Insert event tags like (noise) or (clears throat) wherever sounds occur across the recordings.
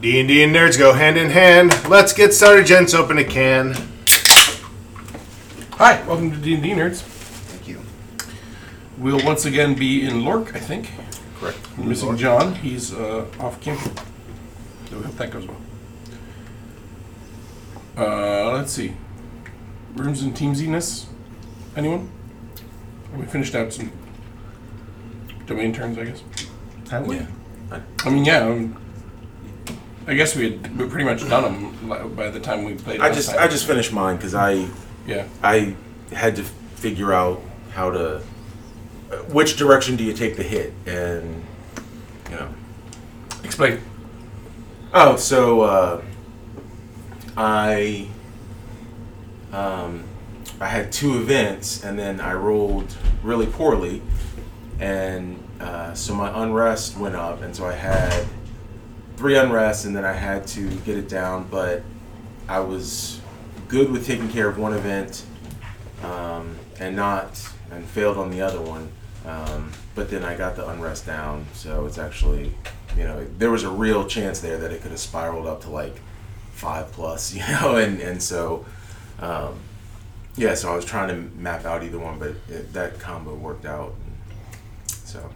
D&D and nerds go hand in hand. Let's get started, gents. Open a can. Hi, welcome to D&D Nerds. Thank you. We'll once again be in Lork, I think. Correct. We're missing John. He's uh, off camping. So we hope that goes well. Uh, let's see. Rooms and teamsiness. Anyone? We finished out some domain terms, I guess. Have we? I mean, yeah. um, I guess we had we pretty much done them by the time we played. I last just time. I just finished mine because I yeah. I had to figure out how to uh, which direction do you take the hit and you know Explain. oh so uh, I um, I had two events and then I rolled really poorly and uh, so my unrest went up and so I had three unrests and then I had to get it down but I was good with taking care of one event um, and not and failed on the other one. Um, but then I got the unrest down, so it's actually, you know, there was a real chance there that it could have spiraled up to like five plus, (laughs) you know, and and so, um, yeah. So I was trying to map out either one, but it, that combo worked out. So,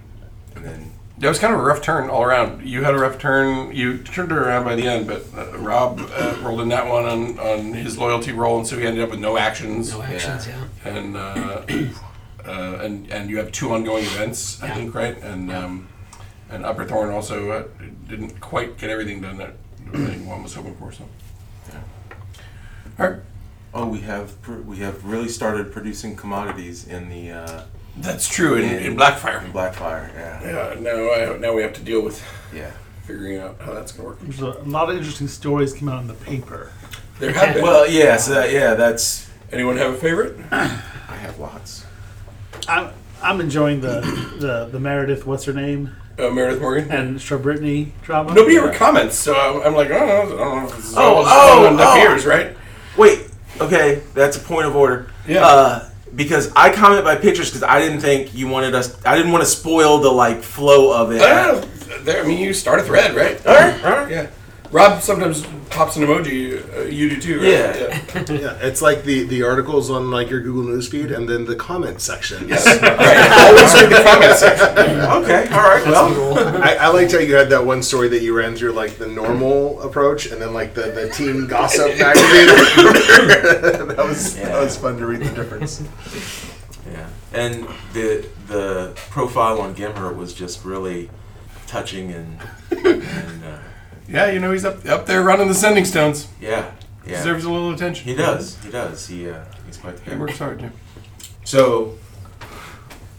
and then That was kind of a rough turn all around. You had a rough turn. You turned it around by the end, but uh, Rob uh, rolled in that one on, on his loyalty roll, and so he ended up with no actions. No actions, yeah. And uh, (coughs) uh, and and you have two ongoing events, I think, right? And um, and Upper Thorn also uh, didn't quite get everything done that one was hoping for. So, all right, oh, we have pr- we have really started producing commodities in the uh, that's true in, in Blackfire. in Blackfire. Yeah, Yeah, now I, now we have to deal with yeah. figuring out how that's gonna work. There's a lot of interesting stories came out in the paper. There have been. (laughs) Well, yeah. So that, yeah, that's Anyone have a favorite? I have lots. I'm I'm enjoying the the, the Meredith, what's her name, Uh, Meredith Morgan. and Stra Brittany drama. Nobody ever comments, so I'm, I'm like, I don't know. I don't know if this is Oh, this is all oh, enough oh. years, right? Wait, okay, that's a point of order. Yeah. Uh, because I comment by pictures because I didn't think you wanted us. I didn't want to spoil the like flow of it. I don't know. There, I mean, you start a thread, right? All right, all right. Yeah. Rob sometimes pops an emoji. Uh, you do too, right? Yeah. (laughs) Yeah, it's like the the articles on like your Google News feed, and then the comment section. right. Always read the comment section. Okay, all right. Well, I, I liked how you had that one story that you ran through like the normal approach, and then like the the teen (laughs) gossip magazine. that was that was fun to read the difference. yeah. And the the profile on Gimher was just really touching and, and uh, Yeah, you know, he's up, up there running the sending stones. yeah, yeah. Deserves a little attention. he does. He does. He uh, he's quite the He works hard, too. So.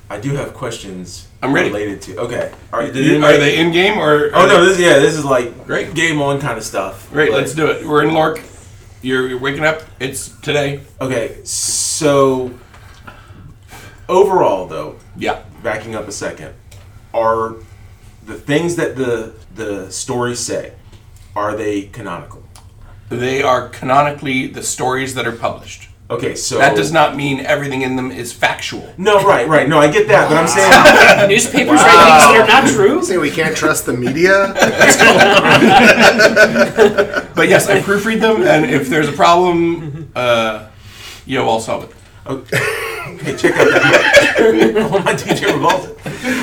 I do have questions I'm ready. related to. Okay, are, Do you- are they in game or? Oh no! This yeah, this is like Great. game on kind of stuff. Great, Like- let's do it. We're in Lork. You're, you're waking up. It's today. Okay, so overall though, Yeah. backing up a second, are the things that the the stories say are they canonical? They are canonically the stories that are published. Okay, so That does not mean everything in them is factual. No, right, right. No, I get that, but I'm saying (laughs) Uh, Newspapers write things that are not true. Say we can't trust the media. But yes, I proofread them, and if there's a problem, uh, you know, I'll solve it. okay, check out that. (laughs) oh, my DJ Revolta.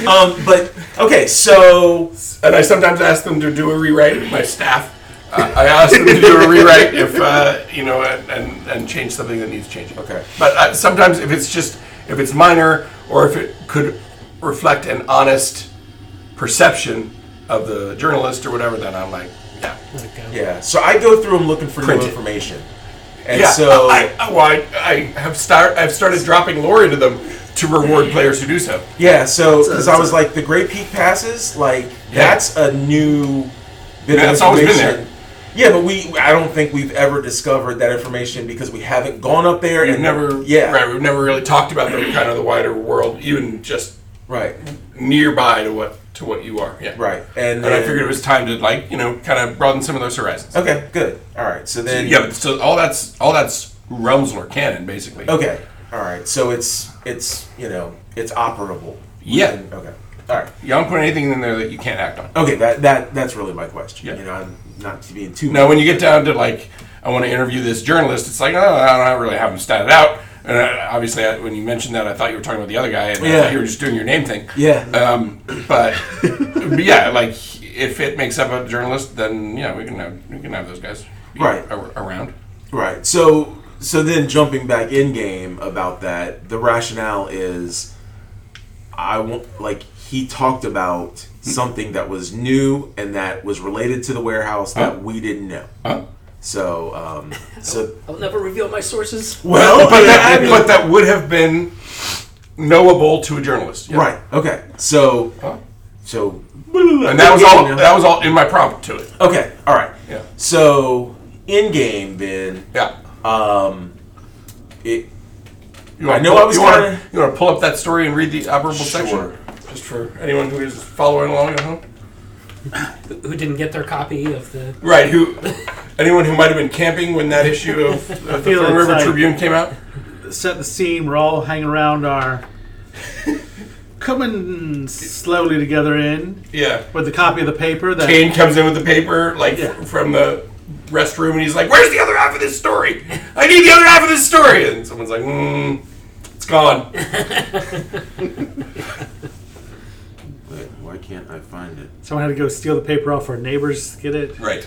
Um, but okay, so And I sometimes ask them to do a rewrite. My staff, uh, I ask them to do a rewrite if uh, you know, and, and and change something that needs changing. Okay. But uh, sometimes if it's just if it's minor or if it could reflect an honest perception of the journalist or whatever, then I'm like, yeah, yeah, so I go through them looking for Print new it. information, and yeah. so I, I, well, I, I have start I've started dropping lore into them to reward players who do so. Yeah, so because I was like the Great Peak passes, like that's a new bit Yeah, of it's always been information. Yeah, but we I don't think we've ever discovered that information because we haven't gone up there We've and never, yeah right. We've never really talked about the kind of the wider world, even just right nearby to what to what you are. Yeah, right and, And I then- figured it was time to like you know kind of broaden some of those horizons. okay good all right so then Yeah, but so all that's all that's realms or canon basically. okay all right so it's it's you know it's operable Yeah. And- okay All right. You don't put anything in there that you can't act on. Okay, that, that that's really my question. Yeah. You know, I'm not to being too. Now, when you get down to like, I want to interview this journalist, it's like, oh, I don't really have him statted out. And uh, obviously, I, when you mentioned that, I thought you were talking about the other guy, and I Yeah. thought you were just doing your name thing. Yeah. Um, (laughs) but, but yeah, like if it makes up a journalist, then yeah, we can have we can have those guys be Right. ar- around. Right. So so then jumping back in game about that, the rationale is I want like he talked about Hmm. something that was new and that was related to the warehouse that Huh? we didn't know. Huh? So (laughs) um so I'll never reveal my sources. well But yeah, that, I mean- but that would have been knowable to a journalist, yeah. right. Okay. So Huh? so And that was all that was all in my prompt to it. Okay. All right. Yeah, So in game then yeah. um it You wanna I know pull- I was you wanna- kinda- you want to pull up that story and read the operable Sure. section, just for anyone who is following along at home. Who, who didn't get their copy of the? Right. Who? (laughs) Anyone who might have been camping when that issue (laughs) of, of the Feel Fern River excited. Tribune came out. set the scene. We're all hanging around our coming slowly together in Yeah. with the copy of the paper that Kane comes in with the paper, like Yeah. from the restroom, and he's like, "Where's the other half of this story? I need the other half of this story." And someone's like, mm, "It's gone." Wait, why can't I find it? someone had to go steal the paper off our neighbors to get it. Right.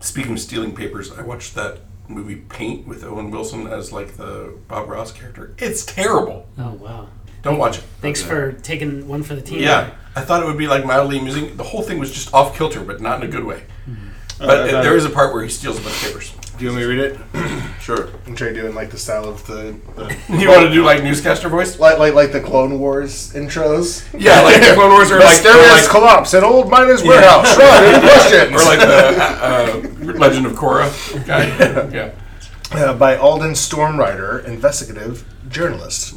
Speaking of stealing papers, I watched that movie Paint with Owen Wilson as like the Bob Ross character. It's terrible. Oh wow! Don't watch it. Thanks for taking one for the team. Yeah, I thought it would be like mildly amusing. The whole thing was just off kilter, but not in a good way. But I thought- there is a part where he steals a bunch of papers. Do you want me to read it? Sure. I'm trying to do in like the style of the, the (laughs) You want to do like newscaster voice? like, like like the Clone Wars intros. Yeah, like the Clone Wars or like, or Mysterious like, collapse at old miners warehouse. (laughs) Run, any questions? or like the uh, uh, (laughs) Legend of Korra guy. (laughs) Yeah. uh, by Alden Stormrider, investigative journalist.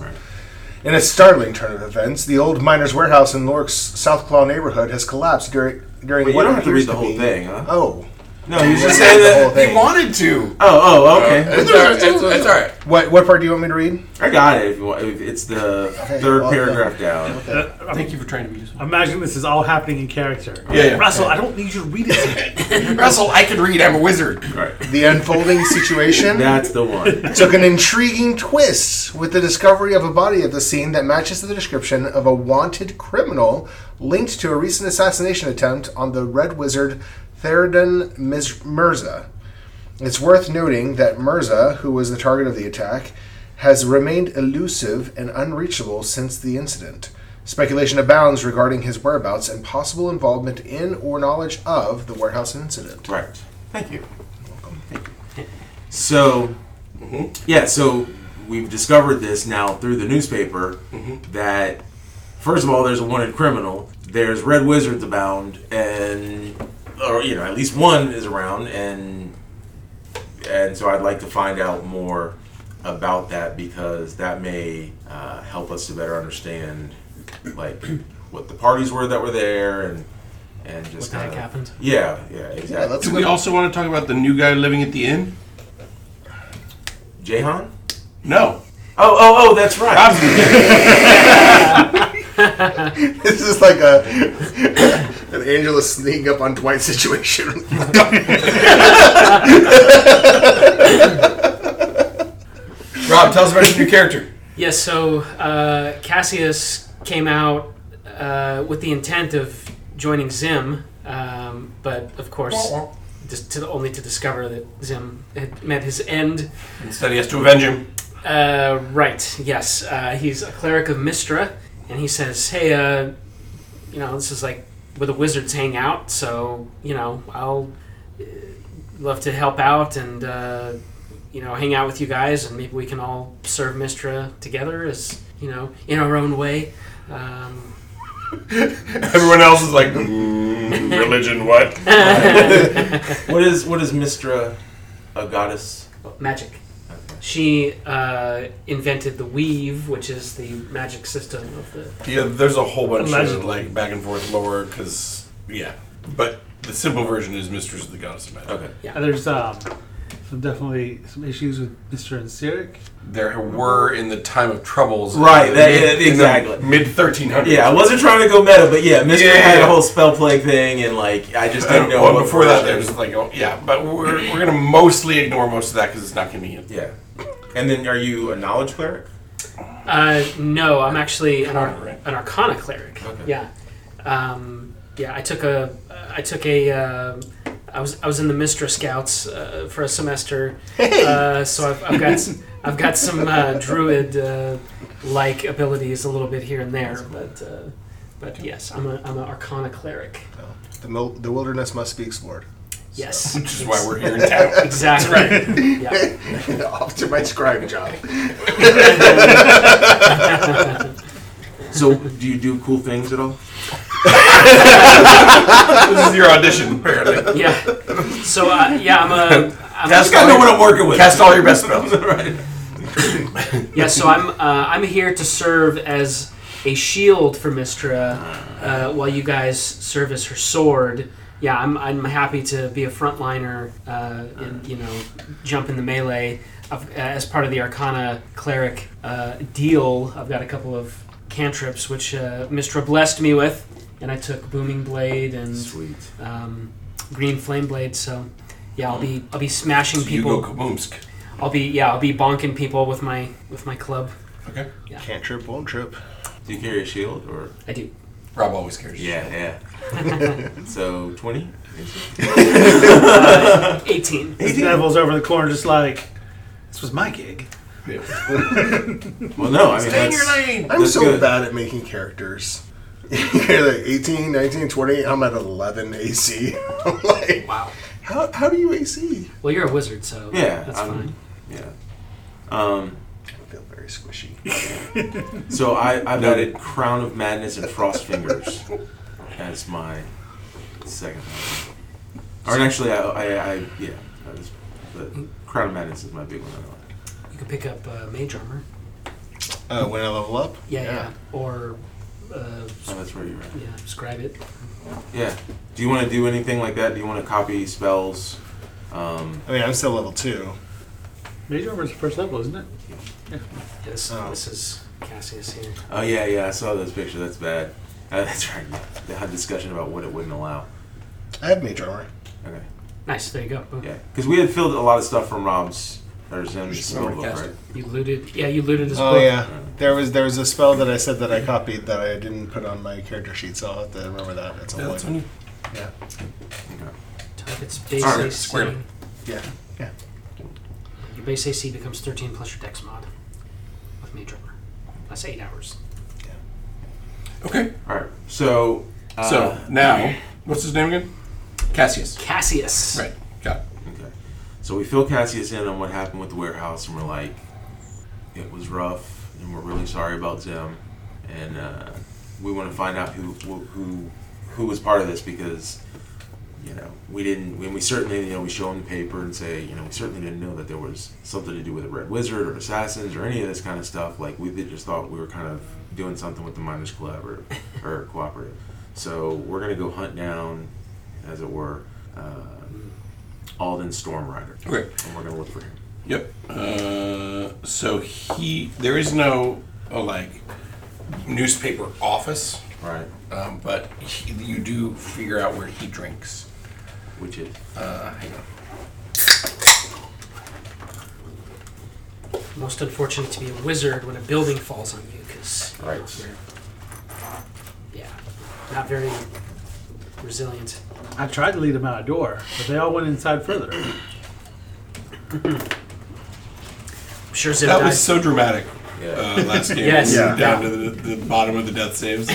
In a startling turn of events, the old miners' warehouse in Lork's South Claw neighborhood has collapsed during during But you what don't have to appears read the whole be- thing, huh? Oh, No, you just Yeah, saying the that. whole thing. He wanted to. Oh, oh, okay. It's all right. It's, it's all right. what what part do you want me to read? I got it. If you want, if it's the third well, paragraph down. Uh, I'm- Thank you for trying to be useful. Imagine this is all happening in character. Yeah, yeah. Russell, I don't need you to read it. (laughs) to me. Russell, I can read. I'm a wizard. All right, The unfolding (laughs) situation that's the one. took an intriguing twist with the discovery of a body at the scene that matches the description of a wanted criminal linked to a recent assassination attempt on the Red Wizard Theoden Miz- Mirza. It's worth noting that Mirza, who was the target of the attack, has remained elusive and unreachable since the incident. Speculation abounds regarding his whereabouts and possible involvement in or knowledge of the warehouse incident. Right. Thank you. So, Mm-hmm. yeah, so we've discovered this now through the newspaper Mm-hmm. that first of all, there's a wanted criminal. There's red wizards abound, and or you know at least one is around, and and so I'd like to find out more about that because that may uh, help us to better understand like what the parties were that were there and and just What the heck kinda- happened? Yeah, yeah, exactly. Yeah, let's Do we go- also want to talk about the new guy living at the inn? Jahan? No. Oh, oh, oh, that's right. This is like a an Angela sneaking up on (laughs) Dwight situation. (laughs) Rob, tell us about his new character. Yes, so uh, Cassius came out uh, with the intent of joining Zim, um, but of course, just to, only to discover that Zim had met his end. Instead, he has to avenge him. Uh, right, yes. Uh, he's a cleric of Mistra, and he says, hey, uh, you know, this is like where the wizards hang out, so, you know, I'll uh, love to help out and, uh, you know, hang out with you guys, and maybe we can all serve Mistra together as, you know, in our own way. Um, Everyone else is like, mm, religion, what? (laughs) what is what is Mistra, a goddess? magic. She uh, invented the weave, which is the magic system of the Yeah, there's a whole bunch of Allegedly. like back and forth lore because yeah, but the simple version is Mistress of the Goddess of Magic. Okay. Uh, There's um, Some definitely some issues with Mister and Sirik. There were in the time of troubles, in Right, the that- mid- yeah, in the exactly. mid 1300s. Yeah, I wasn't trying to go meta, but yeah, Mister Yeah, yeah, had yeah. a whole spell plague thing, and like I just didn't know well, what before that, version. there's like, oh, yeah, but we're, (clears throat) we're gonna mostly ignore most of that because it's not convenient. Yeah, and then are you a knowledge cleric? Uh, no, I'm actually an, Arcana, ar- right? an Arcana cleric. Okay. Yeah, um, yeah. I took a, I took a, um, I was I was in the Mistra Scouts uh, for a semester. Uh, so I've, I've got s- I've got some uh, druid uh, like abilities a little bit here and there, but uh, but yes, I'm a I'm an Arcana cleric. The, mil- the wilderness must be explored. (laughs) Yes, Which is why we're here in town. exactly. Yeah. Off to my scribe job. So do you do cool things at all? (laughs) this is your audition, apparently. Yeah. So uh, yeah, I'm a. I'm I just gotta know what I'm working with. Cast all your best (laughs) spells. yeah, so I'm uh, I'm here to serve as a shield for Mistra, uh, while you guys serve as her sword. Yeah, I'm, I'm happy to be a frontliner uh, and you know jump in the melee. I've, as part of the Arcana cleric uh, deal, I've got a couple of cantrips which uh, Mistra blessed me with, and I took Booming Blade and Sweet. um, Green Flame Blade. So yeah, I'll be I'll be smashing So you people. go kaboomsk. I'll be yeah, I'll be bonking people with my with my club. Okay. Can't trip, won't trip. Do you carry a shield or? I do. Rob always cares. Yeah, yeah. (laughs) so twenty. 18. The devil's over the corner, just like this was my gig. Well, no, I mean Stay in that's, your lane. I'm That's so good. bad at making characters. (laughs) You're like 18, 19, 20. I'm at 11 AC. (laughs) I'm like, Wow. how, how do you AC? Well, you're a wizard, so Yeah, that's I'm- fine. yeah. Um, I feel very squishy. so I I've Noted. added Crown of Madness and Frost Fingers as my second. one. Or actually, I, I, I yeah, that is, but Crown of Madness is my big one. Oh, I like. You can pick up uh, mage armor. Uh, when I level up? Yeah, yeah. Or uh, Oh, that's where you're at. yeah, scribe it. Yeah. Do you want to do anything like that? Do you want to copy spells? Um, I mean, I'm still level 2. Mage armor is the first level, isn't it? Yeah, This, Oh. this is Cassius here. oh yeah, yeah. I saw those pictures. That's bad. Uh, (laughs) that's right. yeah. They had a discussion about what it wouldn't allow. I have mage armor. Okay. Nice. There you go. Boom. Yeah. Because we had filled a lot of stuff from Rob's or Zim's Just remember to spellbook, cast right? it. You looted. Yeah, you looted his Oh book. yeah, there was there was a spell that I said that I copied that I didn't put on my character sheet, so I'll have to remember that at some Yeah, that's on point. you. Yeah, Okay. Target's base Alright, AC. square. yeah, yeah. Your base AC becomes 13 plus your dex mod with mage armor. That's eight hours. Okay. All right. So. Uh, So now, what's his name again? Cassius. Cassius. Right. Got it. Okay. So we fill Cassius in on what happened with the warehouse, and we're like, it was rough, and we're really sorry about Zim, and uh, we want to find out who who who was part of this because you know we didn't when we certainly you know we show him the paper and say you know we certainly didn't know that there was something to do with the red wizard or assassins or any of this kind of stuff like we did- just thought we were kind of doing something with the miners collaborative or cooperative so we're gonna go hunt down as it were uh, alden stormrider Okay. and we're gonna look for him Yep. Uh, so he, there is no uh, like newspaper office, right um, but he, you do figure out where he drinks. which is Uh, hang on. Most unfortunate to be a wizard when a building falls on you, because right yeah, not very resilient. I tried to lead them out a door, but they all went inside further. I'm sure Zim That died. was so dramatic. Yeah. Uh, last game, Yes. we were Yeah. down to the, the bottom of the death saves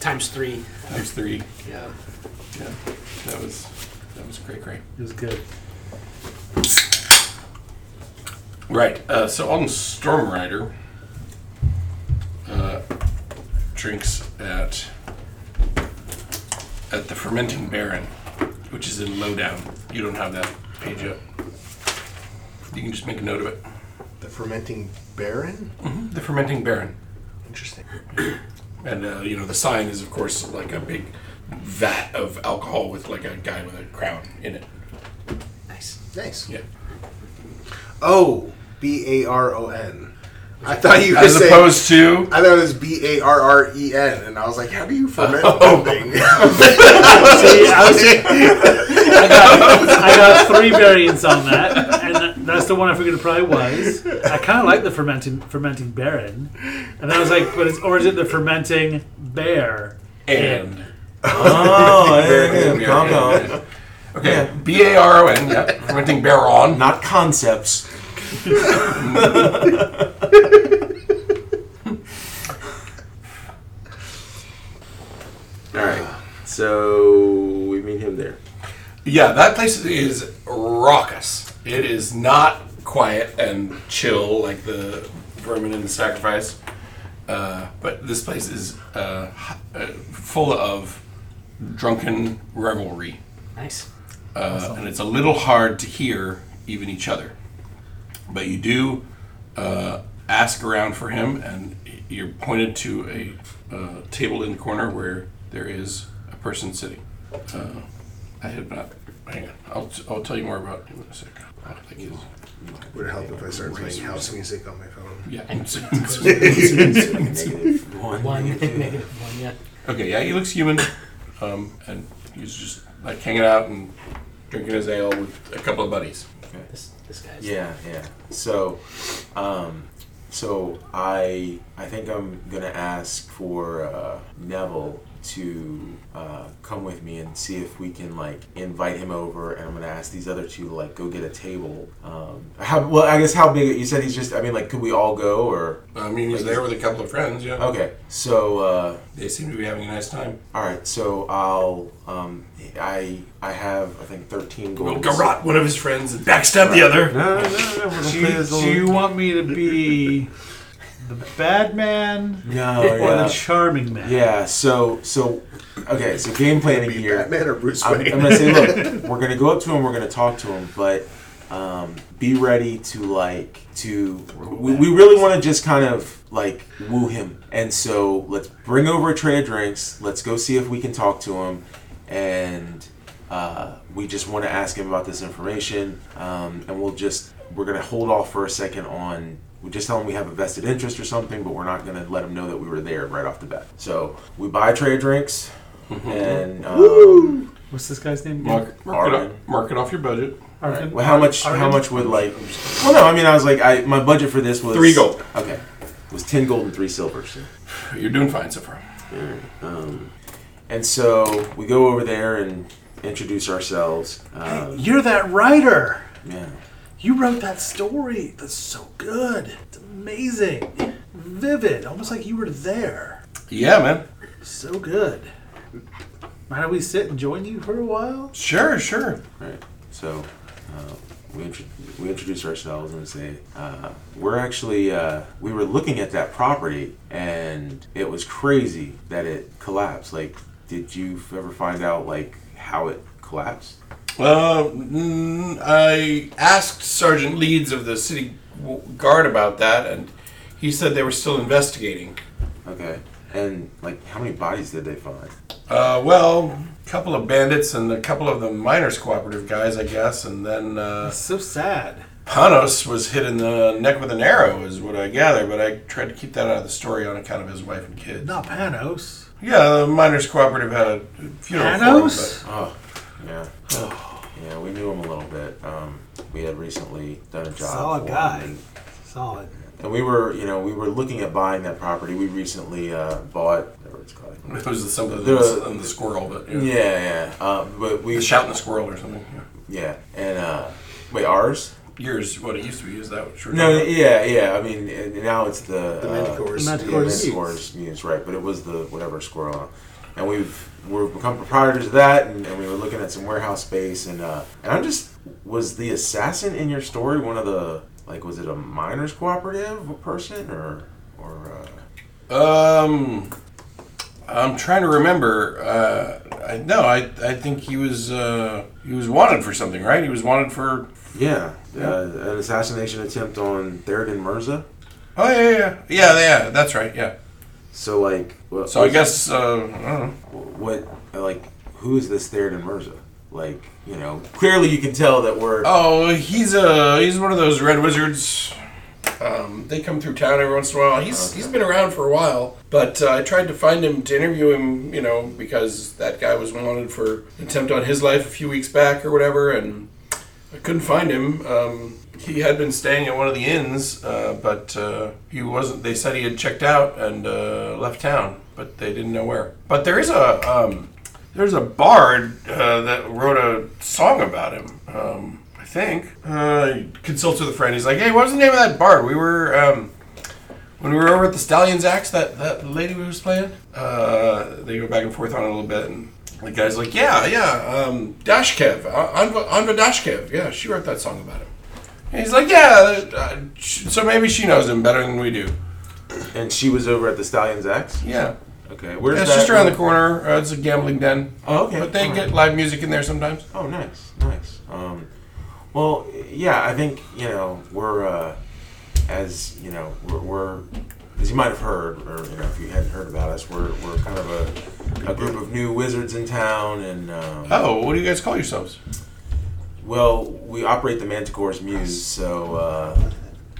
times three. times three. Yeah. Yeah, that was that was great, great. It was good. Right. Uh, so Alden Stormrider uh, drinks at at the Fermenting Baron, which is in Lowdown. You don't have that page up. You can just make a note of it. The fermenting baron. The Fermenting Baron, Interesting. and uh, you know the sign is of course like a big vat of alcohol with like a guy with a crown in it. Nice. Nice. Yeah. Oh, B A R O N. I thought you were As saying. opposed to I thought it was B A R R E N, and I was like, "How do you (laughs) ferment Oh. something?" (laughs) See, I, was, I, got, I got three variants on that, and that- that's the one I figured it probably was. I kind of like the fermenting fermenting baron, and I was like, but it's or is it the fermenting bear? and. Oh, yeah, yeah, yeah, Yeah, compound. yeah, yeah. Okay, B A R O N. Yeah, fermenting baron. Not concepts. All right. So we meet him there. Yeah, that place is raucous. It is not quiet and chill like the vermin in the sacrifice. Uh, but this place is uh, h- uh, full of drunken revelry, (laughs) Nice. uh, and it's a little hard to hear even each other. But you do uh, ask around for him, and you're pointed to a uh, table in the corner where there is a person sitting. Uh, I have not. Hang on. I'll, I'll tell you more about him in a second. I don't think he's. Would it help if I started playing house music on my phone? Yeah. Negative one. One (laughs) negative one. Yeah. (laughs) okay. Yeah, he looks human, um, and he's just like hanging out and drinking his ale with a couple of buddies. This this guy's. Yeah, yeah. So, um, so I I think I'm gonna ask for uh, Neville to uh, come with me and see if we can like invite him over, and I'm gonna ask these other two to like go get a table. Um, how, well, I guess how big? You said he's just. I mean, like, could we all go or? I mean, he's Oh. there with a couple of friends. Yeah, Okay, so. Uh, they seem to be having a nice time. all right, so I'll um, I I have I think thirteen Will gold. garrot one of his friends and backstab the other. No, no, no. We're Do you, do you want me to be the bad man No, or the Oh, (laughs) yeah. charming man? Yeah, so so okay, so game planning here. Batman or Bruce I'm, I'm Wayne? gonna say, look, we're gonna go up to him, we're gonna talk to him, but um, be ready to like to. We, we really want to just kind of like woo him, and so let's bring over a tray of drinks. Let's go see if we can talk to him, and uh, we just want to ask him about this information, um, and we'll just we're gonna hold off for a second on. We just tell him we have a vested interest or something, but we're not gonna let him know that we were there right off the bat. So we buy a tray of drinks, and um, What's this guy's name? again? Mark, mark, it Arden. off, mark it off your budget. Arden. Well, how much? How Arden? much would like? Well, no. I mean, I was like, I my budget for this was Three gold. Okay, was ten gold and three silvers. You're doing fine so far. Um, and so we go over there and introduce ourselves. Um, You're that writer. yeah. You wrote that story. That's so good. It's amazing. Vivid. Almost like you were there. Yeah, man. So good. Mind if we sit and join you for a while? Sure, sure. Right. So uh, we, intro- we introduce ourselves and say, uh, we're actually, uh, we were looking at that property and it was crazy that it collapsed. Like, did you ever find out, like, how it collapsed? Uh, mm, I asked Sergeant Leeds of the city w- guard about that, and he said they were still investigating. Okay. And, like, how many bodies did they find? Uh, well, a couple of bandits and a couple of the miners cooperative guys, I guess, and then uh, That's so sad. Panos was hit in the neck with an arrow, is what I gather. But I tried to keep that out of the story on account of his wife and kids. Not Panos. Yeah, the miners cooperative had a funeral. for him, Panos? Oh, yeah. yeah, we knew him a little bit. Um, we had recently done a job. Solid for him guy. and- Solid. And we were, you know, we were looking at buying that property. We recently uh, bought, whatever it's called. but it was the, something There the, were- the squirrel, but yeah. Yeah, yeah. Uh, but we The shout in the squirrel or something. Yeah. Yeah, and uh, wait, ours? Years, what it used to be, is that what you're No, talking yeah, yeah. I mean, and now it's the The uh, Manticores. The yeah, Manticores. Manticores Muse, right? But it was the whatever squirrel, and we've we've become proprietors of that, and, and we were looking at some warehouse space, and uh, and I'm just was the assassin in your story one of the like was it a miners cooperative person or or uh, Um, I'm trying to remember. Uh, I, no, I, I think he was uh, he was wanted for something, right? He was wanted for. yeah, Uh, an assassination attempt on Theoden Mirza. Oh yeah, yeah, yeah, yeah, yeah. That's right. Yeah. So like, what, So I guess uh, I don't know. what like who is this Theoden Mirza? Like, you know, clearly you can tell that we're. Oh, he's a he's one of those red wizards. Um, they come through town every once in a while. He's he's been around for a while, but uh, I tried to find him to interview him, you know, because that guy was wanted for attempt on his life a few weeks back or whatever, and I couldn't find him. Um, he had been staying at one of the inns, uh, but uh, he wasn't. They said he had checked out and uh, left town, but they didn't know where. But there is a um, there's a bard uh, that wrote a song about him. Um, I think uh, he consults with a friend. He's like, "Hey, what was the name of that bard? We were um, when we were over at the Stallion's Axe, that, that lady we was playing, uh, they go back and forth on it a little bit, and the guy's like, yeah, yeah, um, Dashkev, A- Anva, Anva Dashkev, yeah, she wrote that song about him. And he's like, yeah, uh, sh- so maybe she knows him better than we do. And she was over at the Stallion's Axe? Yeah. Okay, where's It's that? just around the corner. Uh, it's a gambling den. Oh, okay. But they All right. get live music in there sometimes. Oh, nice, nice. Um, well, yeah, I think you know we're uh, as you know we're, we're as you might have heard, or you know, if you hadn't heard about us, we're, we're kind of a, a group of new wizards in town, and um, Oh, what do you guys call yourselves? well, we operate the Manticore's Muse, so uh,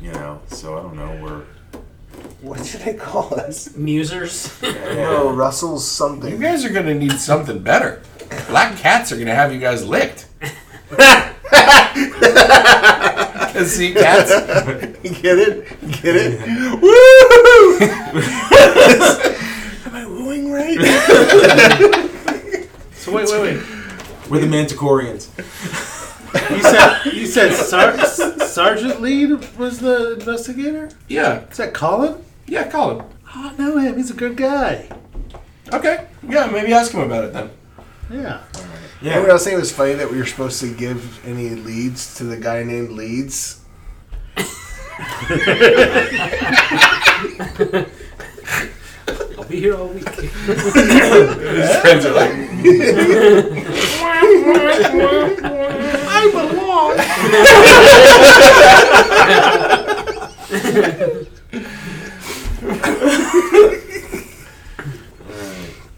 you know, so I don't know, we're (laughs) What did they call us? Musers. (laughs) No, Russell's something. You guys are going to need something better. Black cats are going to have you guys licked. (laughs) See, cats. (laughs) Get it? Get it? (laughs) Woo! Am I wooing right? So wait, wait, wait. we're the Manticorians. (laughs) You said you said Sar- Sergeant Lead was the investigator. Yeah, Is that Colin? yeah, call him. Oh, I know him. He's a good guy. Okay, yeah, maybe ask him about it then. Yeah. You know Yeah, what I was saying? It was funny that we were supposed to give any leads to the guy named Leeds. I'll be here all week. (laughs) His friends are like,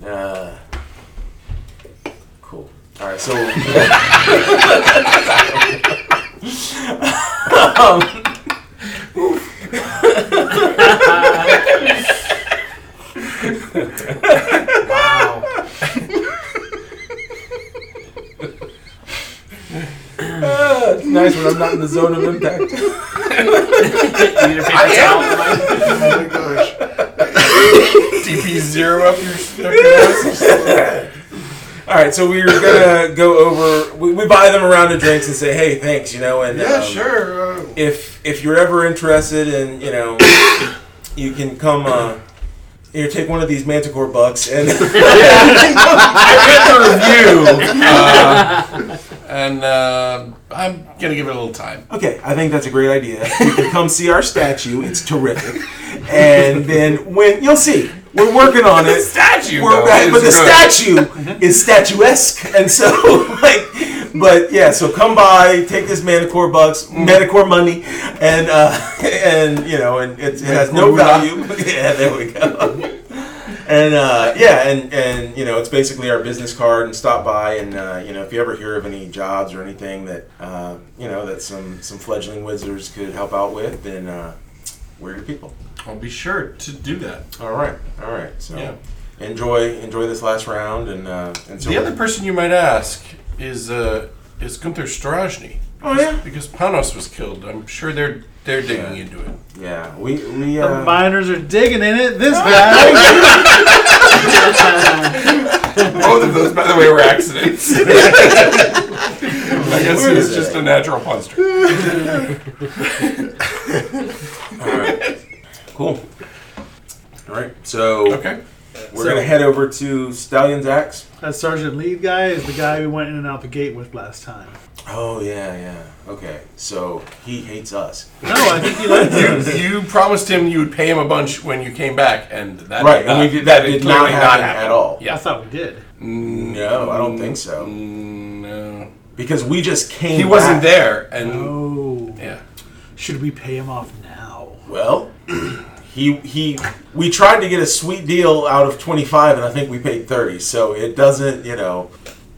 Uh, cool. All right, so. um, Ah, it's nice when I'm not in the zone of impact. You need a paper towel? Oh my gosh. DP zero up your stuff. All right, so we're gonna go over. We, we buy them a round of drinks and say, "Hey, thanks," you know. And Yeah, (laughs) um, sure. uh, if if you're ever interested in you know you can come uh here take one of these manticore bucks and (laughs) I read the review, uh, and uh, I'm gonna give it a little time. okay i think that's a great idea you can come see our statue it's terrific and then when you'll see we're working on it Statue, We're- though, is Mm-hmm. but the good. statue is statuesque and so (laughs) like but yeah so come by take this manticore bucks Mm. manticore money and uh (laughs) and you know and it, it has no value (laughs) Manticore yeah there we go and uh, yeah, and and you know, it's basically our business card. And stop by, and uh, you know, if you ever hear of any jobs or anything that uh, you know that some some fledgling wizards could help out with, then uh, we're your people. I'll be sure to do that. All right, all right. So Yeah. enjoy enjoy this last round, and uh, and so The other person you might ask is uh, is Gunther Strajny. Oh yeah, Because Panos was killed, I'm sure they're they're digging Yeah. into it. yeah. We we The uh, miners are digging in it. (laughs) This guy. Both of those, by the way, were (laughs) accidents. I guess Where it was is just it? a natural monster. cool. All right, so Okay. we're gonna head over to Stallion's Axe. that Sergeant Lead guy is the guy we went in and out the gate with last time. Oh yeah, yeah. Okay, so he hates us. No, I think he likes us. You promised him you would pay him a bunch when you came back, and that did Right, and not- we did- that did not clearly happen at all. I Yeah. thought we did. No, I don't think so. Mm, no. Because we just came. He wasn't back. there, and Oh, yeah. should we pay him off now? Well, he he. We tried to get a sweet deal out of twenty five, and I think we paid thirty. So it doesn't, you know.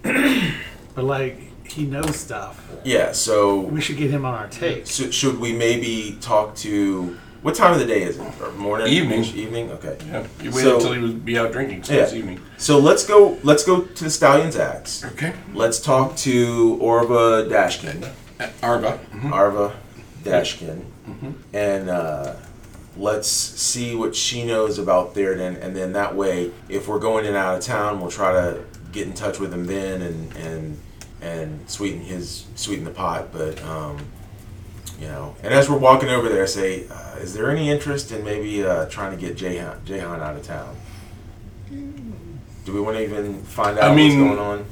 but like he knows stuff. Yeah, so, We should get him on our tape. so should we maybe talk to. What time of the day is it? Or morning? Evening. Evening? Okay. Yeah, you So- waited until he would be out drinking, so Yeah. this evening. So let's go. Let's go to the stallion's axe. Okay. Let's talk to Orva Dashkin, Uh, Arba. Arva Dashkin, Mm-hmm. and uh, let's see what she knows about Theoden. And then that way, if we're going in and out of town, we'll try to get in touch with him then, and and and sweeten his sweeten the pot. But um, you know, and as we're walking over there, I say, uh, is there any interest in maybe uh, trying to get Jahan Jahan out of town? Do we want to even find out I mean- what's going on?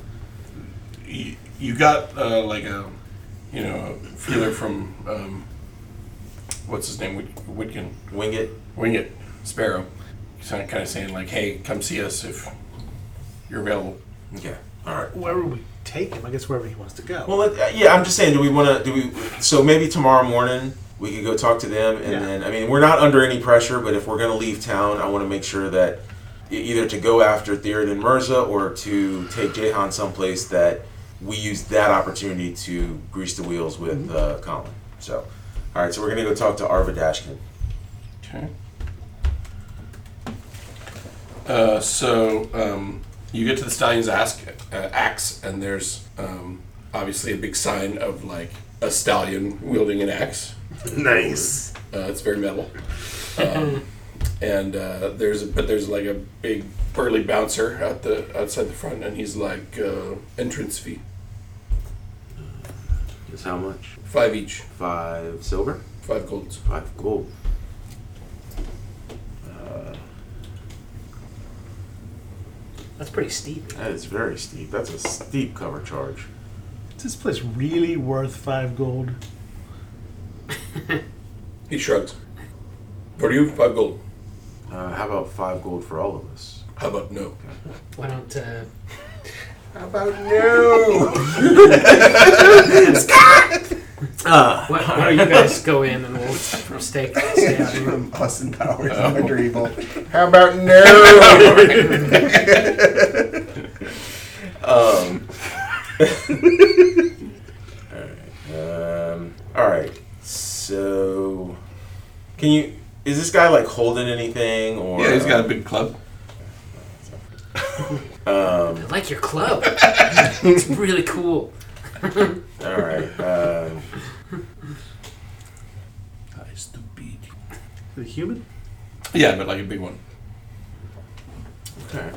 You, you got uh, like a, you know, a feeler from, um, what's his name? Whit- Whitkin. Wing it. Wing it. Sparrow. He's kind of saying, like, hey, come see us if you're available. Okay. All right. Wherever we take him, I guess wherever he wants to go. Well, let- uh, yeah, I'm just saying. Do we want to? Do we? So maybe tomorrow morning we could go talk to them, and Yeah. then I mean, we're not under any pressure. But if we're going to leave town, I want to make sure that e- either to go after Theoden Mirza or to take Jahan someplace that we use that opportunity to grease the wheels with uh, Colin. So, all right. So we're going to go talk to Arva Dashkin. Okay. Uh, so um, you get to the stallion's ask, uh, axe, and there's um, obviously a big sign of like a stallion wielding an axe. Nice. Uh, it's very metal. Um, and uh, there's but there's like a big burly bouncer at the outside the front, and he's like uh, entrance fee Is how much? five each, Five silver. five golds. Five gold. That's pretty steep. That is very steep. That's a steep cover charge. Is this place really worth five gold? He shrugs. For you, five gold. Uh, how about five gold for all of us? How about no? Why don't uh, How about (laughs) no? Uh, why, why don't you guys go in and we'll stay, stay out here. From Austin Powers and Wonder Evil. How about no? Um, all right. So, can you? Is this guy like holding anything? Or Yeah, he's got a big club. I like your club. it's really cool. All right. Um, Nice to beat you. The human? Yeah, but like a big one. okay.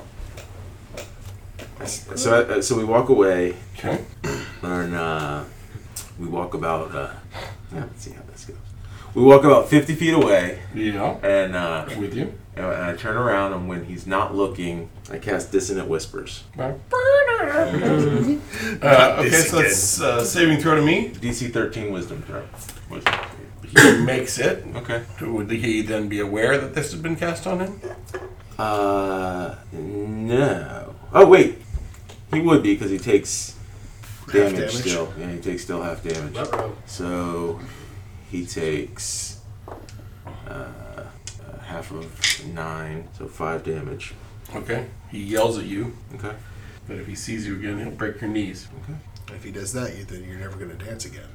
So, uh, so we walk away, Okay. and uh, we walk about. Uh, yeah, let's see how this goes. We walk about fifty feet away, Yeah. and uh, With you. and I turn around, and when he's not looking, I cast dissonant whispers. (laughs) Uh, okay, so that's uh, saving throw to me. DC thirteen Wisdom throw. Wisdom. He makes it. Okay. Would he then be aware that this has been cast on him? Uh, no. Oh wait, he would be because he takes damage, damage. still. Yeah, he takes still half damage. So he takes uh, uh, half of nine, so five damage. Okay. He yells at you, Okay. but if he sees you again, he'll break your knees. if he does that, you, then you're never going to dance again.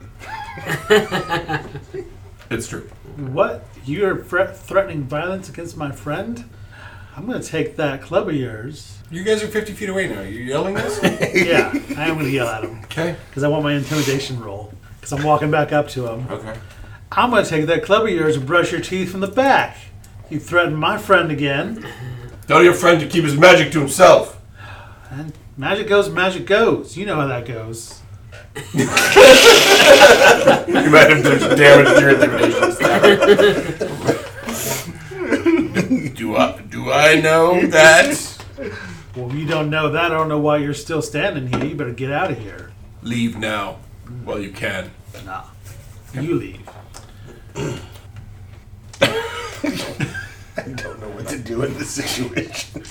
It's true. What? You're fre- threatening violence against my friend? I'm going to take that club of yours. You guys are 50 feet away now. You're yelling this? Yeah, I am going to yell at him (laughs) okay. because I want my intimidation roll. Because I'm walking back up to him. Okay. I'm going to take that club of yours and brush your teeth from the back. You threaten my friend again, Tell your friend to keep his magic to himself. and magic goes, magic goes. You know how that goes. You might have done some damage (laughs) to your intimidation stat. do, I, do I know (laughs) that? Well, if you don't know that. I don't know why you're still standing here. You better get out of here. Leave now while you can. Nah. You leave. I don't know what to do in this situation.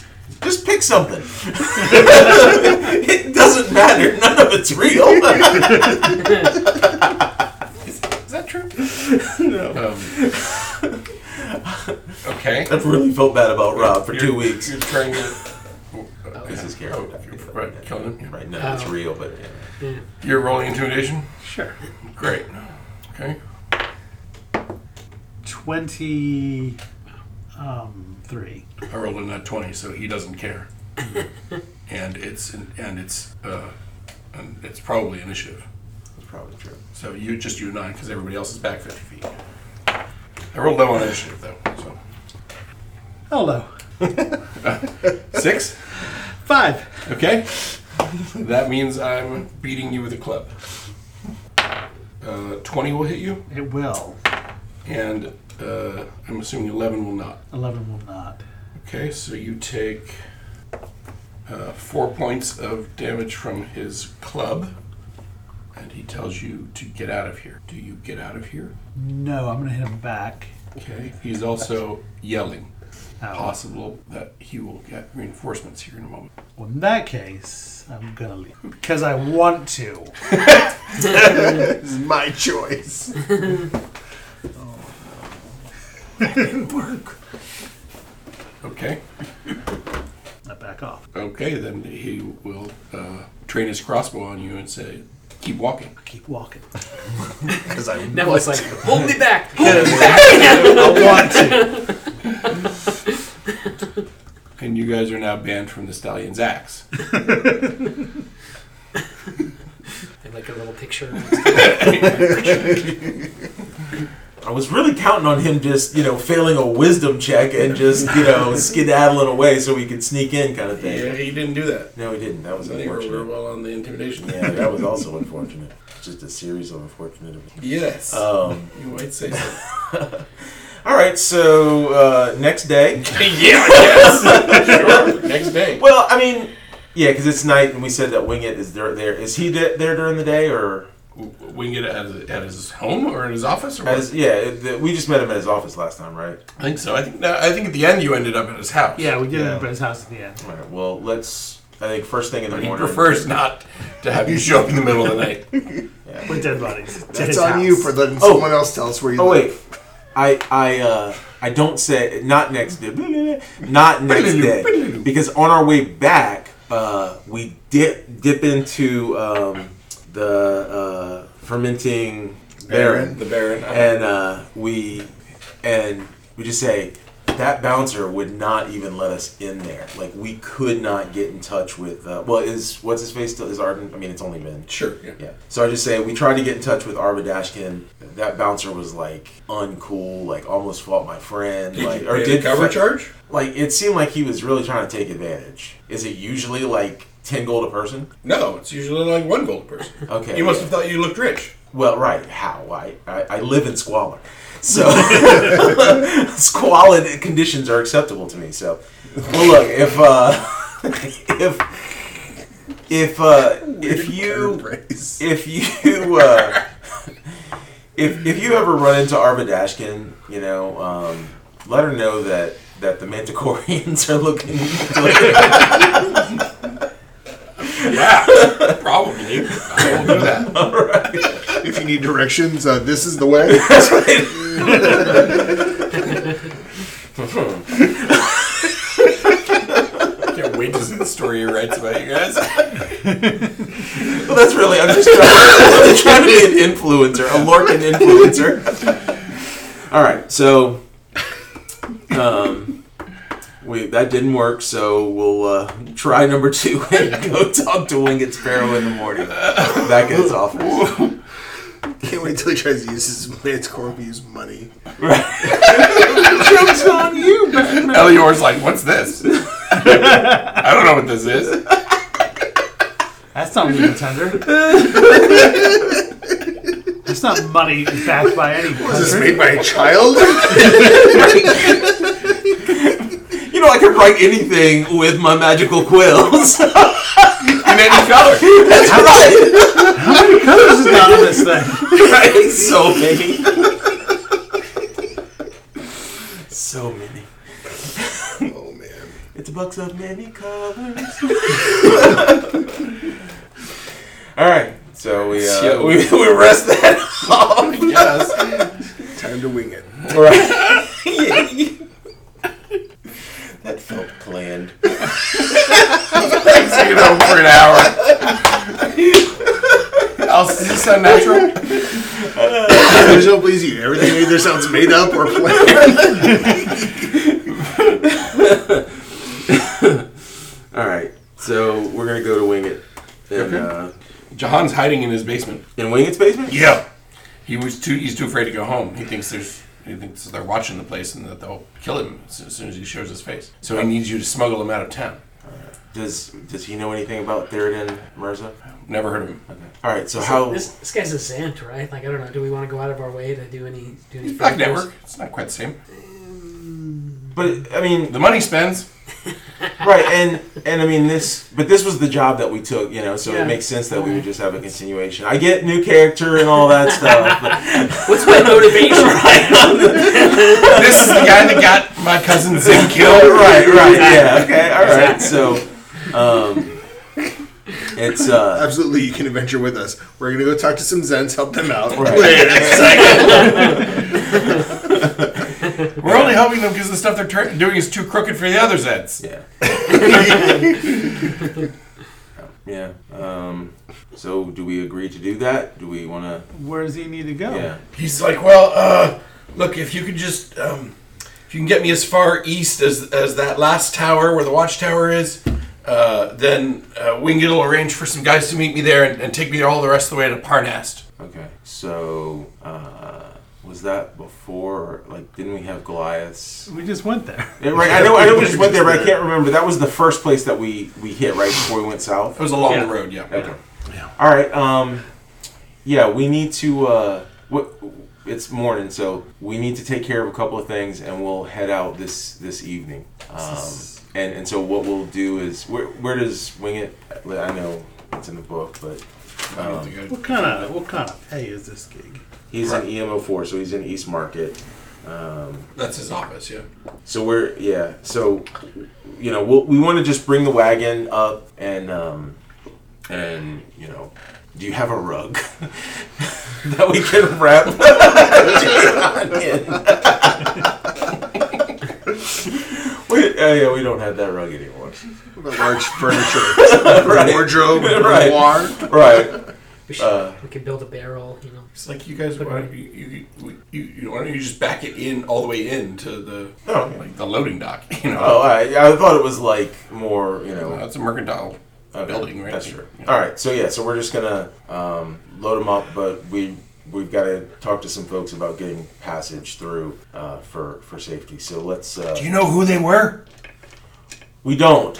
Just pick something. (laughs) it doesn't matter. None of it's real. (laughs) Is that true? no. Um, okay. I've really felt bad about Rob for You're- two weeks. You're trying to. This is Oh, character. you're right, killing him. Right now, it's Oh. real, but yeah. You're rolling intimidation? Sure. Great. Okay. 23. Um, three. I rolled a nat 20, so he doesn't care. and it's and it's uh, and it's probably initiative. That's probably true. So you just you nine because everybody else is back 50 feet. I rolled low on initiative though. So Hello. (laughs) six. Five. Okay. That means I'm beating you with a club. Uh, 20 will hit you, It will. and uh, I'm assuming 11 will not. 11 will not. Okay, so you take uh, four points of damage from his club, and he tells you to get out of here. Do you get out of here? No, I'm going to hit him back. Okay, he's also yelling. Ow. Possible that he will get reinforcements here in a moment. Well, in that case, I'm going to leave. Because I want to. This is my choice. Okay, I back off. okay, then he will uh, train his crossbow on you and say, "Keep walking." Keep walking. Because I Neville's like, hold me back. I want to. And you guys are now banned from the stallion's axe. And like a little picture. (laughs) I was really counting on him just, you know, failing a wisdom check and just, you (laughs) know, skedaddling away so we could sneak in kind of thing. he didn't do that. No, he didn't. That was They were real unfortunate. well on the intimidation. Yeah, that was also unfortunate. Just a series of unfortunate (laughs) events. Yes. Um, you might say so. all right, so uh, next (laughs) day. yeah, yes. sure. Next day. Well, I mean, yeah, because it's night, and we said that Wing It is there. There is he de- there during the day, or We can get it at his, at his home or at his office or what? as yeah, it, the, we just met him at his office last time, right? I think so. I think no, I think at the end you ended up at his house. (laughs) Yeah, we did it Yeah. at Brett's house at the end. All right. Well, let's. I think first thing in the But he morning. prefers not to have you show up in the middle of the night. With dead bodies. To That's his on you house. for letting someone else tell us where you Oh live. wait, I I uh, I don't say not next day, blah, blah, blah, not next day, because on our way back, uh, we dip dip into um, the uh, fermenting baron, The (laughs) Baron. and uh, we and we just say that bouncer would not even let us in there. Like we could not get in touch with. Uh, well, is what's his face still? Is Arden? I mean, it's only been sure. Yeah. yeah. So I just say we tried to get in touch with Arva Dashkin. That bouncer was like uncool, like almost fought my friend, like you pay the cover charge? Like it seemed like he was really trying to take advantage. Is it usually like ten gold a person? No, it's usually like one gold (laughs) person. Okay. You must have thought you looked rich. Well, right. How? I I, I live in squalor, (laughs) so (laughs) squalid conditions are acceptable to me. So, well, look if uh, (laughs) if if uh, if you Race. if you uh, if if you ever run into Arva Dashkin, you know, um, let her know that that the Manticorians are looking. Yeah, probably. I will do (laughs) that. If you need directions, uh, this is the way. Can't wait to see the story he writes about you guys. well, that's really. I'm just trying, I'm just trying to be an influencer, a Lorcan influencer. All right, so um, we that didn't work, so we'll uh, try number two and go talk to Winged Sparrow in the morning back at his office. Can't wait till he tries to use his man's Corby's money. Jokes on you, man. Elior's like, what's this? (laughs) I don't know what this is. That's not legal tender. That's not money backed by any Is this country. made by a (laughs) child? You know, I could write anything with my magical quills. In any color. (laughs) That's right. This is not on this thing. right. So many. so many. oh man. It's a box of many colors. All right. So we uh, So- we we rest that off. Yes. Time to wing it. Right. that felt planned. Takes you home for an hour. I'll, does this sound natural? oh, There's no please you. Everything either sounds made up or planned. All right, so we're gonna go to Wing It and uh, Jahan's hiding in his basement. in Wing It's basement. yeah. He was too. He's too afraid to go home. He thinks there's. He thinks they're watching the place and that they'll kill him as as soon as he shows his face. So he needs you to smuggle him out of town. Does Does he know anything about Theoden Mirza? Never heard of him. Okay. All right, so how? This, this guy's a Zant, right? Like I don't know. Do we want to go out of our way to do any (laughs) do any? Black favors? network. It's not quite the same. But I mean, The money spends. right and and i mean this but this was the job that we took you know so Yeah. it makes sense that we would just have a continuation i get new character and all that stuff but What's (laughs) my motivation? this is the guy that got my cousin Zim (laughs) killed. right right yeah okay all right so um it's uh Absolutely, you can adventure with us. We're gonna go talk to some Zens, help them out. Right. Wait a second. We're only helping them because the stuff they're tur- doing is too crooked for the other Zeds. yeah (laughs) yeah um so do we agree to do that do we want to Where does he need to go? yeah He's like, well, uh, look, if you could just, um, if you can get me as far east as as that last tower where the watchtower is, uh, then uh, Winged will arrange for some guys to meet me there and, and take me all the rest of the way to Parnast. okay so uh was that before or, like didn't we have goliaths We just went there. Yeah, right, I know, I know we just went there, but I can't remember. That was the first place that we we hit right before we went It south. was along Yeah. the road, yeah. Okay. All right. Um, yeah, we need to. Uh, what? It's morning, so we need to take care of a couple of things, and we'll head out this this evening. Um, and and so what we'll do is where where does wing it? I know it's in the book, but What kind of what kind of pay is this gig? he's in EMO four, so he's in East Market. That's his office, yeah. So we're yeah. So you know we'll, we want to just bring the wagon up and um and you know do you have a rug (laughs) that we can wrap (laughs) John in? we, uh, yeah, we don't have that rug anymore. Large furniture, (laughs) Right. wardrobe, Right. noir. Right. We, should, we could build a barrel, you know. It's like you guys, why don't you, you, you, you, you, why don't you just back it in all the way in to the Oh, okay. like the loading dock? (laughs) You know, Oh, I, I thought it was like more you know. that's a mercantile uh, Okay, building, right? That's true. Yeah. All right, so yeah, so we're just gonna um, load them up, but we we've got to talk to some folks about getting passage through uh, for for safety. So let's. Uh, Do you know who they were? we don't.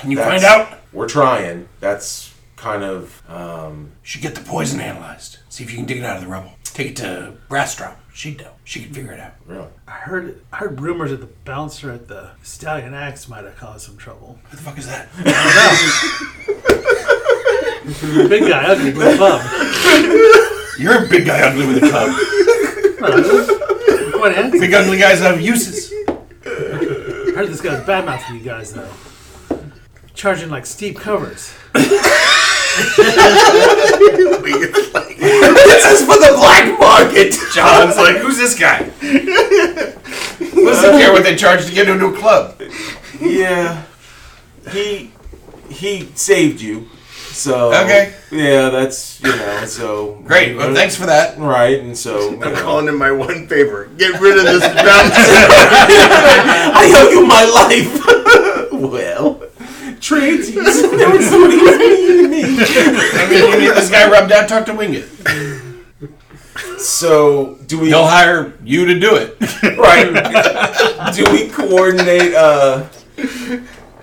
Can you That's- find out? We're trying. That's kind of um, Should get the poison analyzed. See if you can dig it out of the rubble. Take it to Brass Drop. She'd know. She can figure it out. real. I heard I heard rumors that the bouncer at the Stallion Axe might have caused some trouble. Who the fuck is that? Big guy, ugly, blue (laughs) club. You're a big guy ugly with a club. Quite handsome. big ugly guys have uses. I heard this guy's bad mouthing you guys though. Charging like steep covers. this is for the black market. John's like, who's this guy? Listen here, what they charge to get into a club. yeah, he he saved you. So Okay. Yeah, that's you know. So Great. Well, thanks for that. Right, and (laughs) so you I'm know. calling him my one favor. Get rid of this (laughs) bouncer. (laughs) I owe you my life. (laughs) well, trades. (laughs) There was somebody who was mean to I mean, you need this guy rubbed out. Talk to Winged. me. So do we? He'll hire you to do it. (laughs) Right. do we coordinate? uh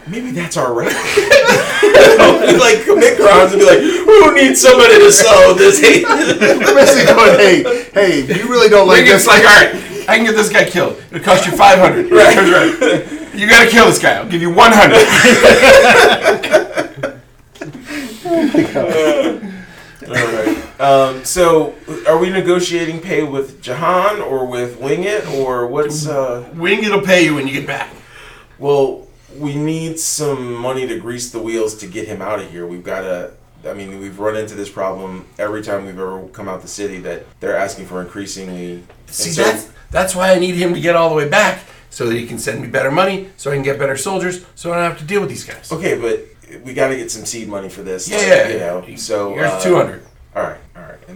Maybe that's our right. (laughs) we like commit crimes and be like, we don't need somebody to solve this. (laughs) I'm basically going, hey, hey, you really don't like Winged's this. like, all right, I can get this guy killed. It'll cost you (laughs) five hundred. Right. right. You gotta kill this guy. I'll give you one hundred. (laughs) All right. Um, so, are we negotiating pay with Jahan or with Wingit or what's? uh Winged will pay you when you get back. Well, we need some money to grease the wheels to get him out of here. We've got to. I mean, we've run into this problem every time we've ever come out the city that they're asking for increasingly. and See, so- that's that's why I need him to get all the way back so that he can send me better money, so I can get better soldiers, so I don't have to deal with these guys. okay, but we got to get some seed money for this. Yeah, yeah, you know. So here's uh, two hundred. All right.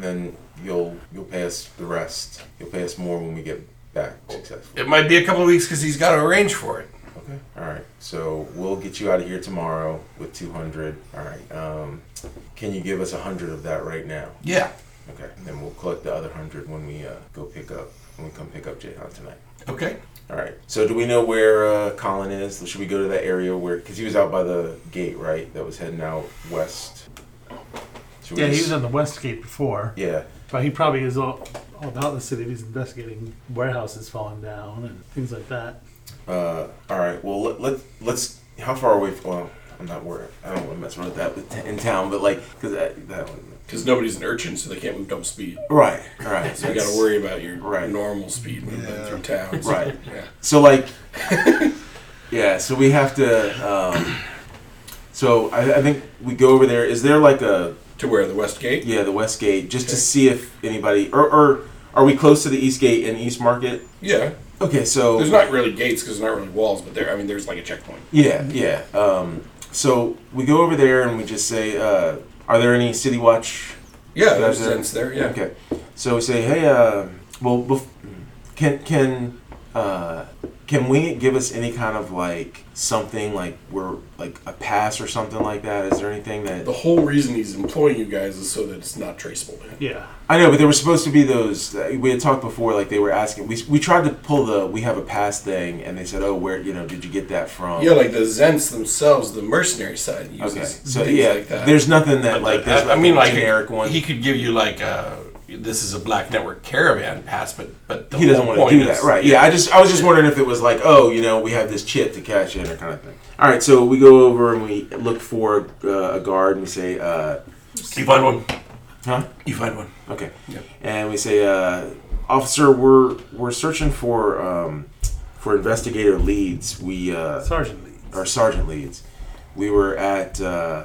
then you'll you'll pay us the rest. You'll pay us more when we get back successful. It might be a couple of weeks because he's got to arrange for it. Okay. All right. So we'll get you out of here tomorrow with two hundred. All right. Um, can you give us a hundred of that right now? Yeah. Okay. Then we'll collect the other hundred when we uh, go pick up when we come pick up Jayhan tonight. Okay. All right. So do we know where uh, Colin is? Should we go to that area where? Because he was out by the gate, right? That was heading out west. Should we Yeah, he just- was on the West Gate before, Yeah. but he probably is all, all about the city. He's investigating warehouses falling down and things like that. Uh, all right. Well, let, let let's. How far away? From, well, I'm not worried. I don't want to mess with that with t- in town, but like, cause that, that one. Because nobody's an urchin, so they can't move dump speed. Right. All right. So you got to worry about your Right. normal speed movement Yeah. through (laughs) towns. Right. Yeah. So like, yeah. So we have to. Um, so I, I think we go over there. Is there like a To where the west gate? yeah the west gate just to Okay. see if anybody or, or are we close to the east gate and east market? Yeah. Okay. So There's not really gates because there's not really walls, but there. I mean, there's like a checkpoint. Yeah, yeah. Um, so we go over there and we just say, uh, "Are there any City Watch?" Yeah. That's There's it. sense there. Yeah. Okay. So we say, "Hey, uh, well, bef- can can uh, can Wingit give us any kind of like something like we're like a pass or something like that? Is there anything The that whole reason he's employing you guys is so that it's not traceable. to him. Yeah. I know? But there were supposed to be those uh, we had talked before. Like they were asking. We we tried to pull the we have a pass thing, and they said, "Oh, where you know did you get that from?" Yeah, like the Zents themselves, the mercenary side uses Okay. So things yeah, like that. there's nothing that like there's I, I mean, a like generic one. He could give you like a this is a black network caravan pass, but but the he doesn't whole want to point do that, is- right? Yeah, I just I was just wondering if it was like, oh, you know, we have this chip to cash in or kind of thing. All right, so we go over and we look for uh, a guard and we say, uh, You find one. huh? You find one. Okay, Yep. and we say, uh, officer, we're we're searching for um, for investigator leads. We uh, Sergeant Lee. or sergeant leads. We were at uh,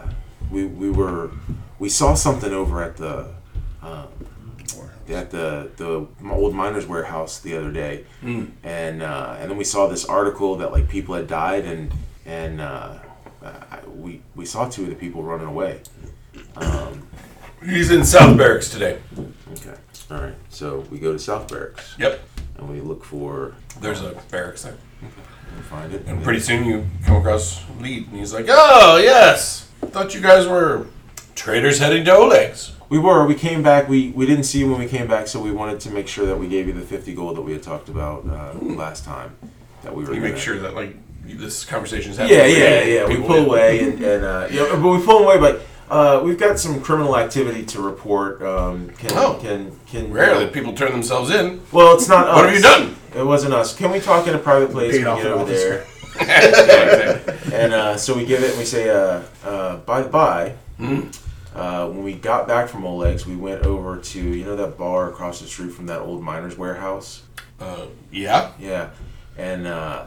we we were we saw something over at the um, at the the old miners warehouse the other day, Mm. and uh, and then we saw this article that like people had died and and uh, I, we we saw two of the people running away. Um, He's in South Barracks today. okay, all right. So we go to South Barracks Yep. and we look for There's a barracks there, we find it. and pretty soon you come across Lead, and he's like, "Oh yes, thought you guys were traders heading to Oleg's." We were. We came back. We we didn't see you when we came back, so we wanted to make sure that we gave you the fifty gold that we had talked about uh, last time. That we were. Hmm. You gonna- make sure that like this conversation's happening. Yeah, yeah, yeah. We People- pull away and, and uh, you know, but we pull away. But uh, we've got some criminal activity to report. Um, can Oh. can can Rare that people turn themselves in. Well, Oh, it's not. Us. What have you (laughs) done? It wasn't us. Can we talk in a private place? Paid We off get an over officer. there, Exactly. and uh, so we give it. and We say, uh, uh, by the by. Uh, when we got back from Oleg's, we went over to you know that bar across the street from that old miners warehouse. uh, yeah. Yeah, and uh,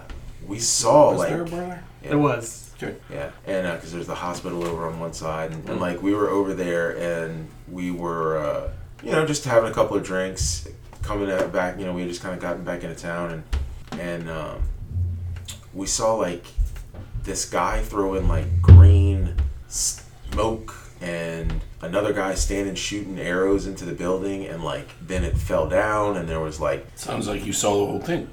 we saw Was like there a bar there? It was. yeah, and because there's the hospital over on one side, and, and like we were over there, and we were uh, you know just having a couple of drinks, coming out back. You know, we had just kind of gotten back into town, and and um, we saw like this guy throwing like green smoke. And another guy standing shooting arrows into the building, and like then it fell down, and there was like Sounds like you saw the whole thing.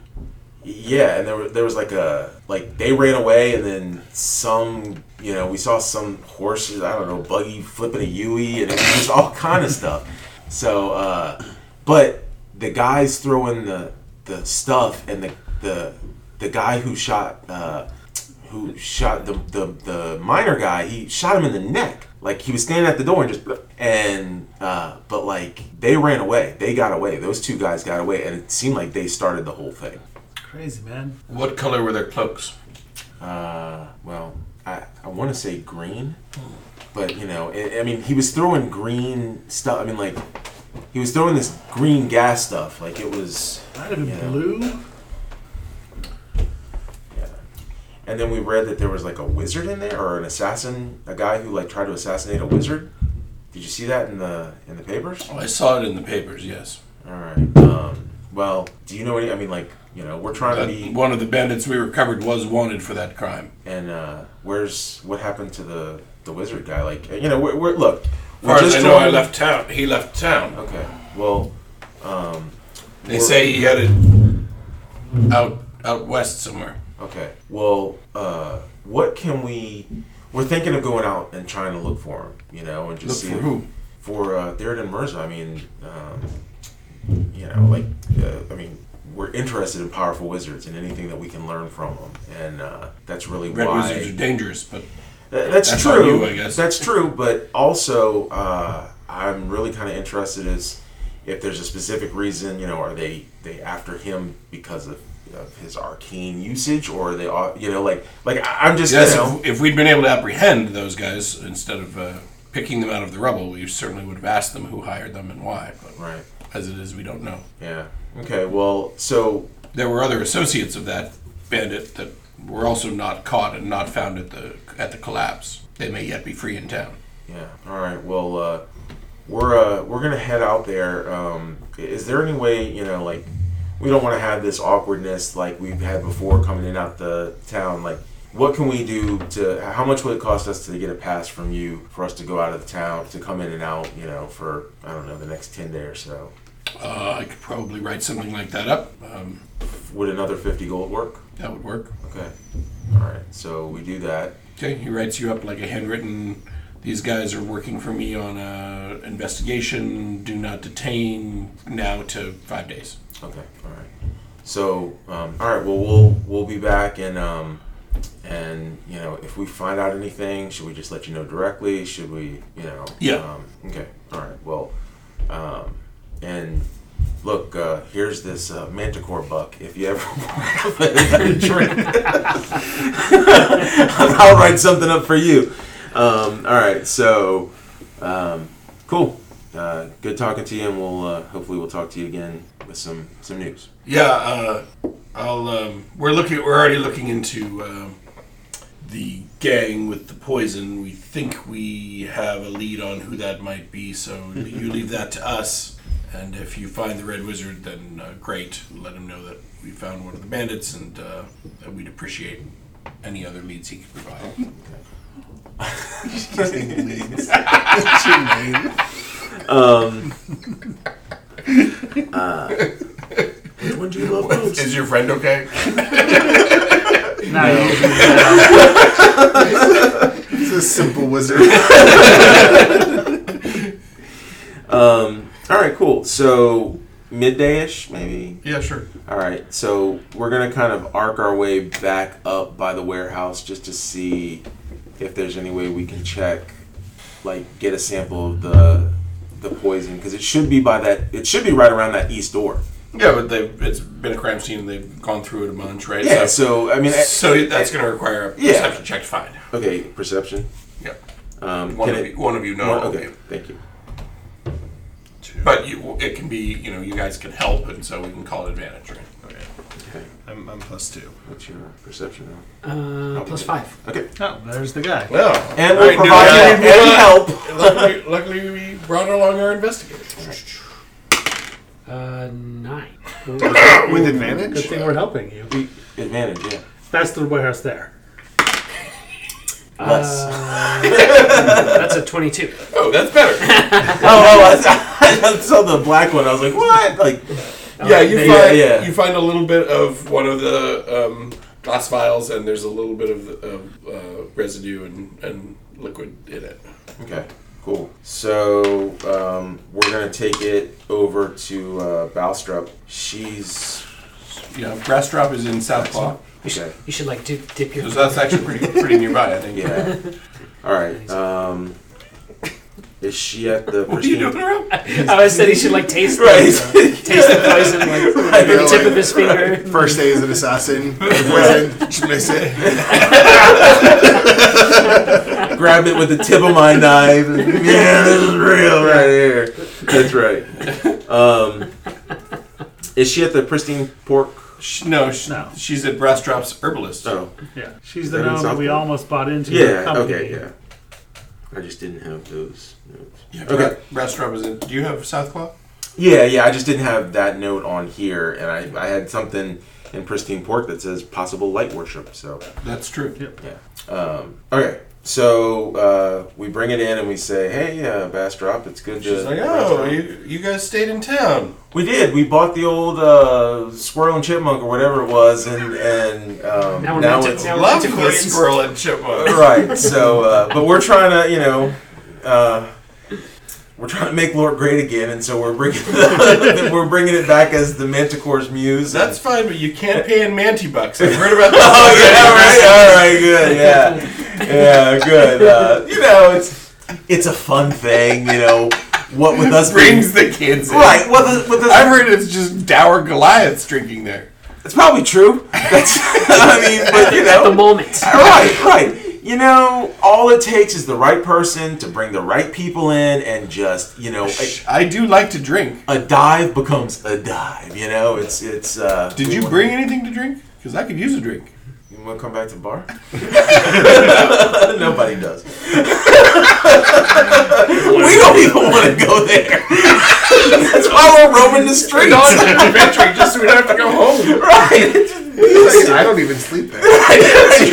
Yeah, and there, were, there was like a like they ran away, and then some. You know, we saw some horses. I don't know, buggy flipping a Yui, and it was just all kind of stuff. So, uh, but the guys throwing the the stuff, and the the the guy who shot uh, who shot the, the the minor guy, he shot him in the neck. Like he was standing at the door and just and uh, but like they ran away. They got away. Those two guys got away, and it seemed like they started the whole thing. Crazy, man. What color were their cloaks? Uh, well, I, I want to say green, but you know, I, I mean, he was throwing green stuff. I mean, like he was throwing this green gas stuff. Like it was, Might have been Yeah. (laughs) blue. yeah. And then we read that there was like a wizard in there or an assassin, a guy who like tried to assassinate a wizard. Did you see that in the in the papers? Oh, I saw it in the papers. Yes, All right. Um, well, do you know any? I mean, like you know, we're trying to That- be. one of the bandits we recovered was wanted for that crime. and uh, where's what happened to the the wizard guy? Like you know, we're, we're look, Far as I just know, I told- left town. He left town. Okay. Well, um, They say he headed out out west somewhere. okay. Well, uh, what can we? We're thinking of going out and trying to look for him. You know, and Look just see for if- who? for uh, Theoden and Mirza. I mean, um, you know, like uh, I mean, we're interested in powerful wizards and anything that we can learn from them, and uh, that's really Red why. wizards are dangerous, but Th- That's, That's true. on you, I guess. That's true, but also uh, I'm really kind of interested is if there's a specific reason. You know, are they they after him because of, of his arcane usage, or are they? all- You know, like like I- I'm just yes, you know, if, if we'd been able to apprehend those guys instead of uh, picking them out of the rubble, we certainly would have asked them who hired them and why. But right. as it is, we don't know. Yeah. Okay. Well, so There were other associates of that bandit that were also not caught and not found at the at the collapse. They may yet be free in town. Yeah. All right. Well, uh, we're uh, we're gonna head out there. Um, i- is there any way you know, like, we don't want to have this awkwardness like we've had before coming in out the town. Like, what can we do to? How much will it cost us to get a pass from you for us to go out of the town to come in and out? You know, for I don't know the next ten day or so. Uh, I could probably write something like that up. Um, Would another fifty gold work? that would work. Okay. All right. So we do that. Okay, he writes you up like a handwritten. These guys are working for me on a investigation. Do not detain now to five days. Okay, all right. So, um, all right. Well, we'll we'll be back, and um, and you know, if we find out anything, should we just let you know directly? Should we, you know? Yeah. Um, okay. All right. Well, um, and look, uh, here's this uh, Manticore buck. If you ever (laughs) want a drink, (laughs) I'll write something up for you. Um, all right. So, um, cool. Uh, good talking to you, and we'll uh, hopefully we'll talk to you again with some some news. Yeah, uh, I'll. Um, we're looking. We're already looking into um, the gang with the poison. We think we have a lead on who that might be. (laughs) So you leave that to us. And if you find the red wizard, then uh, great. Let him know that we found one of the bandits, and uh, that we'd appreciate any other leads he could provide. When do you love boobs? Is your friend okay? Now you It's a simple wizard. Um, (laughs) all right, cool. So midday ish, maybe. Yeah, sure. All right, so we're gonna kind of arc our way back up by the warehouse just to see if there's any way we can check, like get a sample of the the poison because it should be by that. It should be right around that east door. Yeah, but they it's been a crime scene. and They've gone through it a bunch, right? Yeah. So, So I mean, eh, so that's going to require a Yeah. perception check to find. okay, perception. Yeah. Um, One can of it- you, one of you know. one- all of okay, you. thank you. But you, it can be, you know, you guys can help, and so we can call it advantage, right? Okay. Okay, (laughs) I'm, I'm plus two. what's your perception? now? Uh, plus five. Okay, Oh, there's the guy. Well, All and we'll right, do provide that. you any help. luckily, luckily, we brought along our investigator. Uh, nine. with Good advantage? thing we're helping you. We- Advantage, yeah. That's the warehouse there. Uh, Less. (laughs) That's a twenty-two. Oh, that's better. oh, oh (laughs) I, I saw the black one. I was like, what? Like, (laughs) (laughs) yeah, you Yeah, find yeah. you find a little bit of one of the um, glass vials, and there's a little bit of, of uh, residue and, and liquid in it. okay, cool. So um, we're gonna take it over to uh, Balstrup. She's Yeah, brass drop is in South Claw, You should, Okay. you should like dip, dip your. so that's actually pretty pretty nearby, I think. (laughs) yeah. All right. Um, is she at (laughs) the? What are you doing pristine- around? (laughs) I said he should like taste (laughs) the- Right. taste the (laughs) poison like Right, the tip like- of his finger. First day as an (laughs) assassin. Poison. Just miss it. Grab it with the tip of my knife. Yeah, this is real right here. That's right. Um, is she at the pristine pork? Sh- No, sh- No. she's at brass drop's herbalist. Oh, Yeah, she's the That gnome is that we awful. almost bought into. the yeah. company. Okay, yeah. I just didn't have those notes. Yeah, Okay. Bra- brass drop is in. Do you have South Claw? Yeah, yeah. I just didn't have that note on here, and I, I had something in pristine pork that says possible light worship. So That's true. Yeah. yeah. Um, okay, So uh, we bring it in and we say, "Hey, uh, Bastrop, it's good to." She's like, oh, Bastrop." you, you guys stayed in town. we did. We bought the old uh, squirrel and chipmunk or whatever it was, and and um, Now we're now meant to- it's now we're meant to Lovely Queens. squirrel and chipmunk. right. So, uh, but we're trying to, you know, uh, we're trying to make Lord great again, and so we're bringing (laughs) the, we're bringing it back as the Manticore's muse. (laughs) and- That's fine, but you can't pay in manty bucks. I've heard about that. (laughs) oh yeah, right. (laughs) All right, good. Yeah, yeah, good. Uh, you know, it's it's a fun thing. You know, what with us being Brings the kids in. right. What with, with us I've heard it's just dour Goliaths drinking there. It's probably true. That's (laughs) I mean, but you At the know, moment. right, right. You know, all it takes is the right person to bring the right people in, and just you know, a, I do like to drink. a dive becomes a dive. You know, it's it's. Uh, Did we you wanna- bring anything to drink? Because I could use a drink. You want to come back to (laughs) the bar? Nobody does. we don't even want to go (laughs) there. That's why we're roaming the streets. Adventuring just so we don't have to go home. (laughs) right. I don't even sleep there. He won't (laughs) even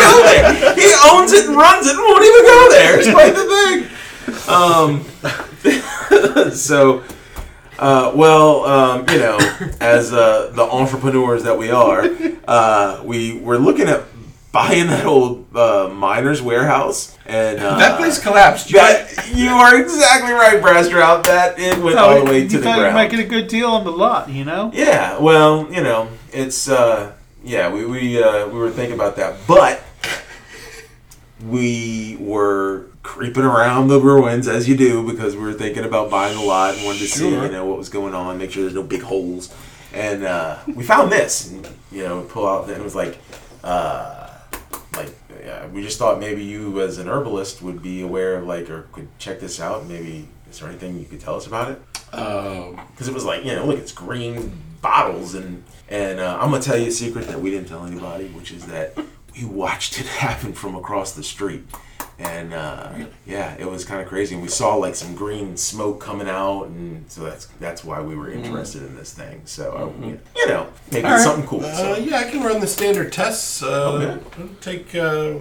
go there. He owns it and runs it and won't even go there. It's quite the thing. Um, (laughs) so, uh, well, um, you know, as uh, the entrepreneurs that we are, uh, we were looking at buying that old uh, miner's warehouse, and uh, That place collapsed. That, you are exactly right, Brastrout. That it went all the way to you the thought you're ground. making a good deal on the lot, you know? Yeah, well, you know, it's uh, yeah, we we uh, we were thinking about that, but we were creeping around the ruins as you do because we were thinking about buying a lot and wanted to see Sure. you know what was going on, make sure there's no big holes, and uh, we found this, and, you know, pull out and it was like, uh, like. Yeah, we just thought maybe you, as an herbalist, would be aware of like or could check this out. Maybe is there anything you could tell us about it? Um, because it was like you know look it's green bottles and and uh, i'm gonna tell you a secret that we didn't tell anybody which is that we watched it (laughs) happen from across the street and uh, yeah it was kind of crazy and we saw like some green smoke coming out and so that's that's why we were interested in this thing so uh, you know Mm. Mm-hmm. all maybe right. it's something cool Uh, so. yeah, I can run the standard tests. Uh, Okay. it'll take uh,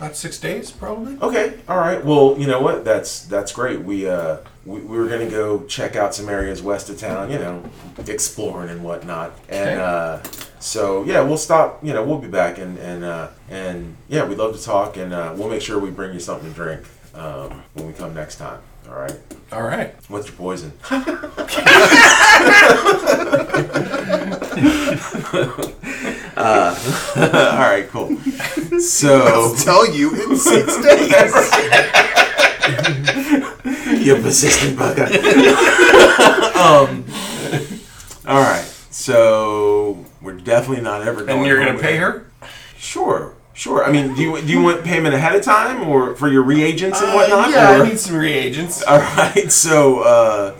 about six days, probably. Okay, all right. Well, you know what? That's that's great. We uh we, we were gonna go check out some areas west of town, you know, exploring and whatnot. And Okay. uh, so yeah, we'll stop. You know, we'll be back and and uh, and yeah, we'd love to talk, and uh, we'll make sure we bring you something to drink um, when we come next time. All right. All right. What's your poison? (laughs) uh, (laughs) all right, cool. So. Tell you in (laughs) six days. You (laughs) persistent bugger. um, (laughs) all right. So we're definitely not ever. Going And you're home going to pay with- her? Sure, sure. I mean, do you do you want payment ahead of time or for your reagents and Uh, whatnot? yeah, or- I need some reagents. (laughs) all right. So uh,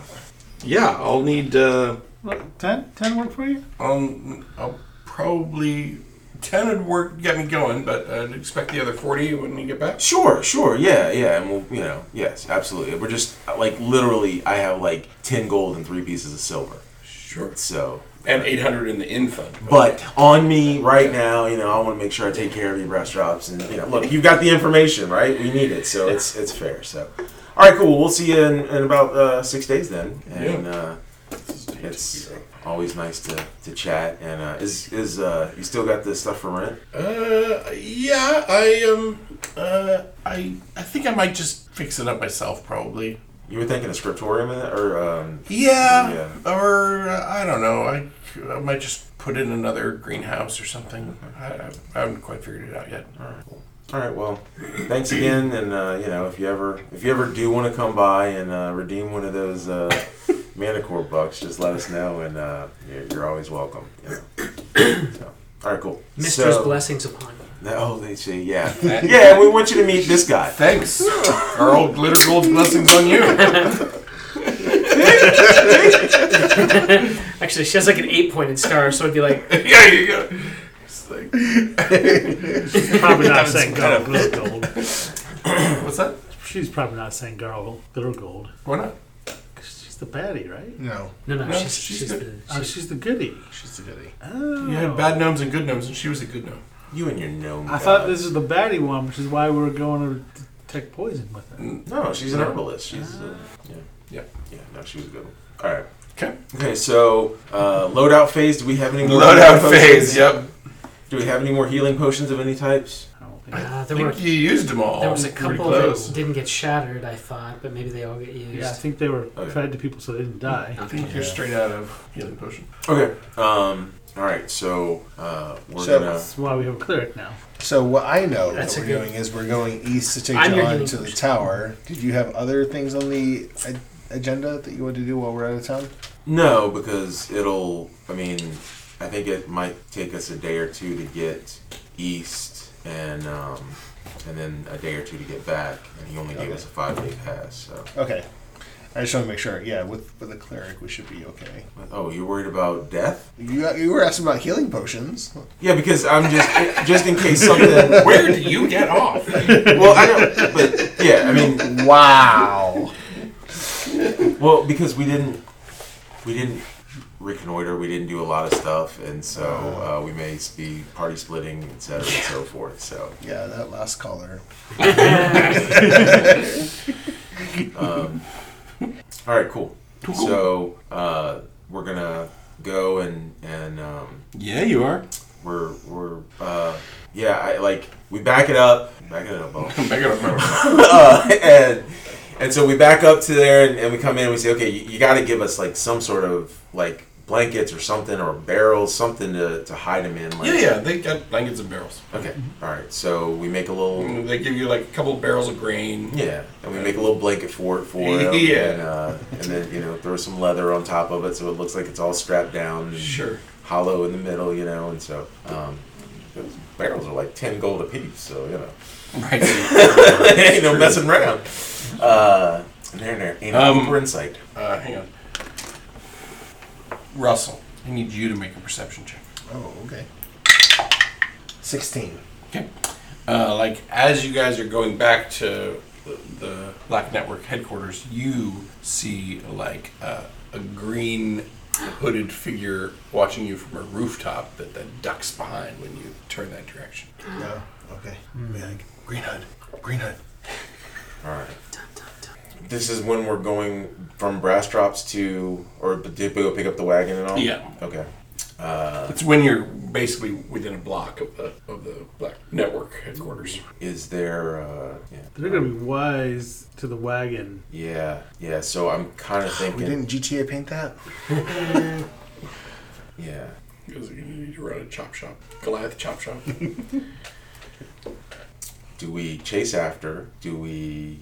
Yeah, I'll need. Uh, What, 10? 10 work (laughs) for you? um, I'll probably. 10 would work, get me going, but I'd expect the other 40 when you get back. sure, sure. Yeah, yeah. And we'll, you know, yes, absolutely. We're just like literally. I have like ten gold and three pieces of silver. Sure. So And 800 in the in fund. But on me right now, you know, I want to make sure I take care of your breast drops. And you know, look, you got the information, right? We need it, so it's it's fair. So, all right, cool. We'll see you in, in about uh, six days then. And uh, it's always nice to, to chat. And uh, is is uh, you still got this stuff for rent? Uh, yeah, I um, uh, I I think I might just fix it up myself, probably. You were thinking of scriptorium in it, or um, Yeah, or uh, I don't know. I, I might just put in another greenhouse or something. I, I, I haven't quite figured it out yet. all right. Well, thanks again. And uh, you know, if you ever if you ever do want to come by and uh, redeem one of those. (laughs) Uh, Manicore bucks, just let us know, and uh, you're, you're always welcome. You know. So, all right, cool. Mistress So- blessings upon you. Oh, they say, (laughs) yeah, yeah. We want you to meet this guy. Thanks. Our old glitter gold blessings on you. Actually, she has like an eight pointed star, so it'd be like, (laughs) yeah, you go. It's like, Probably not That's saying girl, glitter gold. what's that? She's probably not saying girl, glitter gold. Why not? 'Cause She's the baddie, right? No, no, no, No, she's, she's she's, good. the. Oh, she's the goodie. she's a goodie. Oh. You had bad gnomes and good gnomes, and she was a good gnome. You and your gnome. I thought god. this is the baddie one, which is why we were going to detect poison with it. No, she's an herbalist. She's uh, yeah, Yeah. yeah. No, she was a good one. All right. Okay. Okay. So uh, loadout phase. Do we have any more healing Loadout potions? phase. Yep. Do we have any more healing potions of any types? I don't think. Uh, I there were think you used them all. there was a pretty couple close. that didn't get shattered, I thought, but maybe they all get used. Yeah, I think they were Okay. fed to people so they didn't die. I think you're straight out of healing potion. Okay. Um. All right. So uh, we're So- gonna. That's why we have a cleric now. So what I know That's what we're a good- doing is we're going east to take I'm your John healing to the potion. tower. Did you have other things on the a- agenda that you want to do while we're out of town? No, because it'll. I mean, I think it might take us a day or two to get east, and um, and then a day or two to get back. And he only gave us a five day pass. So. Okay. I just want to make sure. Yeah, with with the cleric, we should be okay. Oh, you're worried about death? You you were asking about healing potions. Yeah, because I'm just just in case something. (laughs) Where did you get off? Well, I don't. But yeah, I mean, Wow. Well, because we didn't, we didn't reconnoiter, we didn't do a lot of stuff, and so uh, we may be party splitting, et cetera, and so forth. So, yeah, that last caller. um, all right, cool. So uh, we're gonna go and and um, Yeah, you are. we're we're uh, yeah, I like we back it up, back it up. (laughs) Bo. Back it up, remember. uh, and and so we back up to there and, and we come in and we say okay you, you got to give us like some sort of like blankets or something or barrels something to, to hide them in (laughs) like Yeah, yeah. They got blankets and barrels. okay all right so we make a little They give you like a couple barrels of grain. yeah and we make a little blanket for it (laughs) for him Yeah. and, uh, and then you know throw some leather on top of it so it looks like it's all strapped down and Sure. hollow in the middle you know and so um, those barrels are like 10 gold apiece so you know (laughs) Right. ain't no messing around uh, and there there ain't Um, no deeper insight (laughs) Uh, hang on. Russell, I need you to make a perception check. Oh, okay. Sixteen. Okay. Uh, like as you guys are going back to the, the Black Network headquarters, you see like uh, a green hooded figure watching you from a rooftop that then ducks behind when you turn that direction. No. Okay. Hmm. Be like, green hood, green hood. All right. This is when we're going from Brass Drops to, or did we go pick up the wagon and all? Yeah. Okay. It's when you're basically within a block of the of the Black Network headquarters. Is there? Uh, They're yeah. going to be wise to the wagon. Yeah. Yeah. So I'm (sighs) kind of We thinking. didn't GTA paint that. Yeah. You guys are gonna need to run a chop shop, Goliath chop shop. Do we chase after? Do we?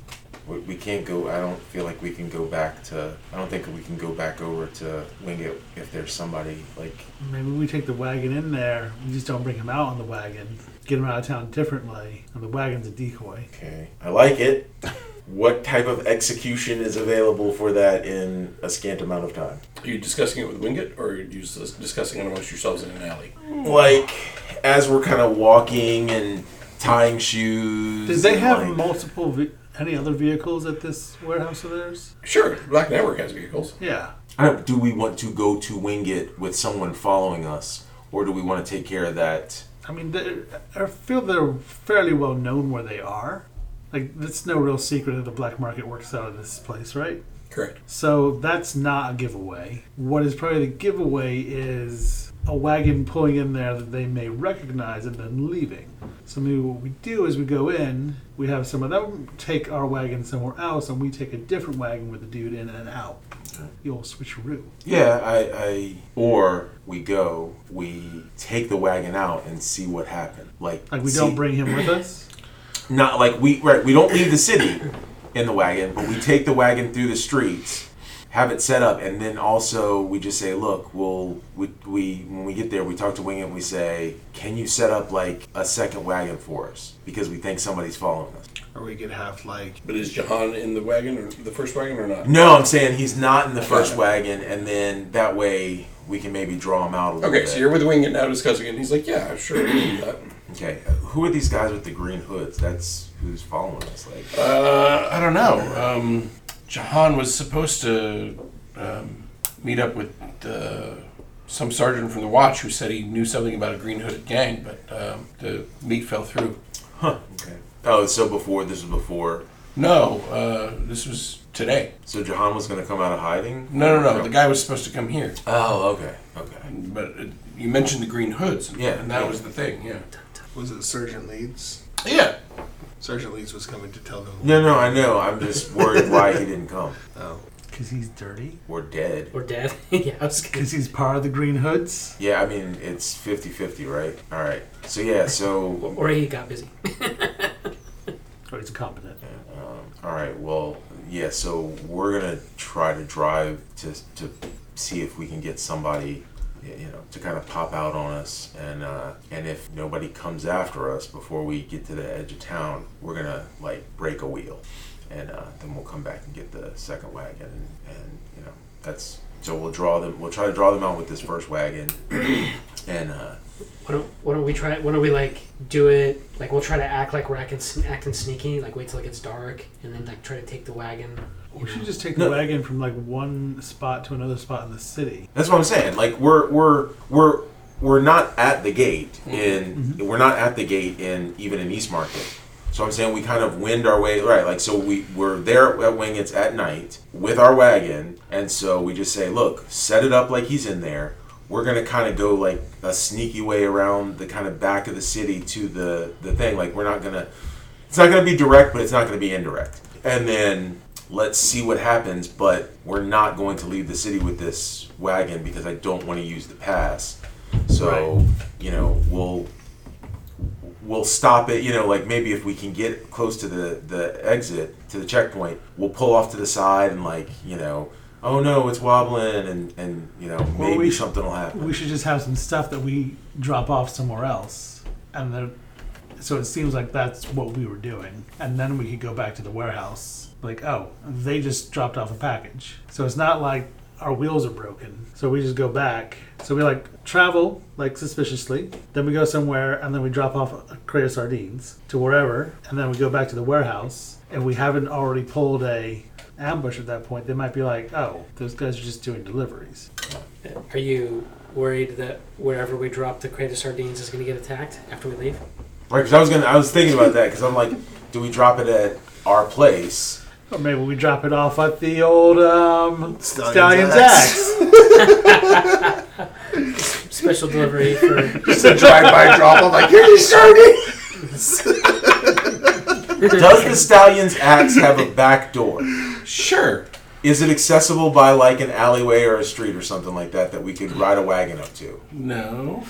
We we can't go. I don't feel like we can go back to. I don't think we can go back over to Wingate if there's somebody like. Maybe we take the wagon in there. We just don't bring him out on the wagon. Get him out of town differently. And the wagon's a decoy. Okay. I like it. What type of execution is available for that in a scant amount of time? Are you discussing it with Wingate, or are you just discussing it amongst yourselves in an alley? like as we're kind of walking and tying shoes. Did they and, have like- multiple, ve- any other vehicles at this warehouse of theirs? Sure, Black Network has vehicles. Yeah. I don't- do we want to go to Wingate with someone following us, or do we want to take care of that? I mean, they're- I feel they're fairly well known where they are. Like, it's no real secret that the black market works out of this place, right? Correct. So that's not a giveaway. What is probably the giveaway is a wagon pulling in there that they may recognize and then leaving. So maybe what we do is we go in, we have some of them take our wagon somewhere else, and we take a different wagon with the dude in and out. The old switcheroo. Yeah, I, I or we go, we take the wagon out and see what happened. Like, Like we see- don't bring him with (clears throat) us. not like we right. We don't leave the city in the wagon, but we take the wagon through the streets. Have it set up, and then also we just say, "Look, we'll we, we when we get there, we talk to Wing and we say, can you set up like a second wagon for us because we think somebody's following us." Or we could have like But is Jahan in the wagon, or the first wagon, or not? No, I'm saying he's not in the first wagon, and then that way we can maybe draw him out a little Okay, bit. so you're with Wingate now discussing it, and he's like, "Yeah, sure." we can do that." okay. uh, Who are these guys with the green hoods? That's who's following us. Like, Uh, I don't know. Um, Jahan was supposed to um, meet up with the some sergeant from the watch who said he knew something about a green hooded gang, but um, the meat fell through. Okay. Oh, so before this was before. No, uh, this was today. So Jahan was going to come out of hiding. No, no, no. The guy was supposed to come here, Oh, okay, okay. but uh you mentioned the green hoods. and- Yeah, and that yeah. was the thing. Yeah, Was it Sergeant Leeds? yeah. Sergeant Leeds was coming to tell them. No, no, I know. I'm just worried why he didn't come. Oh. Because he's dirty. We're dead. Or dead. (laughs) yeah, I was gonna Because he's part of the Green Hoods. Yeah, I mean it's 50-50, right? All right. So yeah, so Or he got busy. Or he's incompetent. Um, all right. Well, yeah. So we're gonna try to drive to to see if we can get somebody, y- you know, to kind of pop out on us, and uh, and if nobody comes after us before we get to the edge of town, we're gonna like break a wheel, and uh, then we'll come back and get the second wagon, and, and you know, that's so we'll draw them. We'll try to draw them out with this first wagon, and uh, Why don't, why don't we try? Why don't we like do it? Like we'll try to act like we're acting, acting sneaky. Like wait till it gets dark and then like try to take the wagon. We should just take the wagon from like one spot to another spot in the city. That's what I'm saying. Like we're we're we're we're not at the gate in we're not at the gate in even in East Market. So I'm saying we kind of wind our way right. Like so we we're there at Wing. It's at night with our wagon, and so we just say, look, set it up like he's in there. We're gonna kind of go like a sneaky way around the kind of back of the city to the the thing. Like we're not gonna it's not going to be direct, but it's not going to be indirect. And then let's see what happens. But we're not going to leave the city with this wagon because I don't want to use the pass. So you know we'll we'll stop it. You know, like maybe if we can get close to the the exit to the checkpoint, we'll pull off to the side and like you know. Oh no, it's wobbling, and, and you know Well, maybe we- something will happen. We should just have some stuff that we drop off somewhere else, and then so it seems like that's what we were doing, and then we could go back to the warehouse. Like, oh, they just dropped off a package, so it's not like our wheels are broken. So we just go back. So we like travel like suspiciously, then we go somewhere, and then we drop off a crate of sardines to wherever, and then we go back to the warehouse. And we haven't already pulled a ambush at that point. They might be like, oh, those guys are just doing deliveries. Are you worried that wherever we drop the crate of sardines is going to get attacked after we leave? Right? Because I was gonna, I was thinking about that because I'm like, do we drop it at our place? Or maybe we drop it off at the old um, Stallion's Stallion's, Axe. Axe. Special (laughs) delivery for Just a drive-by drop. I'm like, here you started. Does the Stallion's Axe have a back door? Sure. Is it accessible by like an alleyway or a street or something like that that we could ride a wagon up to? No.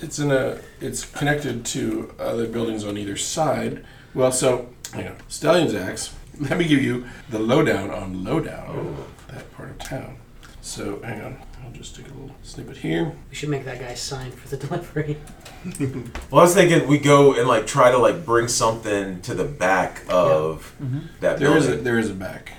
It's in a. It's connected to other buildings on either side. Well, so you know, Stallion's Axe. (laughs) Let me give you the lowdown on lowdown that part of town. So hang on. I'll just take a little snippet here. we should make that guy sign for the delivery. Well, I was thinking we go and like try to like bring something to the back of that Mm-hmm. There is a building. there is a back.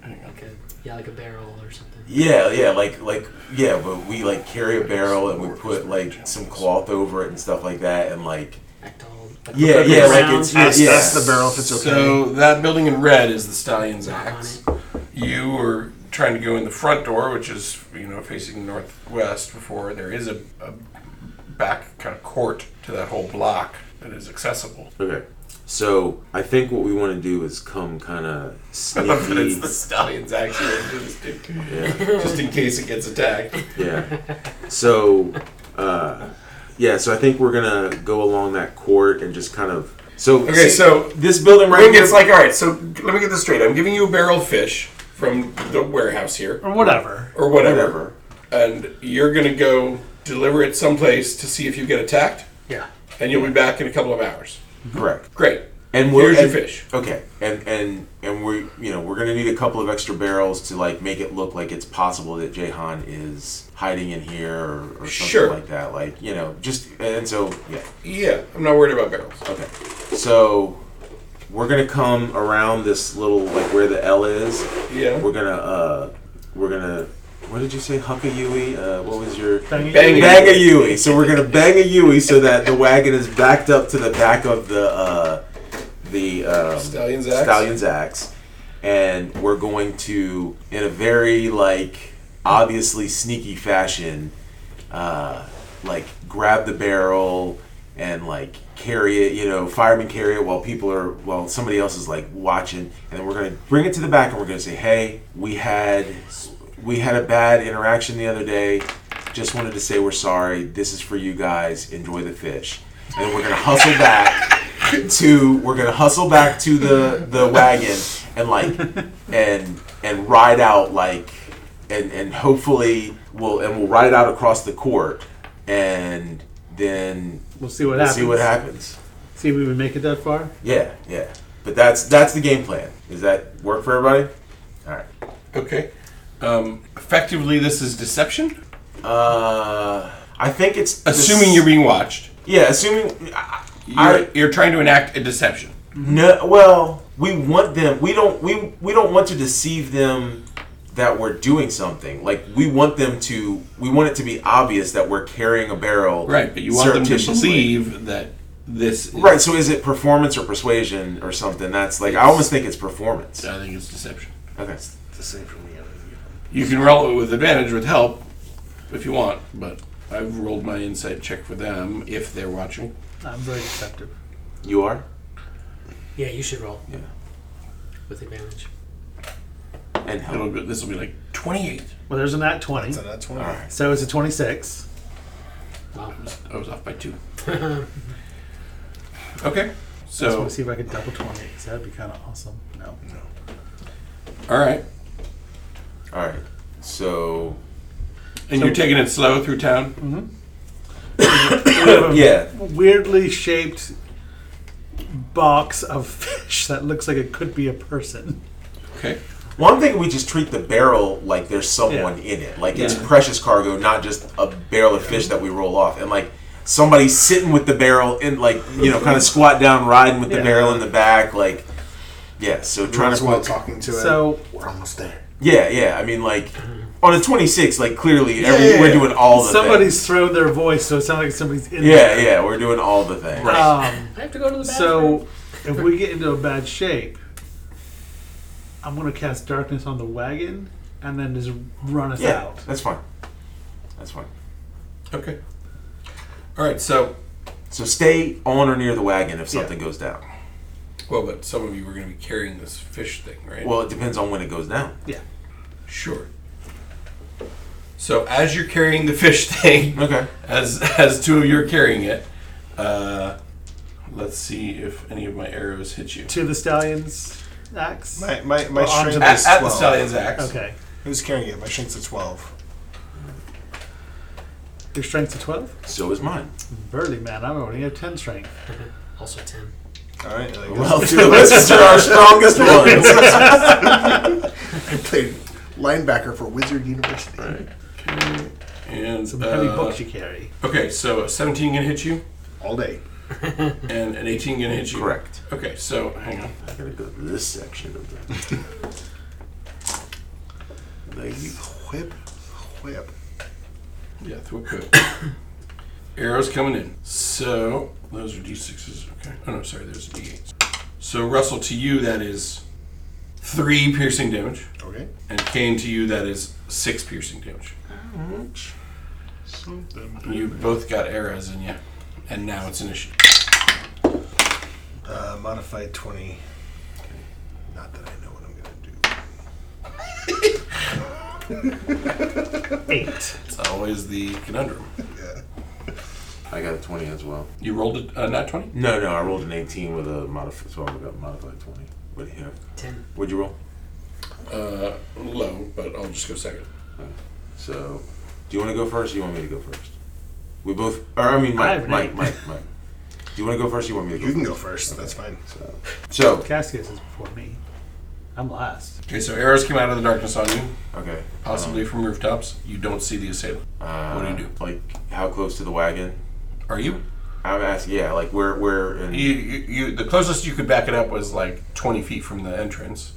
Hang on. Like a yeah, like a barrel or something. Yeah, yeah, like like yeah, but we like carry a barrel and we put like some cloth over it and stuff like that and like Actol. yeah, yeah, like it's Round. yeah, Ask, yeah. ask the barrel if it's okay. So that building in red is the Stallion's Knock on Axe. You were trying to go in the front door, which is you know facing northwest. Before there is a, a back kind of court to that whole block that is accessible. Okay. So I think what we want to do is come kind (laughs) of (laughs) But it's sneaky. the stallion's actually just in, yeah, just in case it gets attacked. yeah. So, uh, yeah. So I think we're gonna go along that court and just kind of. So Okay, so this building right Ring here. it's like, all right, so let me get this straight. I'm giving you a barrel of fish from the warehouse here, Or whatever. or whatever, whatever. and you're gonna go deliver it someplace to see if you get attacked, Yeah. and you'll be back in a couple of hours. Correct. Great. And we're, Here's your and- fish. Okay, and and and we you know we're gonna need a couple of extra barrels to like make it look like it's possible that Jahan is hiding in here or, or something Sure. like that. Like you know, just and so yeah. Yeah, I'm not worried about barrels. Okay. So we're gonna come around this little like where the L is. Yeah. We're gonna uh we're gonna what did you say, Hucka Yui? Uh what was your Bang it. Bang it. Bang a Yui. So we're gonna bang a Yui so that the wagon is backed up to the back of the uh the um, Stallion's axe? Stallion's axe. And we're going to in a very like obviously sneaky fashion uh, like grab the barrel and like carry it, you know, firemen carry it while people are while somebody else is like watching, and then we're gonna bring it to the back and we're gonna say, hey, we had we had a bad interaction the other day. Just wanted to say we're sorry. This is for you guys. Enjoy the fish, and then we're gonna hustle back to we're gonna hustle back to the the wagon and like and and ride out like and and hopefully we'll and we'll ride out across the court and then We'll see what we'll happens. see what happens. See if we would make it that far. Yeah, yeah. But that's that's the game plan. Does that work for everybody? All right. Okay. Um, effectively, this is deception, Uh, I think it's assuming you're being watched. yeah, assuming I, You're, I, you're trying to enact a deception. No, well, we want them. We don't. We we don't want to deceive them that we're doing something. Like we want them to. We want it to be obvious that we're carrying a barrel. Right, but you want them to surreptitiously. believe that this is, Right. So is it performance or persuasion or something? That's like I almost think it's performance. I think it's deception. Okay. It's the same for me. I don't know. You can roll it with advantage with help if you want, but I've rolled my insight check for them if they're watching. I'm very deceptive. You are. Yeah, you should roll. Yeah. With advantage. And help. It'll be, this will be like 28. Well, there's an at 20. It's a nat 20. All right. So it's a 26. Wow. I was off by two. (laughs) okay, I just so want to see if I could double 20. So that'd be kind of awesome. No. all right, All right. So and you're taking it slow through town. (clears throat) yeah. Weirdly shaped box of fish that looks like it could be a person. Okay, Well, I'm thinking we just treat the barrel like there's someone in it, like it's Yeah. precious cargo, not just a barrel of fish that we roll off, and like somebody sitting with the barrel and like you know, kind of squat down, riding with the Yeah. barrel in the back, like yeah. So trying That's to why I'm talking to it. So we're almost there. yeah, yeah. I mean, like on a 26, like clearly every, yeah, we're yeah. doing all the somebody's thrown their voice, so it sounds like somebody's in thing. yeah, yeah. We're doing all the thing. there. Right. Um, I have to go to the so if we get into a bad shape, I'm going to cast darkness on the wagon and then just run us Yeah, out. that's fine. That's fine. okay, all right. So, So stay on or near the wagon if something goes down. well, but some of you were going to be carrying this fish thing, right? Well, it depends on when it goes down. Yeah. sure. So as you're carrying the fish (laughs) thing, Okay. as as two of you are carrying it, uh, let's see if any of my arrows hit you. To the stallion's axe. My, my, my Well, arms strength are- At, is at 12. the stallion's axe. Okay. Who's carrying it? My strength's at 12. Your strength's a 12? So is (laughs) mine. Burly man, I only have 10 strength. Also 10. All right. I guess (laughs) Well, Oh, we'll two do (laughs) of it. us are our strongest ones. (laughs) I played linebacker for Wizard University. And Some heavy uh, books you carry. Okay, so a 17 gonna hit you, All day. and an 18 gonna hit you. Correct. Okay, so hang on. I gotta go to this section of (laughs) the. You whip, whip. Yeah, through a code. (coughs) Arrows coming in. So those are d6s. Okay. Oh no, sorry, there's d8s. So Russell, to you that is three piercing damage, Okay. and Kane to you that is six piercing damage. You both got arrows in you, and now it's initiative. Uh, modified 20. Not that I know what I'm going Eight. It's always the conundrum. to do. Yeah. I got a twenty as well. You rolled a uh, not 20. No, no, I rolled an eighteen with a modified. So I got modified twenty. What do you have? 10. What'd you roll? Uh, low, but I'll just go second. So, do you want to go first? or You want me to go first? We both. Or I mean, Mike, have an Mike, eight. Mike, Mike. Do you want to go first? or You want me to go? You can go first? first. That's fine. So, Cassius is before me. I'm last. Okay, so arrows came out of the darkness on you, okay. possibly from rooftops. You don't see the assailant. Uh, What do you do? Like, how close to the wagon? Are you? I'm asking. Yeah, like where, where, and You, you, you the closest you could back it up was like 20 feet from the entrance,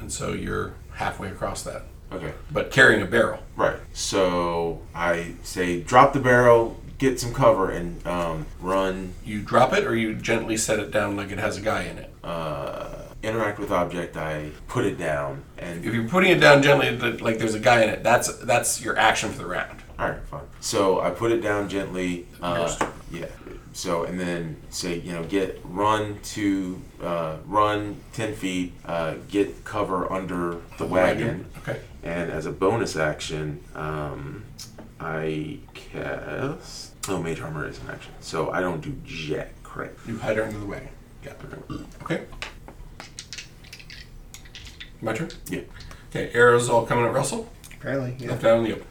and so you're halfway across that, okay. but carrying a barrel. Right. So I say drop the barrel, get some cover, and um, run. You drop it, or you gently set it down like it has a guy in it. Uh, interact with object. I put it down, and If you're putting it down gently, th- like there's a guy in it, that's that's your action for the round. all All right, fine. So I put it down gently. Uh, yeah. So and then say you know get run to uh, run ten feet, uh, get cover under the wagon, Okay. and as a bonus action, um, I cast. Oh, mage armor is an action, so I don't do jack crap. You hide her under the wagon. Yeah. Okay. My turn? Yeah. Okay, arrows all coming at Russell. Apparently, yeah. Left out in the open.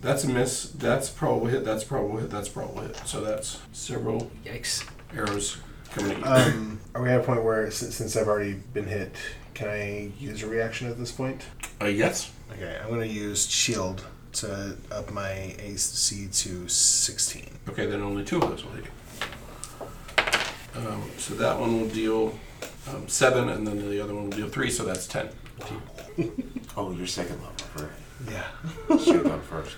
That's a miss. That's probably hit. That's probably hit. That's probably hit. So that's several Yikes. arrows coming at you. Um, are we at a point where, since, since I've already been hit, can I use a reaction at this point? Uh, yes. Okay, I'm going to use shield to up my AC to 16. Okay, then only two of those will hit you. Um, so that one will deal um, seven, and then the other one will deal three. So that's ten. Oh, your second level. Right. Yeah, Should have gone first.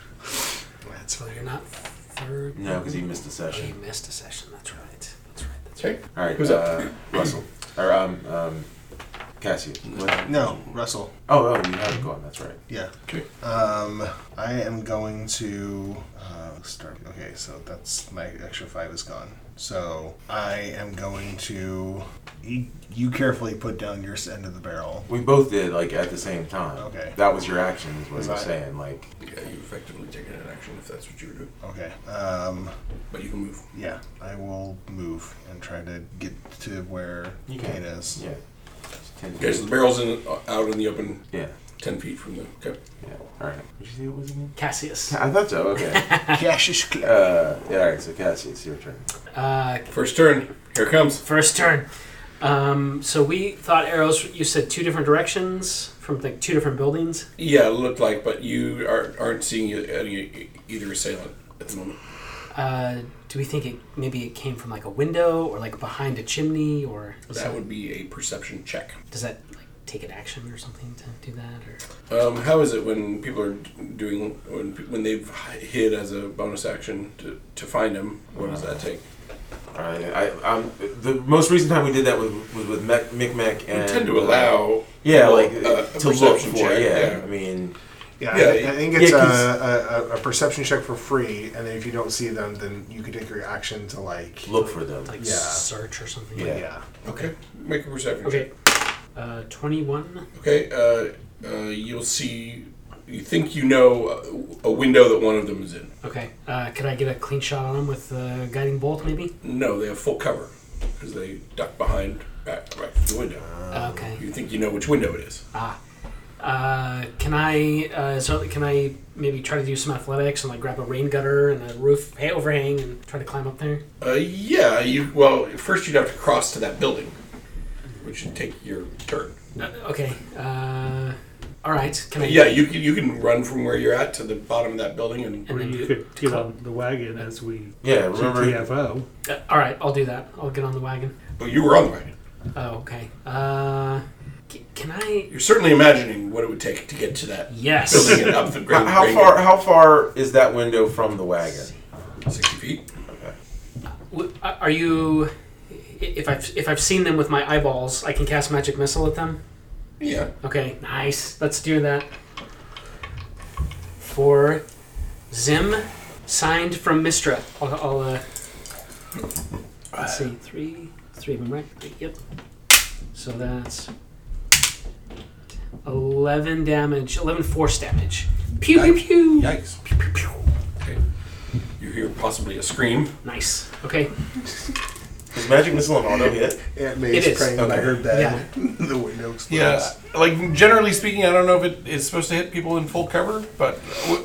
that's fine. You're not third. No, because he missed a Oh, you session. missed a session. That's right. That's right. That's Okay. All right. Who's up? uh, Russell or um, um Cassius? What? No, Russell. Oh, oh, you have it going. That's right. Yeah. Okay. Um, I am going to uh, start. Okay, so that's my extra five is gone. So I am going to. You, you carefully put down your end of the barrel. We both did like at the same time. Okay. That was your action, is what I'm Right. saying. Like, Yeah, you effectively taken an action if that's what you were doing, Okay. Um, but you can move. yeah, I will move and try to get to where You Kate can. (laughs) is. yeah. Ten Okay, so the barrel's in uh, out in the open, Yeah. ten feet from the. Okay. Yeah. All right. Did you see what was again? Cassius. I thought so. Okay. (laughs) Cassius Clay. uh, yeah. All right. So Cassie, it's your turn. Uh, First turn. Here it comes. first turn. Um, so we thought arrows. You said two different directions from like two different buildings. Yeah, it looked like, but you aren't, aren't seeing any, e-, either assailant at the moment. Uh, do we think it maybe it came from like a window or like behind a chimney or is That it- would be a perception check. does that like take an action or something to do that or Um, how is it when people are doing when when they've hid as a bonus action to, to find them? What does that take? All right. I, I'm, the most recent time we did that was, was with Mac, Micmac and. uh, You tend to allow. Yeah, like a- a to look perception for. check, yeah. yeah. I mean, Yeah, Yeah, I, thi- I think it's yeah, a, a, a perception check for free, and then if you don't see them, then you could take your action to like. look for them. like Yeah. search or something? Yeah. Yeah. Okay, make a perception. Okay. Uh, Twenty-one. check. Okay. Uh, uh, you'll see. You think you know a, a window that one of them is in. Okay. Uh, could I get a clean shot on him with the guiding bolt, maybe? No, they have full cover because they duck behind right, right the window. Uh, okay. You think you know which window it is. Uh, can I uh, so can I maybe try to do some athletics and like grab a rain gutter and a roof hey, overhang and try to climb up there? Uh, yeah, you. Well, first you'd have to cross to that building, which would take your turn. Uh, okay. Uh, all right. Can I? Yeah, you can you can run from where you're at to the bottom of that building and, And then You do, could get on the wagon as we Yeah. Remember. TFO. uh, all right. I'll do that. I'll get on the wagon. but you were on the wagon. Oh, okay. Uh, c- can I? You're certainly imagining what it would take to get to that Yes. building and up the How, grade. how far? How far is that window from the wagon? Sixty feet. W- uh, Are you? i- If I've if I've seen them with my eyeballs, I can cast magic missile at them. Yeah. Okay, nice. Let's do that. For Zim, signed from Mistra. I'll, I'll uh, let's see, three, three of them, right? Yep. So that's eleven damage, eleven force damage. Pew pew pew. Yikes. Okay. You hear possibly a scream. Nice. Okay. Is magic missile an auto hit? Aunt It is. May's praying Okay. by her Yeah. bed. the window explodes. Like generally speaking, I don't know if it is supposed to hit people in full cover, but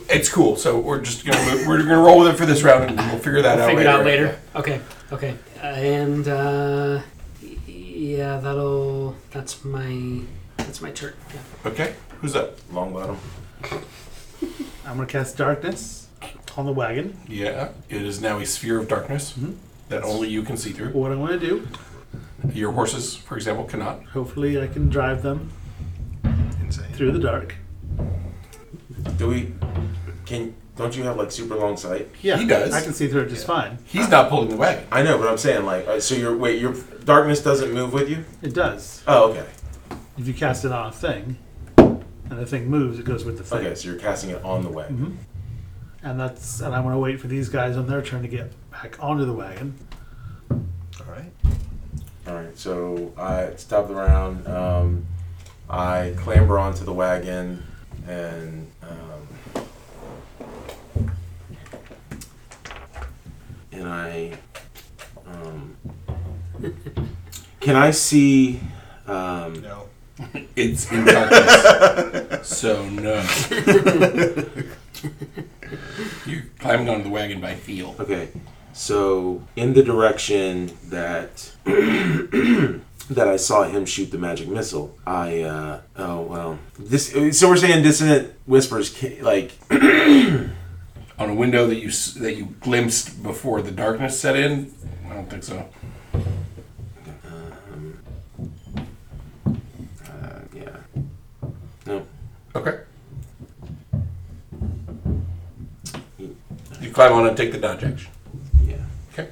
it's cool. So we're just gonna we're gonna roll with it for this round, and we'll figure that out. Figure it out later. Okay. Okay. Uh, and uh, y- yeah, that'll. That's my. That's my turn. Yeah. Okay. Who's up? Long bottom. I'm gonna cast darkness on the wagon. Yeah. Mm-hmm. It is now a sphere of darkness that only you can see through. What I'm gonna do? Your horses, for example, cannot. Hopefully, I can drive them Insane. through the dark. Do we? Can don't you have like super long sight? Yeah, He does. I can see through it just fine. He's not pulling the wagon. I know, but I'm saying like, uh, so your wait, your darkness doesn't move with you. It does. Oh, okay, If you cast it on a thing, and the thing moves, it goes with the thing. okay. So you're casting it on the way. and that's and I'm going to wait for these guys on their turn to get back onto the wagon. All right. All right, so I at the top of the round. Um, I clamber onto the wagon and um, and I um, can I see? Um, No. It's in darkness, (laughs) so no. You're climbing onto the wagon by feel. okay, so in the direction that (clears throat) that I saw him shoot the magic missile, I uh, oh well. This so we're saying dissonant whispers ca- like On a window that you s- that you glimpsed before the darkness set in. I don't think so. uh, yeah no. Okay. You climb on and take the dodge action. Yeah. Okay.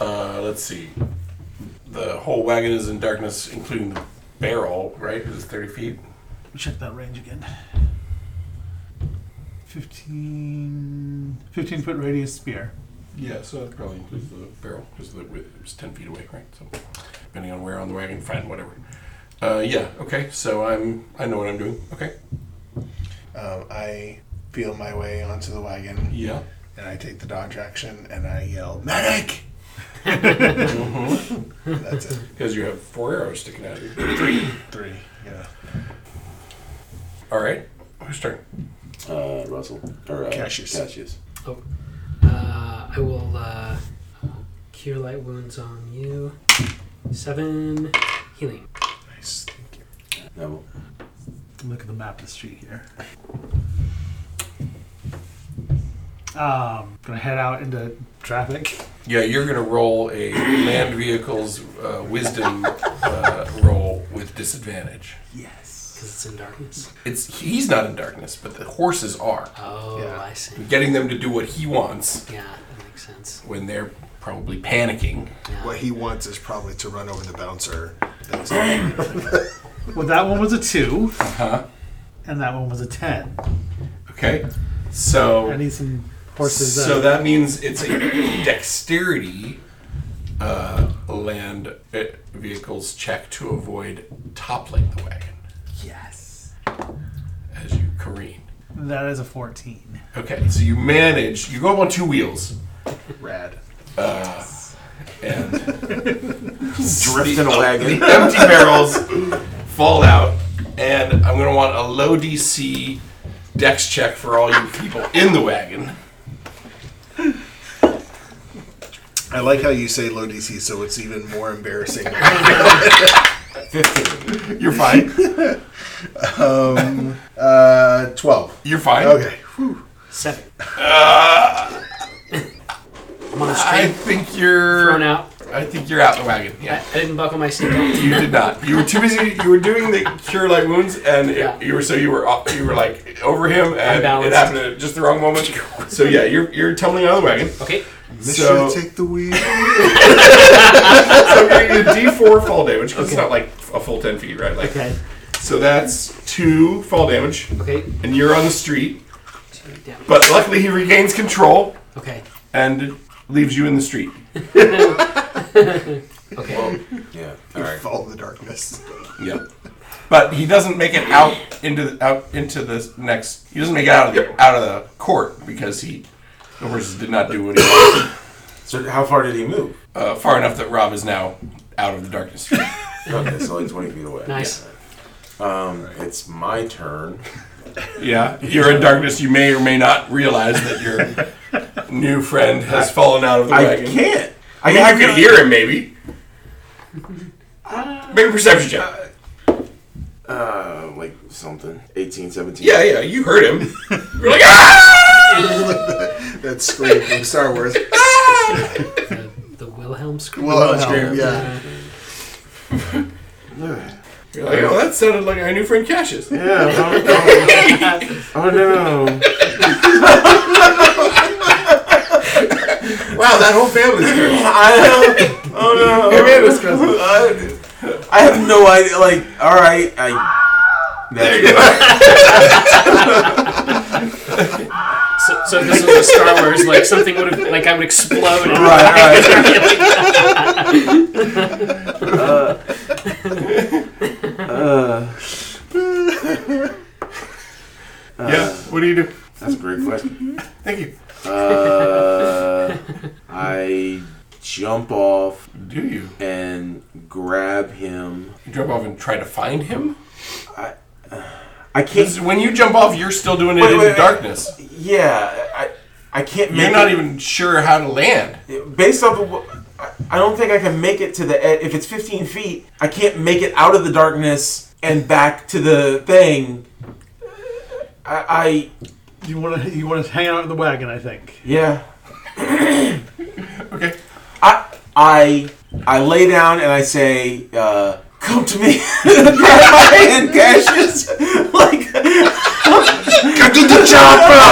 Uh, let's see. The whole wagon is in darkness, including the barrel. Right? Is thirty feet. Check that range again. 15, 15 foot radius spear. Yeah, so that probably includes the barrel because the width it was ten feet away, right? So depending on where on the wagon, fine, whatever. Uh, yeah. Okay. So I'm. I know what I'm doing. Okay. Um, I feel my way onto the wagon Yeah. and I take the dodge action and I yell, Medic! (laughs) That's it. Because you have four arrows sticking out of you. Three. Yeah. All right. Whose turn? Uh, Russell or uh, Cassius. Cassius. Uh, I will uh, cure light wounds on you. Seven healing. Nice. Thank you. No. Look at the map of the street here. Um, gonna head out into traffic. Yeah, you're gonna roll a land vehicle's uh, wisdom uh, roll with disadvantage. Yes. Because it's in darkness. It's he's not in darkness, but the horses are. Oh, Yeah. I see. Getting them to do what he wants Yeah, that makes sense. when they're probably panicking. Yeah. What he wants is probably to run over the (laughs) bouncer. That's all. Well, that one was a two, Huh? and that one was a ten. Okay. So I need some horses. So uh, that means it's a dexterity uh, land uh, vehicles check to avoid toppling the wagon yes. as you careen. That is a fourteen. Okay, so you manage. You go up on two wheels Uh, Rad. and Drift in a the- wagon. The empty barrels fall out, and I'm gonna want a low DC dex check for all you people in the wagon. I like how you say low DC, so it's even more (laughs) embarrassing. You're fine. uh, 12. You're fine. Okay. Whew. (laughs) Seven. I'm on the I street, think you're. thrown out. I think you're out the wagon. I, Yeah. I didn't buckle my seatbelt. You did not. You were too busy. You were doing the cure light wounds, and it- Yeah. you were so you were off- you were like over him, and it Unbalanced. happened at just the wrong moment. So yeah, you're you're tumbling out of the wagon. Okay. Mission So, so take the (laughs) wheel. you're gonna get a D4 fall damage because it's not like a full ten feet, right? Like Okay. so that's two fall damage, Okay. and you're on the street. Two down. But luckily, he regains control Okay. and leaves you in the street. Okay. Yeah. All right. Follow the darkness. Yeah. But he doesn't make it out into the out into the next. He doesn't make it out of the out of the court because he the horses did not do what he wanted So how far did he move? uh, far enough that Rob is now out of the darkness. Okay, so like twenty feet away. Nice. Um, it's my turn. yeah, you're in darkness. You may or may not realize that your new friend has fallen out of the I wagon. can't. I mean, you could hear him maybe. Make a perception check. Uh, like something. 18, 17. Yeah, yeah, you heard him. You're like ah! That's scream from Star Wars. The, the Wilhelm scream. Well, Wilhelm. yeah. You're like, oh, that sounded like our new friend Cassius. Yeah. Oh, oh. Oh, no. Wow, that whole (laughs) family's here. I, oh no. I, I have no idea. Like, all right. I. There you go. So, so if this was a Star Wars, like something would have, like I would explode. And Right, yeah. What do you do? That's a great question. Thank you. Uh, I jump off Do you? and grab him. You jump off and try to find him. I can't. 'Cause When you jump off, you're still doing it Wait, in wait, the wait. darkness. Yeah, I I can't make. You're not it- even sure how to land. based off of what I- I don't think I can make it to the ed- if it's 15 feet I can't make it out of the darkness and back to the thing I, I You want to you want to hang out in the wagon, I think. (coughs) yeah Okay. I I I lay down and I say uh, come to me (laughs) and Cassius like Come to the (laughs) chopper!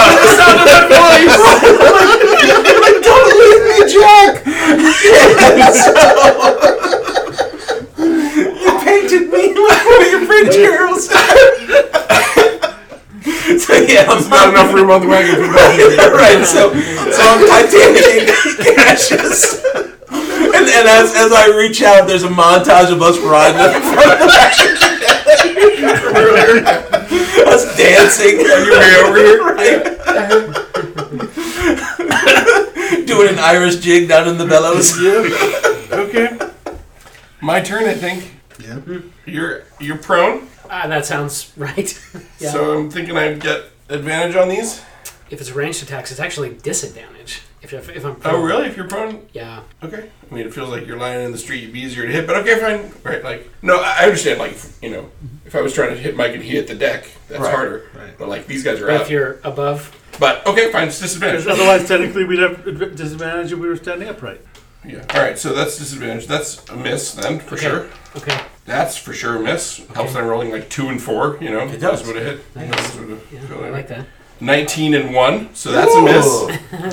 don't leave me Jack And so- (laughs) you painted me like one of your fringe girls (laughs) so yeah I'm Not enough room on the wagon for both of you. (laughs) right, so so (laughs) I'm titanic Cassius. And, and as, as I reach out, there's a montage of us riding in front of the (laughs) Us dancing. over here? Right. (laughs) Doing an Irish jig down in the bellows. Okay. My turn, I think. Yeah. You're you're prone, Ah, that sounds (laughs) right. yeah. so I'm thinking I'd get advantage on these. if it's ranged attacks, it's actually disadvantage. If, if, if I'm Oh, really? If you're prone, Yeah. okay. I mean, it feels like you're lying in the street. You'd be easier to hit, but okay, fine. Right? Like, no, I I understand. Like, you know, if I was trying to hit Mike and he hit the deck, that's Right, harder. But like these guys are But if out. you're above, But okay, fine. It's Because disadvantage. otherwise, technically, we'd have adv- disadvantage if we were standing upright. Yeah. All right. So that's disadvantage. That's a miss then for okay. sure. Okay. That's for sure a miss. Helps that I'm rolling like two and four. You know, It does. Those would have hit. Nice. Those would've Yeah, filled I in. like that. Nineteen and one. So that's a miss.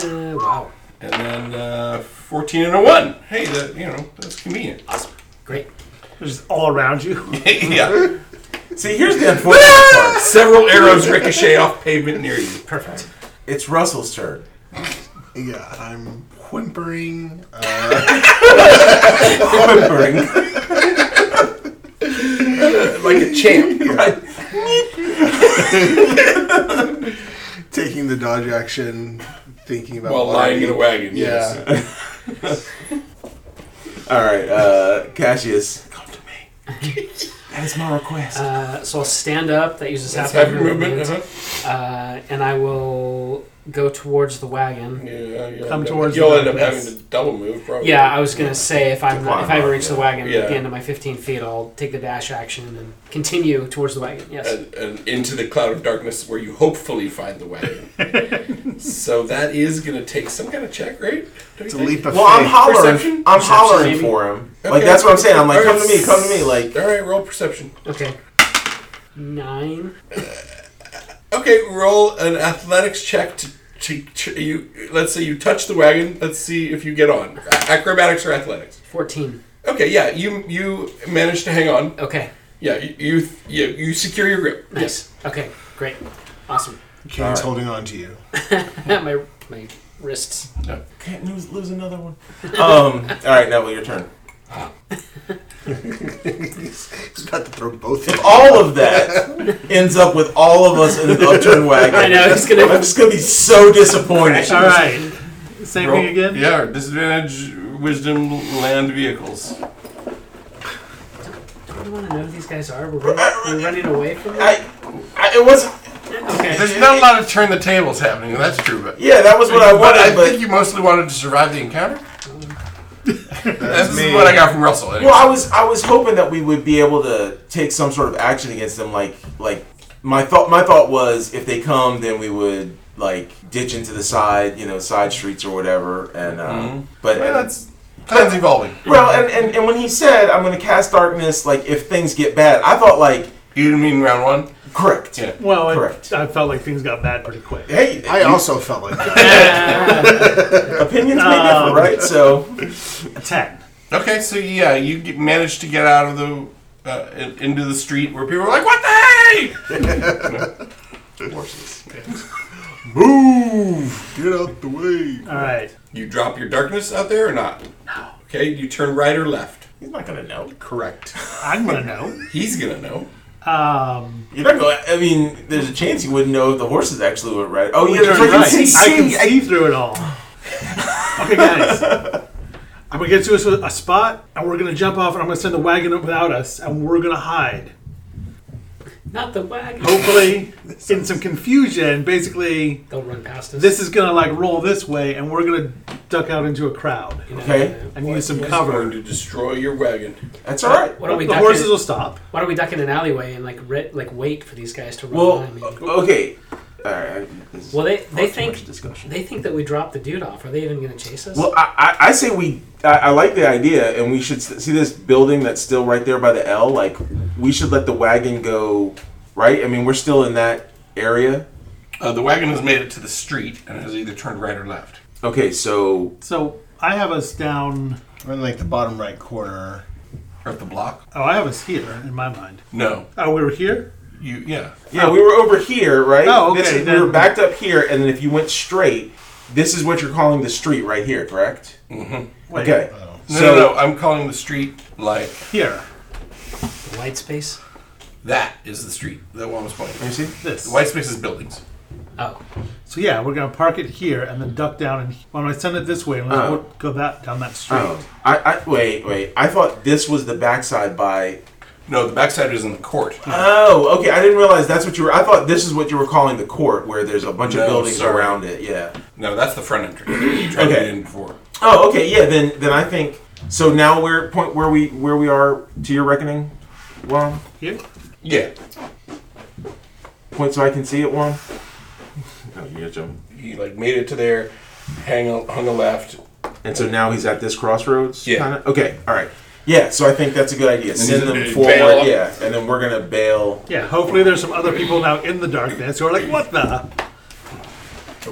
Uh, wow. And then uh, 14 and a 1. Hey, that, you know, that's convenient. (laughs) Great. It's just all around you. yeah. See, (laughs) here's the unfortunate part. Several arrows ricochet off pavement near you. Perfect. It's Russell's turn. Yeah, I'm whimpering. Uh, (laughs) Whimpering. like a champ. Right. Taking the dodge action, thinking about While what I lying in a need. wagon. Yeah. Yes. All right, uh, Cassius. Come to me. That is my request. Uh, so I'll stand up. That uses half That's my heavy movement. Uh-huh. Uh, and I will go towards the wagon. Yeah, yeah. Come towards You'll the end up wagon. having to double move, probably. Yeah, I was gonna say if I'm climb if I ever up, reach the yeah. wagon Yeah. at the end of my 15 feet, I'll take the dash action and continue towards the wagon. Yes. And, and into the cloud of darkness where you hopefully find the wagon. (laughs) so that is going to take some kind of check, right? It's a leap of Well, I'm faith. hollering. Perception? I'm Perception, hollering maybe. for him. Like Okay. that's what I'm saying. I'm like, Alright. come to me, come to me. Like, All right, roll perception. Okay. Nine. Okay, roll an athletics check to, to, to you. Let's say you touch the wagon. Let's see if you get on. A- Acrobatics or athletics? 14. Okay, yeah, you you manage to hang on. Okay. Yeah, you you, you, you secure your grip. Nice. Okay. Great. (laughs) Awesome. Kane's holding on to you. my my wrists. can't lose, lose another one. Um. All right, Neville, your turn. He's about to throw (laughs) both of All of that ends up with all of us in an (laughs) upturned wagon. I know. He's (laughs) gonna. I'm just gonna be so disappointed. all right. Same thing again. Yeah, disadvantage, wisdom, land vehicles. I don't want to know who these guys are. We're running, we're running away from them. I, I, it wasn't. Okay. There's not a lot of turn the tables happening. That's true, but Yeah, that was what I but I wanted. But think you mostly wanted to survive the encounter. (laughs) That's me. what I got from Russell. anyway. Well, I was I was hoping that we would be able to take some sort of action against them. Like like my thought my thought was if they come, then we would like ditch into the side you know side streets or whatever. And uh, but Yeah, that's plans evolving. well, and, and and when he said I'm going to cast darkness, like if things get bad, I thought like You didn't mean round one. correct. Yeah. Well, Correct. I, I felt like things got bad pretty quick. Hey, I you- also felt like that. opinions may differ, Um, right? So (laughs) Ten. Okay, so yeah, you get, managed to get out of the uh, in- into the street where people are like, "What the hey?" Move! (laughs) Get out the way. All right. You drop your darkness out there or not? No. Okay, you turn right or left. He's not gonna know. Correct. I'm gonna know. He's gonna know. Um, You're not going. I mean, there's a chance you wouldn't know if the horses actually went right. Oh, (laughs) yeah, Which that's are right. right. See, I can see, see through it all. Okay, guys. I'm gonna get to a, a spot, and we're gonna jump off, and I'm gonna send the wagon up without us, and we're gonna hide. Not the wagon. Hopefully, in some confusion, basically, They'll run past us. this is gonna like roll this way, and we're gonna duck out into a crowd You know, Okay. uh, and use some He's cover. going to destroy your wagon. That's all right. Why don't we the duck horses in, will stop. Why don't we duck in an alleyway and like re- like wait for these guys to run? Well, by me? okay. All right. this is well, they far they too think much discussion. they think that we dropped the dude off. Are they even going to chase us? Well, I, I, I say we. I, I like the idea, and we should s- see this building that's still right there by the L. Like, we should let the wagon go. Right. I mean, we're still in that area. Uh, the wagon has made it to the street and has either turned right or left. Okay. So So I have us down. We're in like the bottom right corner. Or at the block? Oh, I have us here in my mind. No. Oh, we were here. You yeah. yeah, we were over here, right? Oh, okay, This is- we then- were backed up here, and then if you went straight, this is what you're calling the street right here, correct? Wait, Okay. Mm-hmm. Oh. No, no, So- no. I'm calling the street like Here. White space. that is the street that one was pointing. Let me see. This. The white space is buildings. Oh, So yeah, we're gonna park it here and then duck down and why don't I send it this way and let's Oh. go- go that down that street. Oh, I, I wait, wait. I thought this was the backside by. No, the backside is in the court. Oh, okay. I didn't realize that's what you were. I thought this is what you were calling the court, where there's a bunch No, of buildings sorry. around it. Yeah. No, that's the front entrance. You tried to Okay. get in before. Oh, okay. Yeah. Then, then I think so. Now we're point where we where we are to your reckoning, Juan. Here? Yeah. Point so I can see it, Juan. (laughs) Oh, you got you. He like made it to there, hang a, hung a left. And so now he's at this crossroads. Yeah. Kinda? Okay. All right. Yeah. So I think that's a good idea. Send he's- them bail forward. up. Yeah. And then we're gonna bail. Yeah, hopefully there's some other people now in the darkness who are like, what the?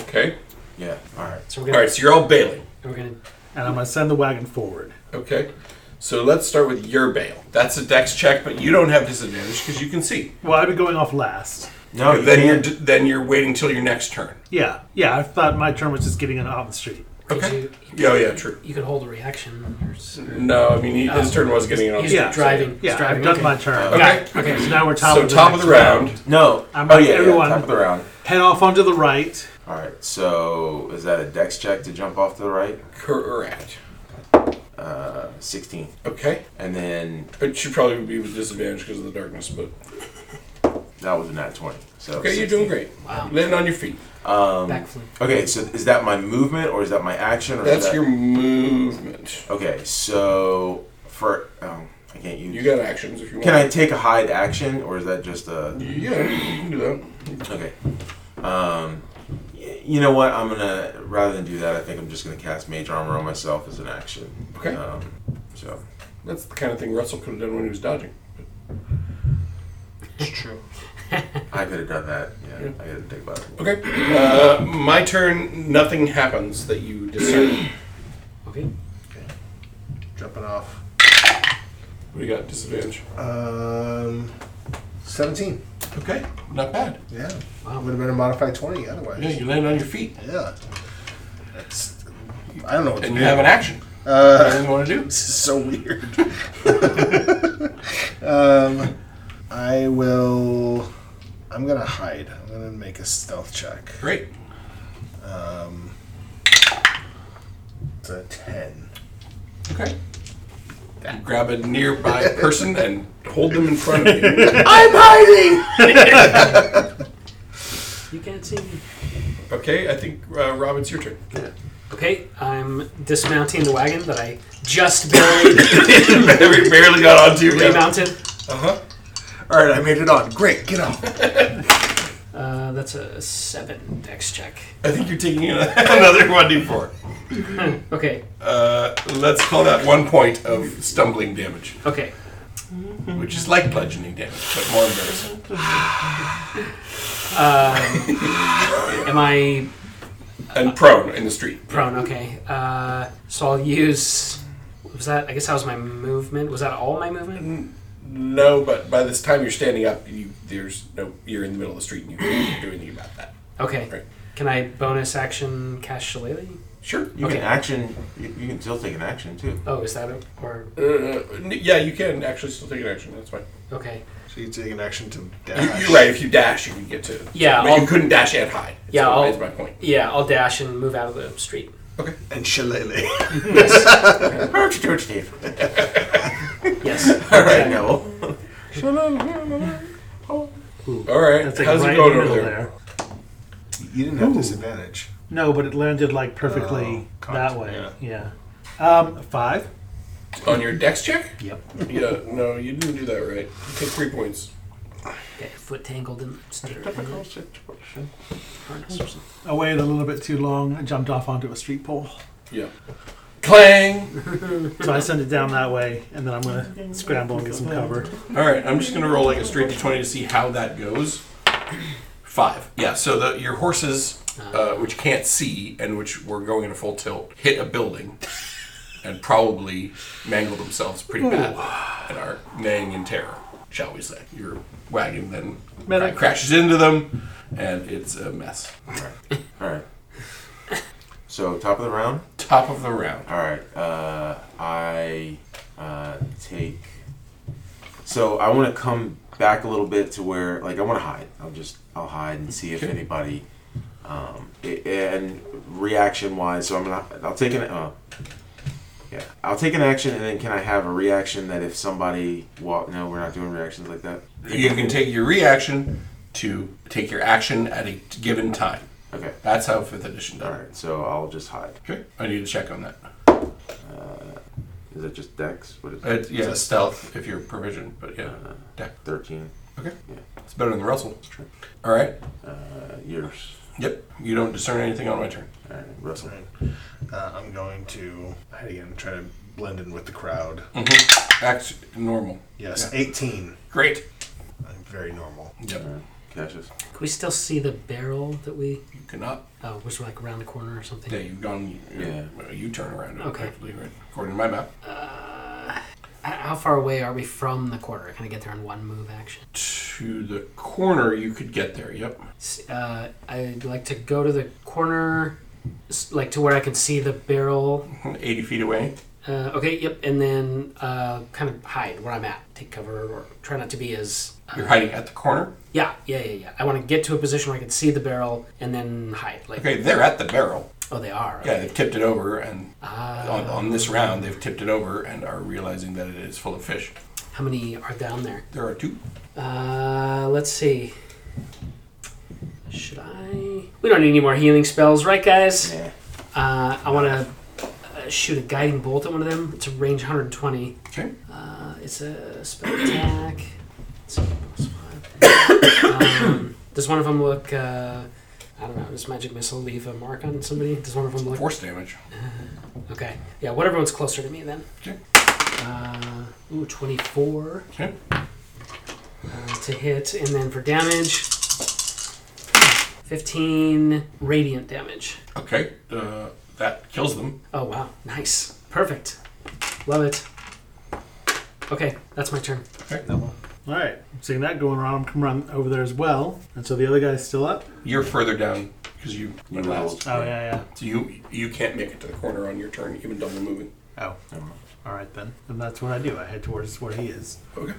Okay. Yeah. All right. so All we're gonna right, so you're all bailing. we're gonna And I'm gonna send the wagon forward. Okay. So let's start with your bail. That's a dex check, but you don't have disadvantage because you can see. Well, I'd be going off last. No, you then you're can't. d- then you're waiting till your next turn. Yeah, yeah, I thought my turn was just getting in off the street. Okay. you- Yeah, oh, yeah, true. you could hold a reaction. Or s- No, I mean he, his turn was getting it on. He's Yeah, driving. Yeah, he's driving. I've done okay. my turn. Okay. Got it. Okay, so now we're top so of the top of next the round. No. I'm oh like, yeah, yeah, everyone- Top of the round. Head off onto the right. All right. So is that a dex check to jump off to the right? Correct. Uh, sixteen. Okay. And then It should probably be with disadvantage because of the darkness, but that was a nat twenty. So okay, you're 16. doing great. Wow. Landing on your feet. backflip. Okay, so is that my movement or is that my action? Or is That's that... your movement. Okay, so for oh, I can't use. You got actions if you want. Can I take a hide action or is that just a? Yeah, you can do that. Okay. Um, y- you know what? I'm gonna rather than do that, I think I'm just gonna cast mage armor on myself as an action. Okay. Um, so That's the kind of thing Russell could have done when he was dodging. It's true. I could have done that. Yeah, I gotta think about it. Okay. Uh, my turn. Nothing happens that you discern. Okay. Jumping off. We got disadvantage. Um, 17. Okay, not bad. Yeah. Would have been a modified 20 otherwise. Yeah, you land on your feet, Yeah. That's, I don't know what to and do. you have an action. Uh, Anything you want to do? This is so weird. (laughs) um, I will. I'm gonna hide. I'm gonna make a stealth check. Great. Um, it's a ten. Okay. You grab a nearby person and hold them in front of (laughs) you. I'm hiding. You can't see me. Okay, I think uh, Rob, it's your (laughs) turn. Okay, I'm dismounting the wagon that I just barely we barely got onto remounted. Uh huh. All right, I made it on. Great, get off. Uh, that's a seven dex check. I think you're taking an- (laughs) another one d four. Okay. Uh, let's call that one point of stumbling damage, Okay. which is like bludgeoning damage, but more embarrassing. Um, Am I And prone in the street. prone? Okay. Uh, so I'll use. Was that? I guess that was my movement. Was that all my movement? No, but by this time you're standing up, you there's no you're in the middle of the street and you can't do anything about that. Okay. Right. Can I bonus action cast Shillelagh? Sure. You Okay. can action. You, you can still take an action too. Oh, is that a, or Uh, n- yeah, you can actually still take an action. That's fine. okay? So you take an action to You, dash. you're right. If you dash, you can get to. Yeah, but I'll- you couldn't dash and hide. That's Yeah, my- I'll- that's my point. Yeah, I'll dash and move out of the street. Okay. And (laughs) shillelagh. Arch, George, Dave. Yes. All right, Neville. All right. That's like How's right it going in the over middle there? there. You didn't have Ooh. disadvantage. No, but it landed like perfectly cocked, that way. Yeah. Um, five. On your dex check? Yep. Yeah. No, you didn't do that right. You take three points. Okay, foot tangled in the steer in the harness or something. I waited a little bit too long and jumped off onto a street pole. Yeah. Clang. So I send it down that way, and then I'm gonna scramble and get some cover. All right. I'm just gonna roll like a straight d20 to see how that goes. Five. Yeah. So the your horses, Uh-huh. uh, which can't see and which were going in a full tilt, hit a building, and probably mangled themselves pretty bad, and are neighing in terror. Shall we say? Your wagon then Medic. crashes into them, and it's a mess. All (laughs) right. So top of the round. Top of the round. All right. Uh, I uh, take. So I want to come back a little bit to where, like, I want to hide. I'll just, I'll hide and see if anybody. Um, i- and reaction wise, so I'm gonna, I'll take an, uh, yeah, I'll take an action, and then can I have a reaction that if somebody walk? No, we're not doing reactions like that. You can take your reaction to take your action at a given time. Okay. That's how fifth edition All does. it. right. So I'll just hide. Okay, I need to check on that. Is that just Dex? What is It, yeah, stealth if you're provisioned, but yeah, uh, deck. Thirteen. Okay, Yeah. it's better than the Russell. true. All right. Uh, yours. Yep. You don't discern anything on my turn. All right, Russell. Uh, I'm going to hide again, try to blend in with the crowd. Acts normal. Yes, 18. Great. I'm very normal. Yep. All right, Cassius. Can we still see the barrel that we? You cannot. Oh, was like around the corner or something. Yeah, you've gone. Yeah. You turn around. Okay. effectively, Right. According to my map, H- How far away are we from the corner? Can I get there in one move action? to the corner you could get there. Yep. (laughs) S- Uh, I'd like to go to the corner, s- like to where I can see the barrel. Eighty feet away. Uh, okay, yep, and then uh, kind of hide where I'm at, take cover, or try not to be as. Uh, You're hiding at the corner. yeah, yeah, yeah, yeah. I want to get to a position where I can see the barrel and then hide. Like, Okay, they're at the barrel. oh, they are. Yeah, Okay. they've tipped it over, and on, on this round, they've tipped it over and are realizing that it is full of fish. How many are down there? There are two. Uh, let's see. Should I? We don't need any more healing spells, right, guys? Yeah. Uh, I want to uh, shoot a guiding bolt at one of them. It's a range 120. Okay. Uh, it's a spell attack. It's a plus five. um, does one of them look? Uh, I don't know. Does magic missile leave a mark on somebody? Does one of them look? Force damage. Okay. Yeah. Whatever one's closer to me, then. Okay. Uh, ooh, 24. Okay. uh, to hit, and then for damage, 15 radiant damage. Okay. Uh, that kills them. Oh, wow. Nice. Perfect. Love it. Okay, that's my turn. All right. Seeing that going around, I'm coming around over there as well. And so the other guy's still up. You're further down because you You went last. rolled. Oh yeah, So you you can't make it to the corner on your turn, even double moving. yeah. Oh. All right then. And that's what I do. I head towards where he is. Okay.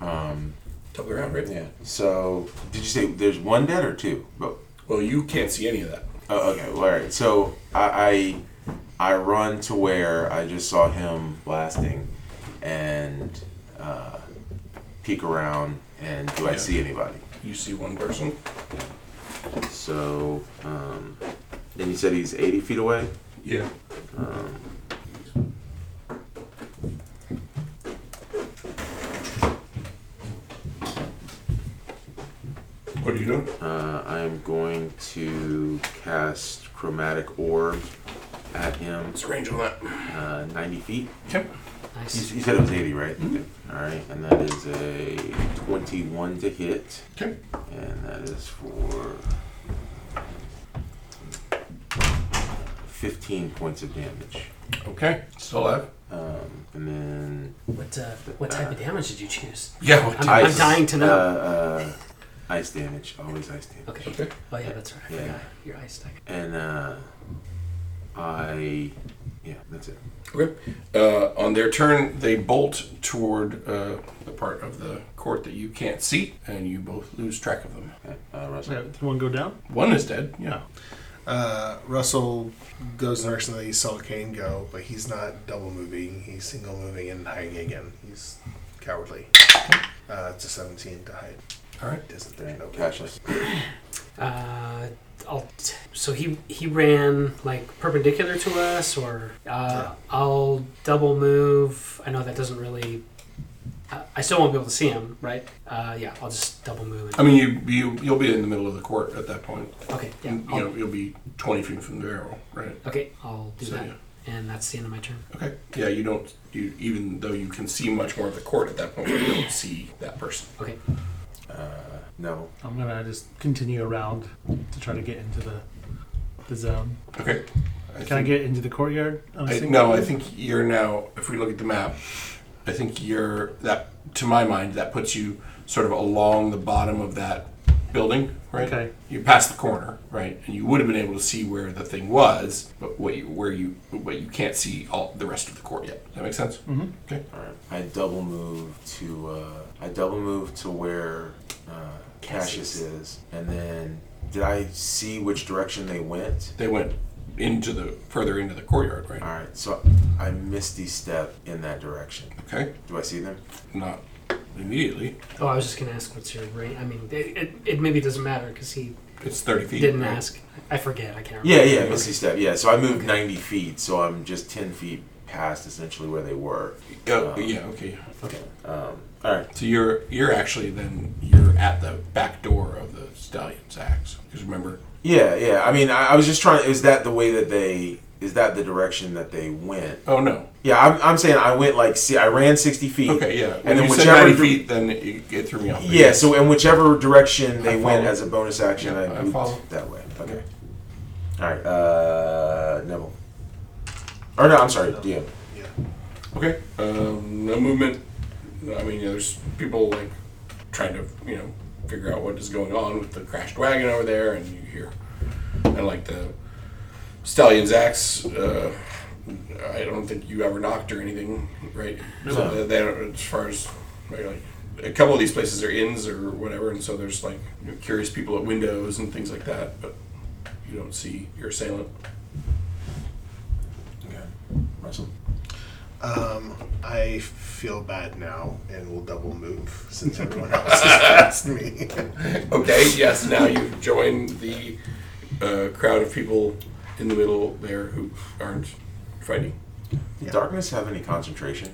Um, Top of the round, right? yeah. So, did you say there's one dead or two? But Well, you can't see any of that. oh, okay. Well, all right. So I, I I run to where I just saw him blasting, and uh, peek around. And do I Yeah. see anybody? You see one person. So, um, and you said he's 80 feet away. Yeah. What are you doing? Uh, I am going to cast chromatic orb at him, What's the range on that? uh, 90 feet. Okay. You, Nice. you said it was 80, right? All right, and that is a 21 to hit, Okay. and that is for 15 points of damage. Okay. Still alive. Um, and then What, uh, what type of damage did you choose? Yeah. What I'm, time? I'm dying to know. Uh, Ice damage, always ice damage. Okay. Okay. Oh yeah, that's right. I Yeah. forgot. Your ice stack. And uh, I, yeah, that's it. Okay. Uh, on their turn, they bolt toward uh, the part of the court that you can't see, and you both lose track of them. Okay, Uh, Russell. Yeah, did one go down? One is dead. Yeah. Uh, Russell goes the direction that he saw Kane go, but he's not double moving. He's single moving and hiding again. He's cowardly. Uh, it's a 17 to hide. All right. Doesn't Yeah, there? No Cashless. Uh, I'll t- so he he ran like perpendicular to us, or uh, I'll double move. I know that doesn't really. I I still won't be able to see him, right? Uh, yeah, I'll just double move. I And, mean, you, you you'll be in the middle of the court at that point. okay, yeah, You I'll, know, you'll be 20 feet from the barrel, right? okay, I'll do So, that, yeah. and that's the end of my turn. Okay. Yeah, you don't. You even though you can see much more of the court at that point, you don't see that person. Okay, Uh, no. I'm gonna just continue around to try to get into the the zone. Okay. I Can I get into the courtyard? on a I, single no, I move? think you're now. If we look at the map, I think you're that. To my mind, that puts you sort of along the bottom of that building, right? Okay. You pass the corner, right, and you would have been able to see where the thing was, but what you, where you, but you can't see all the rest of the court yet. Does that make sense? Mm-hmm. Okay. All right. I double move to uh, I double move to where uh, Cassius Cassius. is, and then did I see which direction they went? They went into the further into the courtyard, right? All right, so I misty step in that direction. Okay. Do I see them? Not immediately. Oh, I was just gonna ask what's your range. I mean, it, it, it maybe doesn't matter because he It's thirty feet. didn't right? ask. I forget. I can't. remember. Yeah, yeah, misty step. Yeah, so I moved 90 feet, so I'm just 10 feet past essentially where they were. Oh, yeah. Okay. Um, all right, So you're you're actually then you're at the back door of the stallion's axe because remember yeah, yeah. I mean, I, I was just trying. Is that the way that they? Is that the direction that they went? oh no Yeah, I'm, I'm saying I went like see, I ran 60 feet. okay yeah And when then you said whichever ninety dir- feet then it, it threw me off Yeah, so in whichever direction I they went follow. as a bonus action, Yeah, I I, moved follow. that way. Okay. All right. Uh, Neville. Or no, I'm sorry, DM. okay um, no movement I mean yeah, there's people like trying to you know figure out what is going on with the crashed wagon over there and you hear and like the stallion's axe uh, I don't think you ever knocked or anything right so uh, they, they don't, as far as right, like a couple of these places are inns or whatever and so there's like you know, curious people at windows and things like that but you don't see your assailant Okay. Russell. Um, I feel bad now and will double move since everyone else is (laughs) past me. Okay, yes, now you've joined the uh, crowd of people in the middle there who aren't fighting. Did darkness have any concentration?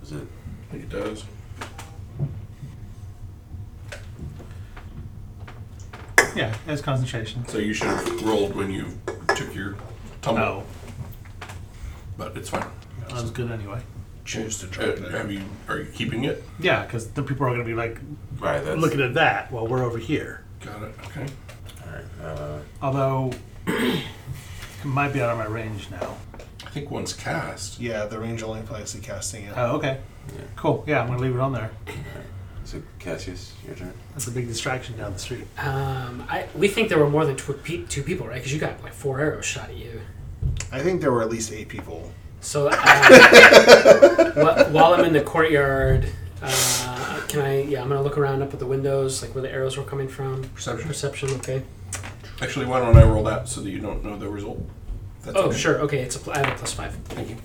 Was it? I think it does. Yeah, it was concentration. So you should have rolled when you took your tumble, No, but it's fine. I was good anyway. Choose to drop uh, have you, Are you keeping it? Yeah, because the people are gonna be like Right. That's, looking at that while we're over here. Got it. Okay. All right. Uh, Although (coughs) it might be out of my range now. I think once cast. Yeah, the range only applies to casting it. Oh, okay. Cool. Yeah, I'm gonna leave it on there. so Cassius, your turn. That's a big distraction down the street. Um, I, we think there were more than two, pe- two people, right? Because you got like four arrows shot at you. I think there were at least eight people. (laughs) So, uh, wh- while I'm in the courtyard, uh, can I? Yeah, I'm gonna look around up at the windows, like where the arrows were coming from. Perception. Perception, okay. Actually, why don't I roll that so that you don't know the result? That's Oh, okay. sure. Okay, it's a pl- I have a plus five. Thank you.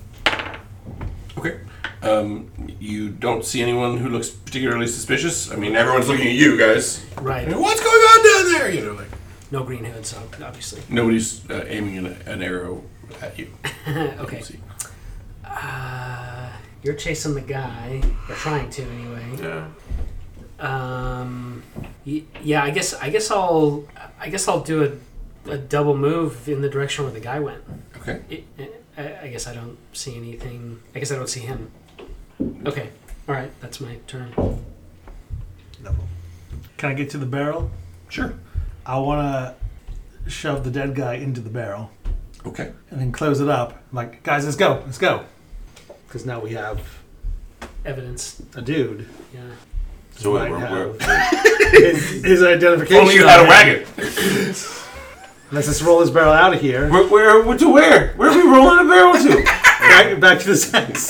Okay. Um, you don't see anyone who looks particularly suspicious. I mean, everyone's looking at you guys. I Right. mean, What's going on down there? You know, like No green hood, so obviously. nobody's uh, aiming an, an arrow at you. Eh, okay. See. Uh, you're chasing the guy, or trying to anyway. Yeah. Um, y- yeah, I guess I guess I'll I guess I'll do a, a double move in the direction where the guy went. Okay. I, I I guess I don't see anything. I guess I don't see him. Okay. All right. That's my turn. Neville. Can I get to the barrel? Sure. I wanna shove the dead guy into the barrel Okay. and then close it up. like, guys, let's go, let's go. Because now we have Evidence. a dude. Yeah. So wait, Right we're, now. we're, His, his identification. Only you had a on it. wagon. (laughs) Let's just roll his barrel out of here. we're, we're, to where? Where are we rolling the barrel (laughs) to? Back, back to the sex.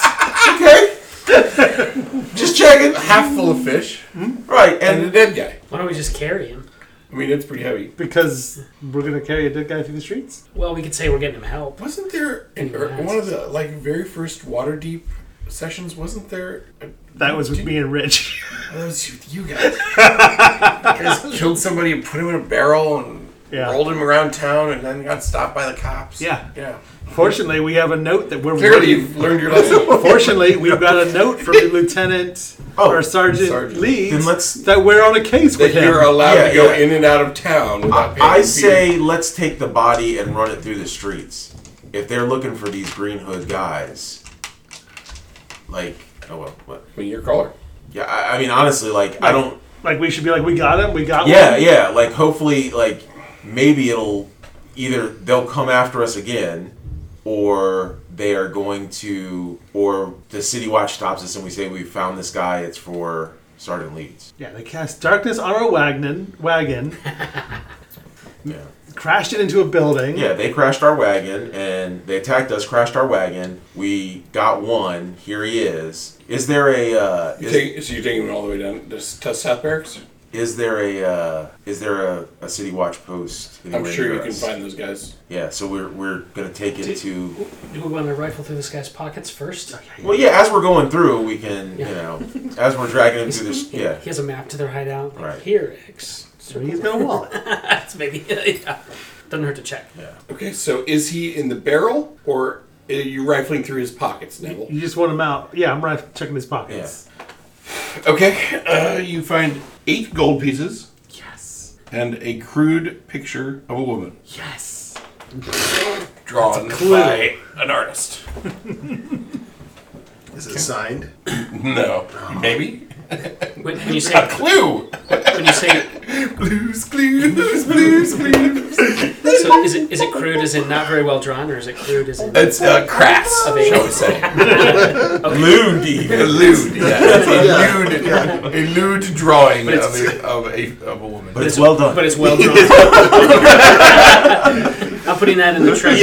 Okay. Just checking. Half full of fish Right, and a and dead guy. Why don't we just carry him? I mean, it's pretty heavy. Because we're gonna carry a dead guy through the streets. Well, we could say we're getting him help. Wasn't there in er, one of the like very first Waterdeep sessions? Wasn't there? a- That was with Did- me and Rich. (laughs) That was you- you (laughs) guys. you guys killed somebody and put him in a barrel and Yeah. rolled him around town and then got stopped by the cops. Yeah. Yeah. Fortunately, we have a note that we're Clearly, waiting. you've learned your (laughs) lesson. (laughs) Fortunately, we've got a note from Lieutenant or Sergeant, Oh, Sergeant. Leeds Then let's- that we're on a case that with him. you're allowed Yeah, to go yeah. in and out of town without paying I, I a fee. say let's take the body and run it through the streets. If they're looking for these Green Hood guys, like, oh well, what? I mean, your caller. Yeah, I, I mean, honestly, like, I don't. like we should be like, we got him, we got Yeah, one. yeah. Like, hopefully, like, maybe it'll either they'll come after us again, or they are going to, or the city watch stops us and we say we found this guy. It's for Sergeant Leeds. Yeah, they cast darkness on our wagon, (laughs) wagon, Yeah. crashed it into a building. Yeah, they crashed our wagon and they attacked us, crashed our wagon. We got one. Here he is. Is there a uh, You is, take, so you're taking it all the way down to, s- to South Barracks? is there a uh, is there a, a city watch post? I'm anywhere sure near you can us? find those guys. Yeah, so we're we're gonna take it Did- to. Do we want to rifle through this guy's pockets first? Well, yeah, as we're going through, we can Yeah. you know as we're dragging him through (laughs) this. Yeah, He has a map to their hideout. Like, Right. Here, X. So he's got a wallet. That's maybe. (laughs) yeah. Doesn't hurt to check. yeah. Okay, so is he in the barrel or are you rifling through his pockets, Neville? You just want him out. Yeah, I'm right checking his pockets. Okay, uh, you find eight gold pieces Yes. and a crude picture of a woman Yes. drawn clue. by an artist. Is it signed? No, maybe When, when you a say clue. when you say Blues, clues, blues, blues. so is it is it crude as in not very well drawn or is it crude as in It's uh, crass, Of eight. shall we (laughs) say? Lewd (laughs) even. Elude, yeah, it's Yeah. a lewd, a lewd drawing But of it's- a, of a of a woman. But it's well done. but it's (laughs) well drawn. I'm putting that in the treasure.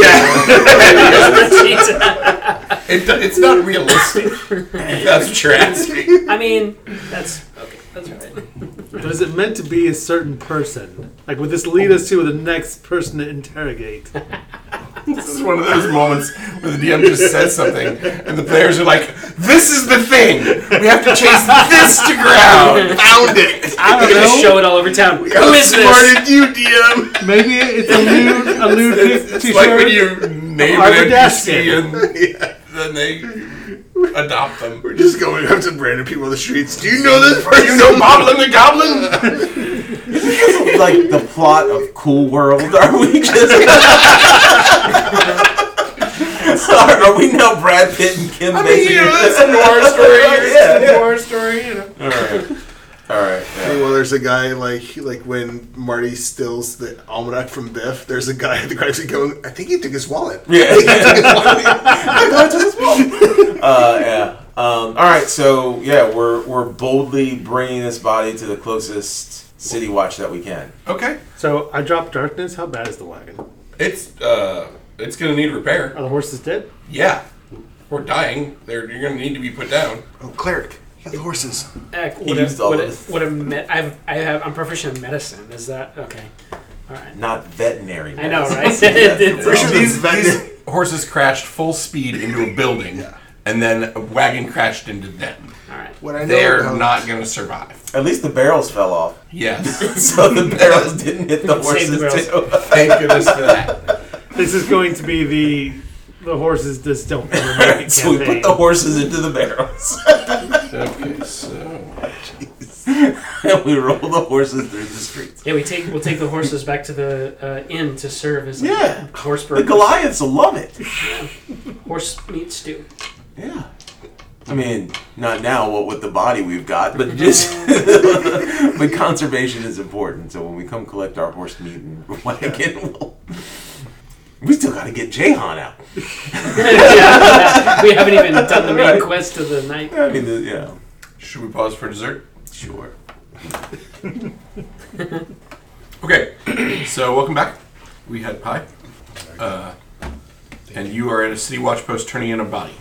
It, do- it's not realistic. (laughs) if That's what you're asking. (laughs) I mean, that's okay. That's right. But is it meant to be a certain person? Like, would this lead us to the next person to interrogate? This is one of those moments where the DM just says something, and the players are like, "This is the thing. We have to chase this to (laughs) ground. Found it. I We're don't gonna know. show it all over town. (laughs) Who is this? you, DM? Maybe it's a lewd, a lewd It's, it's t-shirt. like when you name Arthur an NPC Daskin. and then they adopt them. We're just going up to random people on the streets. Do you know this person? (laughs) You know Boblin the Goblin? (laughs) like the plot of Cool World. (laughs) Are we just? Sorry, are we now Brad Pitt and Kim I mean, you know, that's a horror (laughs) story. It's a horror story, you know. All right, all right. Yeah. (laughs) Well, there's a guy like like when Marty steals the almanac from Biff. There's a guy at the grocery going. I think he took his wallet. (laughs) (laughs) (laughs) uh, yeah. Um, all right, so yeah, we're we're boldly bringing this body to the closest city watch that we can. Okay. So I dropped darkness. How bad is the wagon? It's, uh, it's gonna need repair. Are the horses dead? Yeah. We're dying. They're, you're gonna need to be put down. Oh, cleric, you got the horses. Heck, what a, used all what a, of it. what a me- I've, I have, I'm proficient in medicine. Is that okay? All right. Not veterinary. I (laughs) know, medicine. right? (laughs) Pretty sure These, that's- these horses crashed full speed into a building, and then a wagon crashed into them. all right. What I know They're about- not gonna survive. At least the barrels fell off, (laughs) Yes. (laughs) so the barrels didn't hit the (laughs) Save the horses too. Thank goodness for that. This is going to be the the horses just don't ever make (laughs) it so we campaign. put the horses into the barrels, Okay, so. (laughs) and we roll the horses through the streets. Yeah, we take we'll take the horses back to the uh, inn to serve as like, Yeah. horse The burgers, Goliaths will love it. horse (laughs) meat stew. (laughs) Yeah. I mean, not now, what with the body we've got, (laughs) but just. but conservation is important, so when we come collect our horse meat and (laughs) wagon, we'll, we still got to get Jahan out. Yeah, we haven't even done the main Right. quest of the night. I mean, the, yeah. Should we pause for dessert? Sure. (laughs) okay, so welcome back. We had pie. Uh, and you are at a city watch post turning in a body.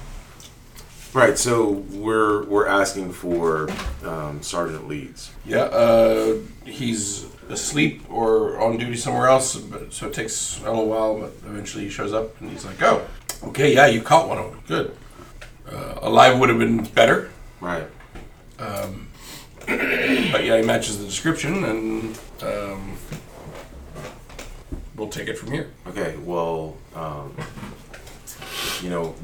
Right. So we're we're asking for um, Sergeant Leeds. Yeah, uh, he's asleep or on duty somewhere else, but, so it takes a little while, but eventually he shows up and he's like, oh, okay, yeah, you caught one of them. Good. Uh, alive would have been better, Right. but yeah, he matches the description and um, we'll take it from here. Okay. Well, um, you know,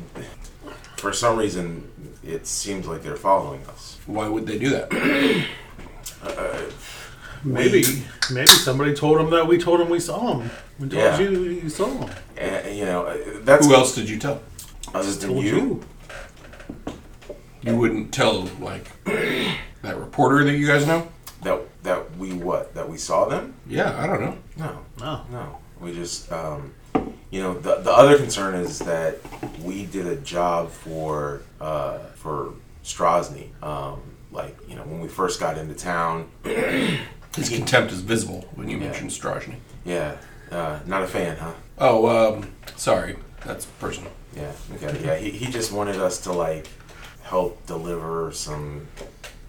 for some reason, it seems like they're following us. Why would they do that? (clears throat) Maybe, maybe somebody told him that we told him we saw him. We told Yeah. you you saw him. Uh, you know, uh, that's Who else did you tell? Other than Told you? you. You wouldn't tell like (clears throat) that reporter that you guys know? That that we what? That we saw them? Yeah, I don't know. No. No. No. We just, um, you know, the, the other concern is that we did a job for uh, for Strozny. Um, like, you know, when we first got into town, His contempt is visible when you mention Strajny. yeah, uh, not a fan, huh? Oh, um, sorry, that's personal. Yeah. Okay. Yeah. He, he just wanted us to like help deliver some.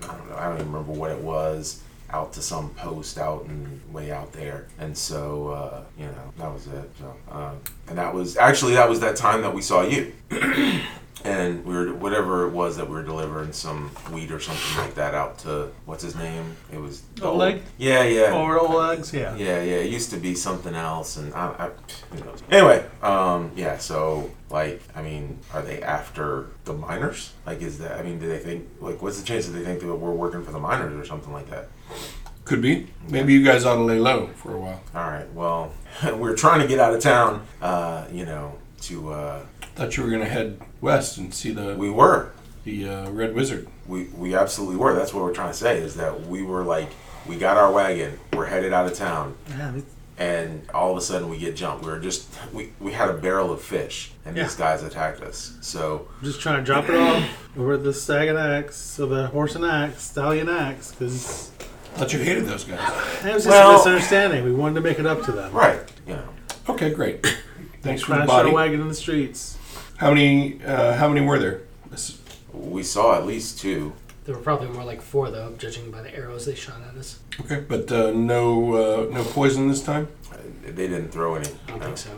I don't know. I don't even remember what it was. Out to some post out and way out there, and so uh, you know that was it. So, um, and that was actually that was that time that we saw you, (clears throat) and we were whatever it was that we were delivering some wheat or something like that out to what's his name? It was the old- Oleg? Yeah, yeah. Or Oleg's, yeah. Yeah, yeah. It used to be something else, and I, I who knows. Anyway, um, yeah. So, like, I mean, are they after the miners? Like, is that? I mean, do they think? Like, what's the chance that they think that we're working for the miners or something like that? Could be. Maybe you guys ought to lay low for a while. All right. Well, (laughs) we're trying to get out of town. Uh, you know, to uh, Thought you were gonna head west and see the we were, the uh, red wizard. we we absolutely were. That's what we're trying to say is that we were like, we got our wagon. We're headed out of town. Yeah, we- and all of a sudden we get jumped. We were just we, we had a barrel of fish, and these Yeah. guys attacked us. So I'm just trying to drop it off over at the stag and axe, so the horse and axe, stallion axe, because Thought you hated those guys. it was just Well- a misunderstanding. We wanted to make it up to them. right, you know, Okay, great. Thanks for the Crash our body. wagon in the streets. How many? Uh, how many were there? This- we saw at least two. There were probably more like four, though, judging by the arrows they shot at us. Okay, but uh, no uh, no poison this time. Uh, They didn't throw any. I don't No, think so.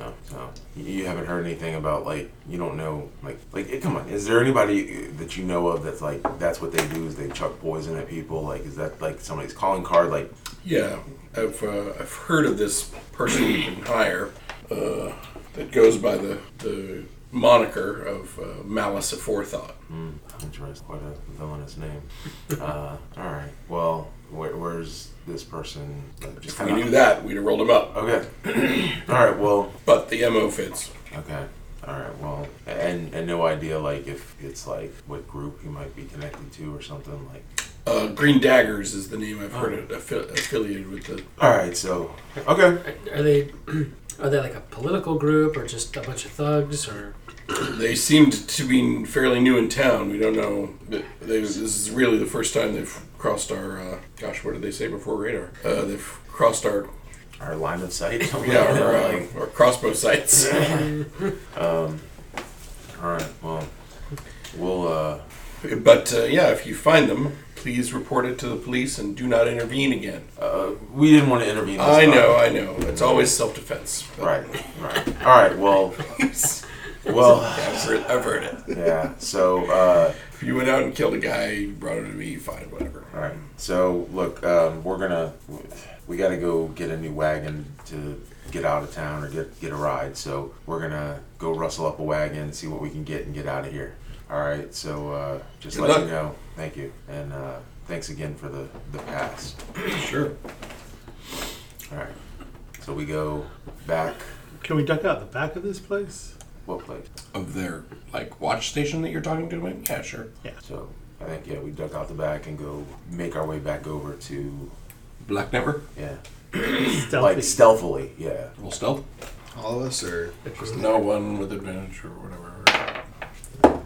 no, no. You- You haven't heard anything about like you don't know like like eh, come on. Is there anybody uh, that you know of that's like that's what they do is they chuck poison at people? Like is that like somebody's calling card? Like Yeah, I've uh, I've heard of this person you can hire uh, that goes by the the moniker of uh, Malice Aforethought. mm, interesting. What a villainous name. Uh, all right. Well, where, where's this person? Like, just If we kinda- knew that, we'd have rolled him up. Okay. (clears throat) all right. Well. But the mo fits. Okay. All right. Well, and and no idea like if it's like what group you might be connected to or something like. Uh, Green Daggers is the name I've heard it affi- affiliated with the All right. So okay. Are, are they (clears throat) are they like a political group or just a bunch of thugs or They seemed to be fairly new in town. We don't know. They- This is really the first time they've crossed our. Uh, gosh, what did they say before radar? Uh, they've crossed our Our line of sight. (laughs) yeah our, like, uh, our crossbow sights. all right. Well, we'll. uh but uh, yeah, if you find them, please report it to the police and do not intervene again. uh, We didn't want to intervene. this I time. know, I know. It's always self-defense. but Right. Right. All right. Well. Well. I've heard, I've heard it. Yeah. So. uh If you went out and killed a guy, you brought him to me, fine, whatever. All right. So look, um, we're gonna we got to go get a new wagon to get out of town or get get a ride. So we're gonna go rustle up a wagon, see what we can get, and get out of here. All right. So uh, just Good let luck. you know. Thank you, and uh, thanks again for the the pass. Sure. All right. So we go back. Can we duck out the back of this place? What place? Of their like watch station that you're talking to, like, yeah, sure. So I think yeah, we duck out the back and go make our way back over to Black Never, (clears throat) yeah, Stealthy. like stealthily. Yeah. roll stealth. All of us are. No one with advantage or whatever.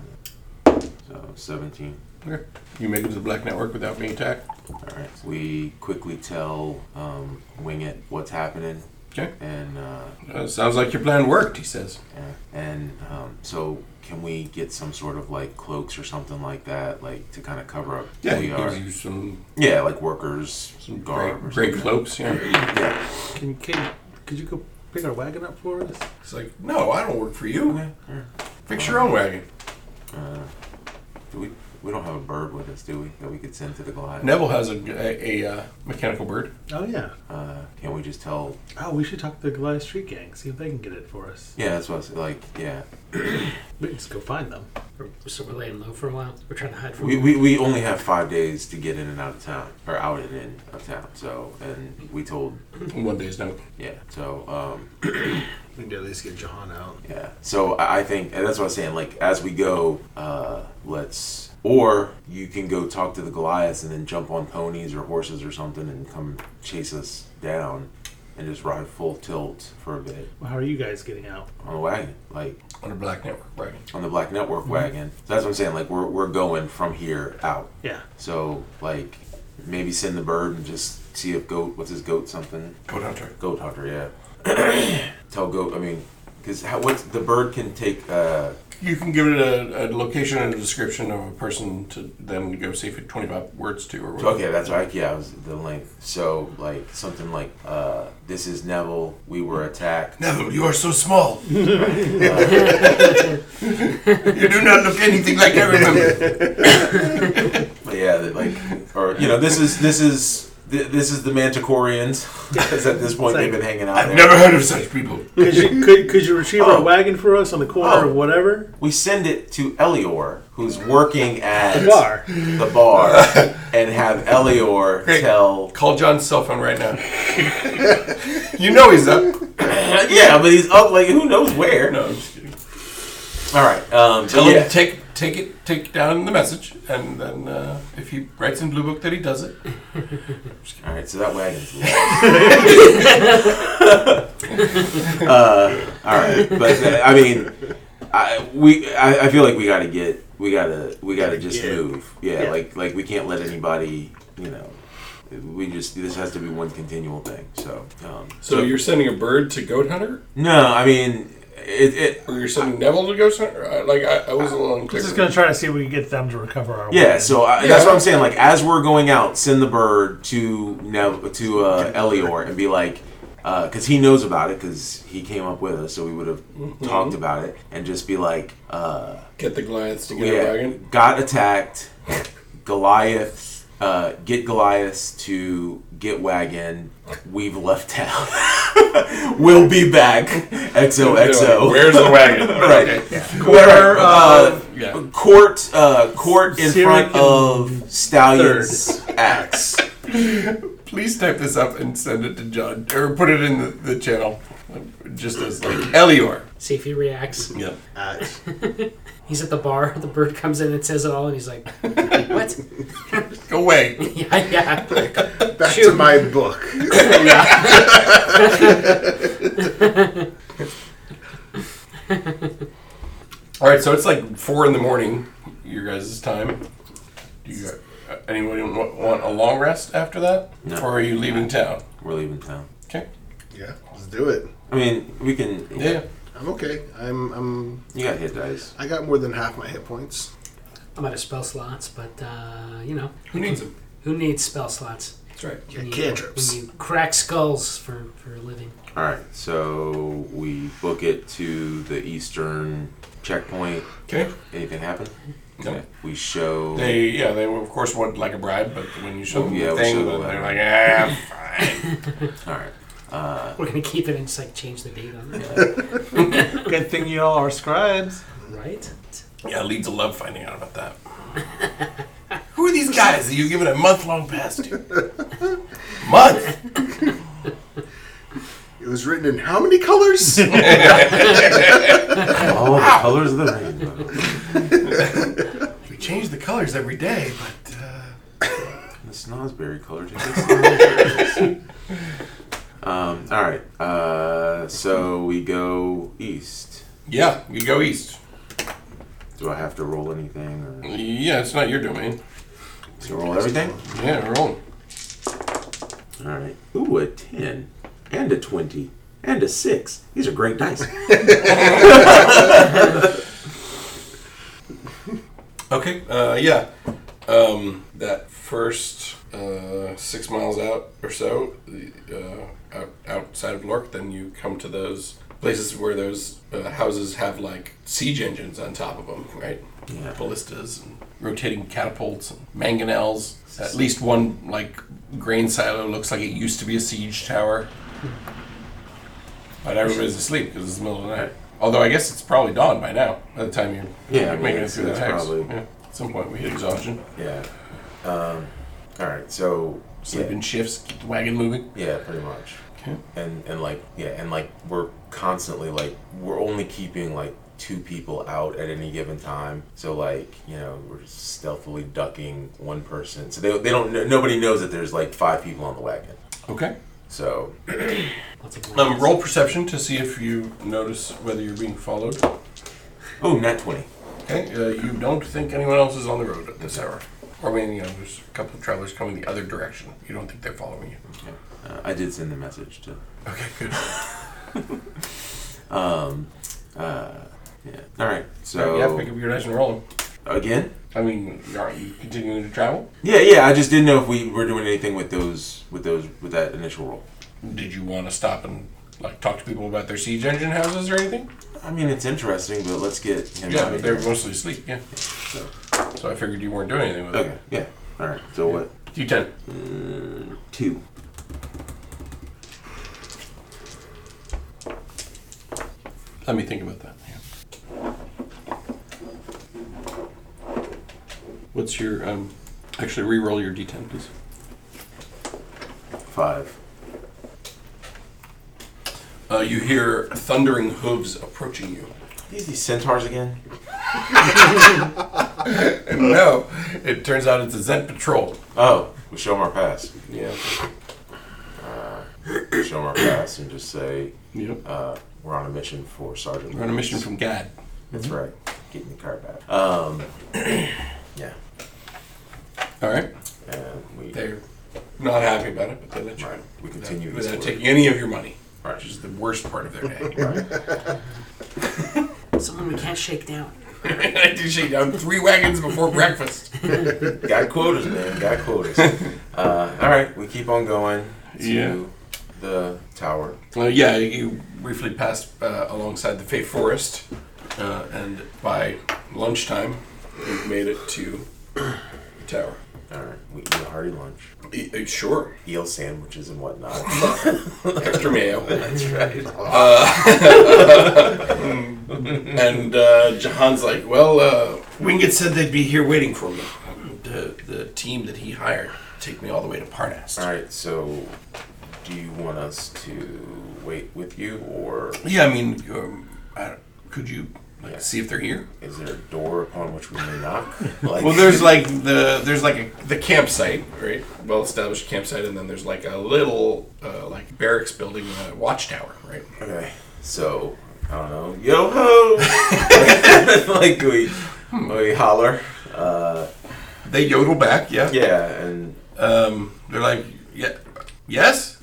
So seventeen. Okay. You make it to the Black Network without being attacked. All right. We quickly tell um, Wing It what's happening. Okay. And uh, Uh, sounds like your plan worked, he says. yeah. and um, so can we get some sort of like cloaks or something like that, like to kind of cover up who he we are? gives you some, Yeah, like workers, some garb, great, or great something. cloaks. Yeah. Yeah. Can, can could you go pick our wagon up for us? It's like, no, I don't work for you. Okay. all right. Fix your own wagon. Uh, do we? We don't have a bird with us, do we? That we could send to the Goliath. Neville has a, a, a uh, mechanical bird. Oh yeah. Uh, can we just tell? Oh, we should talk to the Goliath Street Gang. See if they can get it for us. Yeah, that's what I was like. Yeah, We can just go find them. So we're laying low for a while. We're trying to hide from. we, we, we only have five days to get in and out of town, or out and in of town. So, and we told, In one day's note. yeah. So, um, We need to at least get Jahan out. Yeah. So I I think, and that's what I was saying. Like as we go, uh, let's, or you can go talk to the Goliaths and then jump on ponies or horses or something and come chase us down, and just ride full tilt for a bit Well, how are you guys getting out? on the wagon, like On a Black Network wagon. on the Black Network wagon. So that's what I'm saying. Like we're we're going from here out. Yeah. So like maybe send the bird and just see if goat what's his goat something Go down to Goat hunter, yeah. (coughs) Tell goat. I mean, because what the bird can take. Uh, You can give it a, a location and a description of a person to them to go see if it 25 words to or whatever. okay, that's right. Yeah, it was the length. So like something like uh, this is Neville. We were attacked. Neville, you are so small. you do not look anything like I remember. But yeah, that, like or you know this is this is. thi- This is the Manticorians. (laughs) 'Cause at this point, they've been hanging out. I've there. (laughs) never heard of such people. Could you could, could you retrieve our Oh. wagon for us on the corner Oh. or whatever? We send it to Elior, who's working at The bar. the bar, (laughs) and have Elior tell. Call John's cell phone right (laughs) now. you know he's up. Yeah, but he's up. Like who knows where? No, I'm just kidding. All right. Um, Tell yeah. him to take take it take down the message, and then uh, if he writes in Blue Book that he does it, All right, so that wagon's lost. uh, all right, but uh, I mean, I, we I, I feel like we gotta get we gotta we gotta just move. Yeah, Yeah. like like we can't let anybody you know. We just this has to be one continual thing. So um, so you're sending a bird to Goat Hunter, no, I mean it. it or you're sending Neville to Goat Hunter? I- Like I, I was a little We're unclear. just gonna try to see if we can get them to recover our yeah, wagon. so I, that's what I'm saying. Like as we're going out, send the bird to Nev- to uh, Elior and be like, because he knows about it because he came up with us, so we would have talked about it and just be like, uh, Get the Goliaths to get a yeah, wagon. got attacked, Goliath, uh, get Goliath to get wagon. We've left town. (laughs) we'll be back. XOXO. Where's the wagon? (laughs) Right. Okay. Where uh, Yeah. court uh, court in front Syriac of stallions axe. Please type this up and send it to John, or put it in the, the channel, just as like Elior. See if he reacts. Yeah. (laughs) At He's at the bar. (laughs) The bird comes in and says it all, and he's like, (laughs) "What? (laughs) Go away. yeah, yeah." back to Shoot. my book. All right. So it's like four in the morning, your guys' time. Do you uh, anyone wa- want a long rest after that, No. or are you leaving town? We're leaving town. Okay. Yeah, let's do it. I mean, we can. Yeah. I'm okay. I'm I'm You got hit dice. I got more than half my hit points. I'm out of spell slots, but uh, you know, Who needs them? who needs spell slots? That's right. Yeah, When you- cantrips. When you crack skulls for for a living. All right, so we book it to the eastern checkpoint. Okay. Anything happen? No. We show. They yeah they of course would like a bribe, but when you show them Yeah, the we show thing, them then they're that. like ah fine. All right. Uh, We're gonna keep it and just like change the date on it, Good thing you all are scribes. right? yeah, leads to love finding out about (laughs) that. Who are these guys that you've given a month long pass to? month. It was written in how many (laughs) colors? all the colors of (laughs) the rainbow. We change the colors every day, but uh, The snosberry color. just the snosberry colors. um, all right. Uh, so we go east. yeah, you go east. Do Do I have to roll anything or Yeah, it's not your domain. to roll everything? Yeah, roll. All right. Ooh, a ten and a twenty and a six. These are great (laughs) dice. Okay, uh, yeah. Um, that first uh, six miles out or so, the, uh, out, outside of Lork, then you come to those places where those uh, houses have like siege engines on top of them, right? Yeah. Ballistas and rotating catapults and mangonels. At least one like grain silo looks like it used to be a siege tower. But everybody's asleep because it's the middle of the night. Although I guess it's probably dawn by now by the time you're Yeah, I mean, making it it's- through the it's tags. probably- Yeah. At some point we hit exhaustion. Yeah. Um, all right. So Sleep in shifts, keep the wagon moving. Yeah, pretty much. Okay. And and like yeah, and like we're constantly like we're only keeping like two people out at any given time. So like you know we're stealthily ducking one person. So they, they don't no- nobody knows that there's like five people on the wagon. Okay. So Um, roll perception to see if you notice whether you're being followed. oh net twenty. Okay. Uh, you don't think anyone else is on the road at this hour. Or I mean, you know, there's a couple of travelers coming the other direction. You don't think they're following you. Uh, I did send the message to. Okay, good. Um, uh, yeah. All right. So, yeah, pick So up your dice and roll them. again. I mean, are you continuing to travel? Yeah, yeah. I just didn't know if we were doing anything with those, with those, with that initial roll. Did you want to stop and like talk to people about their siege engine houses or anything? I mean, it's interesting, but let's get him Yeah, out but of they're here. mostly asleep. Yeah. So, so I figured you weren't doing anything with Okay. Yeah. All right. So what? it. You ten. Two. Let me think about that. Yeah. What's your um? Actually, re-roll your d10, please. Five. Uh, you hear thundering hooves approaching you. These these centaurs again? no, it turns out it's a Zent patrol. Oh, we show them our pass. Yeah. We show them our pass and just say Yep. uh, we're on a mission for Sergeant. We're on a mission from Gad. That's right. Getting the car back. Um. (clears throat) yeah. All right. And we. They're not happy about it, but they let you. Right. in. We continue without, this without work. taking any of your money, Right. which is the worst part of their day. (laughs) Someone we can't shake down. I do shake down three wagons before breakfast. (laughs) Got quotas, man. Got (laughs) quotas. uh, all right. We keep on going to Yeah. the tower. Uh, yeah, you briefly passed uh, alongside the Fay Forest, uh, and by lunchtime, you've made it to the tower. All right. We eat a hearty lunch. E- uh, sure, Eel sandwiches and whatnot. extra mayo. (laughs) Uh, That's right. (laughs) And uh, Jahan's like, well, uh, Wingate said they'd be here waiting for me. The, the team that he hired take me all the way to Parnas. All right. So, do you want us to wait with you, or Yeah, I mean, um, I, could you like see if they're here? is there a door upon which we may knock? (laughs) Like, Well, there's like the there's like a, the campsite, right? Well established campsite, and then there's like a little uh, like barracks building, uh, watchtower, right? Okay. So I don't know. Yo ho! (laughs) like we we holler. Uh, They yodel back, yeah. yeah, and Um, they're like, yeah, yes.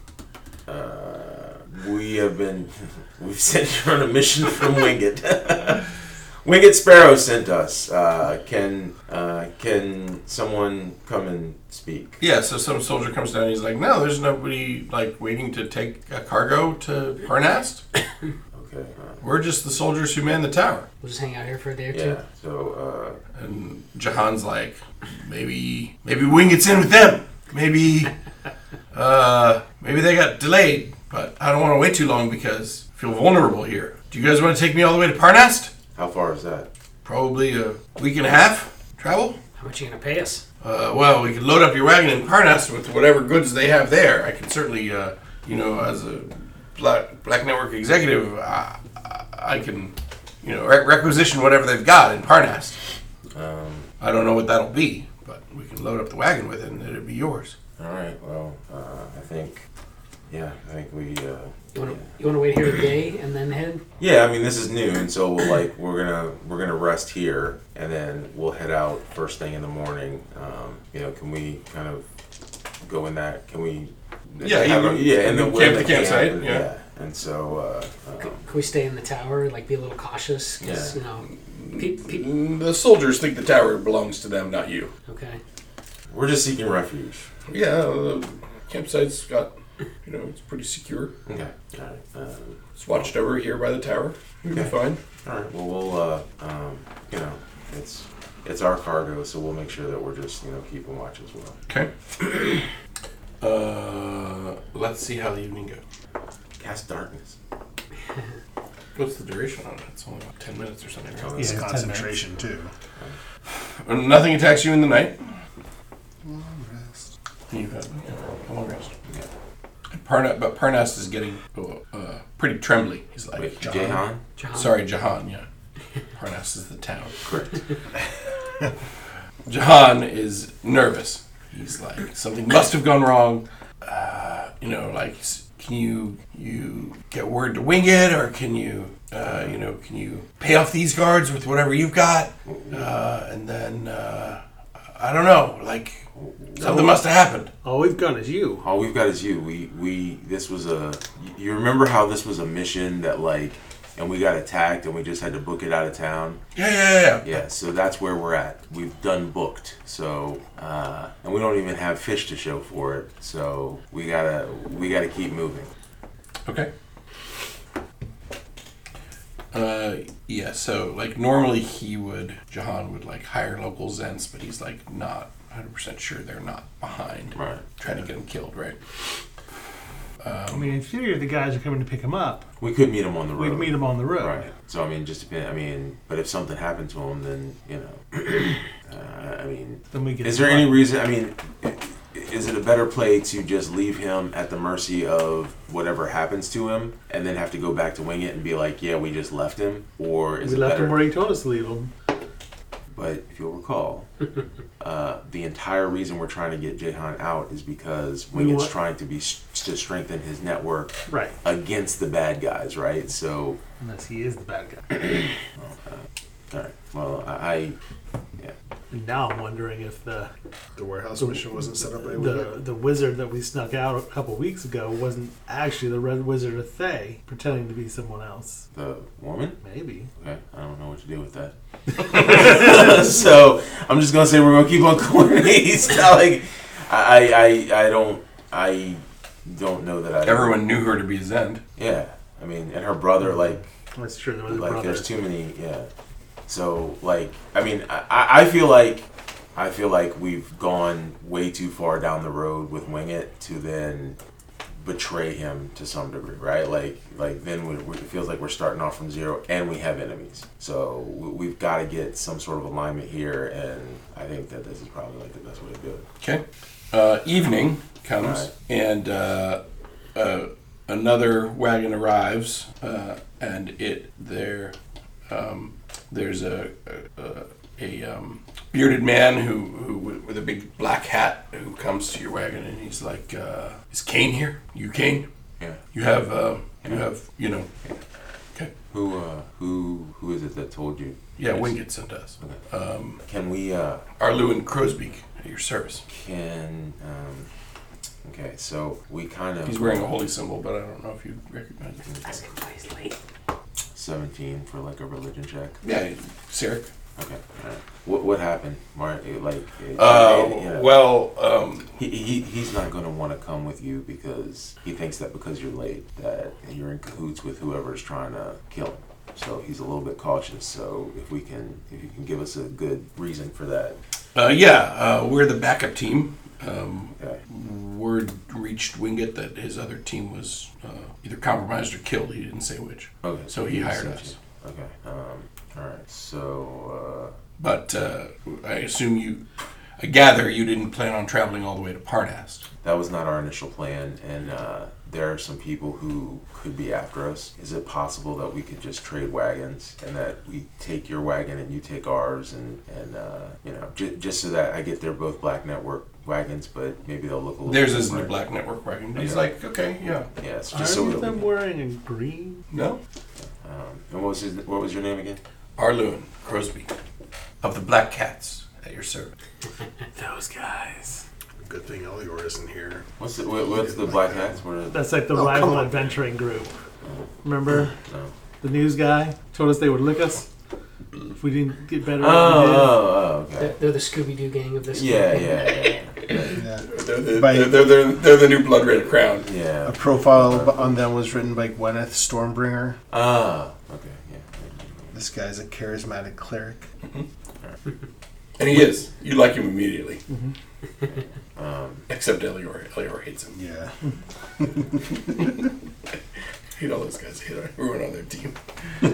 uh, we have been (laughs) we've sent you on a mission from (laughs) Winged. Winged Sparrow sent us. Uh, can uh, can someone come and speak? Yeah, so some soldier comes down. He's like, "No, there's nobody like waiting to take a cargo to Parnast. Okay. uh, We're just the soldiers who man the tower." We'll just hang out here for a day or two. Yeah. So uh, And Jahan's like, maybe maybe Wing gets in with them. Maybe uh maybe they got delayed, but I don't want to wait too long because I feel vulnerable here. Do you guys want to take me all the way to Parnast? uh, how far is that? Probably a week and a half travel. How much are you gonna pay us? Uh, well, we could load up your wagon in Parnas with whatever goods they have there. I can certainly, uh, you know, as a Black, Black Network executive, I, I- I can, you know, re- requisition whatever they've got in Parnas. Um, I don't know what that'll be, but we can load up the wagon with it and it'll be yours. all right. Well, uh, I think Yeah, I think we. Uh, You want to yeah. you want to wait here today and then head? Yeah, I mean this is noon, so we'll like we're gonna we're gonna rest here, and then we'll head out first thing in the morning. Um, you know, can we kind of go in that? Can we? Yeah, have you a- can- yeah, you and then can we're in camp the campsite, and- yeah. And so, uh, um, Can we stay in the tower? Like be a little cautious because Yeah. you know. Pe- pe- mm, The soldiers think the tower belongs to them, not you. okay. we're just seeking refuge. Yeah, uh, the campsite's got, you know, it's pretty secure. Okay. All right. Um, It's watched over here by the tower. You'll be Okay. fine. all right. Well, we'll uh, um, you know, it's it's our cargo, so we'll make sure that we're just you know keeping watch as well. Okay. (clears throat) uh, let's see how the evening goes. Cast darkness. What's the duration on it? It's only about 10 minutes or something. right? Tell Yeah. us. ten concentration too. Uh, Nothing attacks you in the night. You've had yeah, a long rest. Yeah. And Parna, but Parnas is getting uh, pretty trembly. He's like, Wait, "Jahan." Jehan? John. Sorry, Jahan, yeah. Parnas is the town. Correct. (laughs) Jahan is nervous. He's like, something must have gone wrong. Uh, you know, like, s- can you you get word to wing it, or can you, uh, you know, can you pay off these guards with whatever you've got? Uh, and then uh, I don't know, like, something must have happened. All we've got is you. All we've got is you. We we this was a. You remember how this was a mission that like, and we got attacked and we just had to book it out of town. Yeah, yeah, yeah. yeah. Yeah, so that's where we're at. We've done booked. So uh, and we don't even have fish to show for it. So we gotta we gotta keep moving. Okay. Uh, yeah, so like normally he would, Jahan would like hire local Zents, but he's like not 100% sure they're not behind. Right. Trying to get him killed, right? I mean, in theory, the guys are coming to pick him up. We could meet them on the road. We'd meet him on the road. Right. So I mean, just depend. I mean, but if something happened to him, then you know. (clears throat) uh, I mean, Then we get. Is the there any money. reason? I mean, i- is it a better play to just leave him at the mercy of whatever happens to him, and then have to go back to wing it and be like, yeah, we just left him, or is We it left better? him where he told us to leave him. But if you'll (laughs) recall, uh, the entire reason we're trying to get Jahan out is because We Wing it's want- trying to be s- to strengthen his network Right. against the bad guys, right? So, Unless he is the bad guy. all right. Well, I, I And now I'm wondering if the The warehouse The- mission wasn't set up the, anyway. the wizard that we snuck out a couple weeks ago wasn't actually the red wizard of Thay, pretending to be someone else. the woman. Maybe. Okay, I don't know what to do with that. (laughs) so I'm just gonna say we're gonna keep on going (laughs) east. like I, I, I I don't, I don't know that I. Everyone knew her to be Zend. Yeah, I mean, and her brother, like, That's true. There was a like brother. there's too many. Yeah. So like, I mean, I- I, I feel like, I feel like we've gone way too far down the road with Wing It to then betray him to some degree, right? Like, like then we, we, it feels like we're starting off from zero, and we have enemies. So we, we've got to get some sort of alignment here, and I think that this is probably like the best way to do it. Okay. Uh, evening comes, Alright. and uh, uh, another wagon arrives, uh, and it there. Um, there's a a, a um, bearded man who, who with- with a big black hat who comes to your wagon, and he's like, uh, "Is Kane here? You Kane? Yeah. You have uh, you have you know? Okay. Who, uh, who, who is it that told you? Yeah, Wingate sent us. Um, Can we, uh, Arlu and Crosbeak at your service. can, um, okay, so we kind of. He's wearing a holy symbol, but I don't know if you recognize him. Ask him why he's late. 17 for like a religion check. Yeah, Sarah. Okay. All right. What what happened, Mark? It, like, it- Uh, it- yeah. Well, um, he, he he's not gonna want to come with you because he thinks that because you're late that you're in cahoots with whoever's trying to kill him. So he's a little bit cautious. So if we can if you can give us a good reason for that, uh, yeah, uh, we're the backup team. Um, okay. word reached Wingate that his other team was uh, either compromised or killed. He didn't say which. Okay. So he hired sent us. you. Okay. Um, all right. So But uh, I assume you, I gather you didn't plan on traveling all the way to Parnast. uh, that was not our initial plan, and uh, there are some people who could be after us. Is it possible that we could just trade wagons and that we take your wagon and you take ours, and and uh, you know j- just so that I get they're both black network wagons, but maybe they'll look a little. Theirs different. isn't a black network wagon. He's Yeah. like, okay, yeah, Yeah, it's Aren't just so it'll them be. wearing a green? no. Um, and what was his, what was your name again? Arluin Crosby of the Black Cats at your service. Those guys. Good thing Elior isn't here. What's the what, what's the black hats? What are That's like the Oh, come rival on. adventuring group. Remember no. the news guy told us they would lick us if we didn't get better. Oh, at what we did? oh, oh, They're, okay. they're the Scooby Doo gang of this. Yeah, yeah, yeah. Yeah. They're the, By- they're, they're, they're, they're the new blood red crown. A Yeah. profile b- on them was written by Gwyneth Stormbringer. Ah, okay. Yeah. This guy's a charismatic cleric. And he is. You like him immediately. Um, Except Elior. Elior hates him. Yeah. Hate all those guys. Hate everyone on their team. all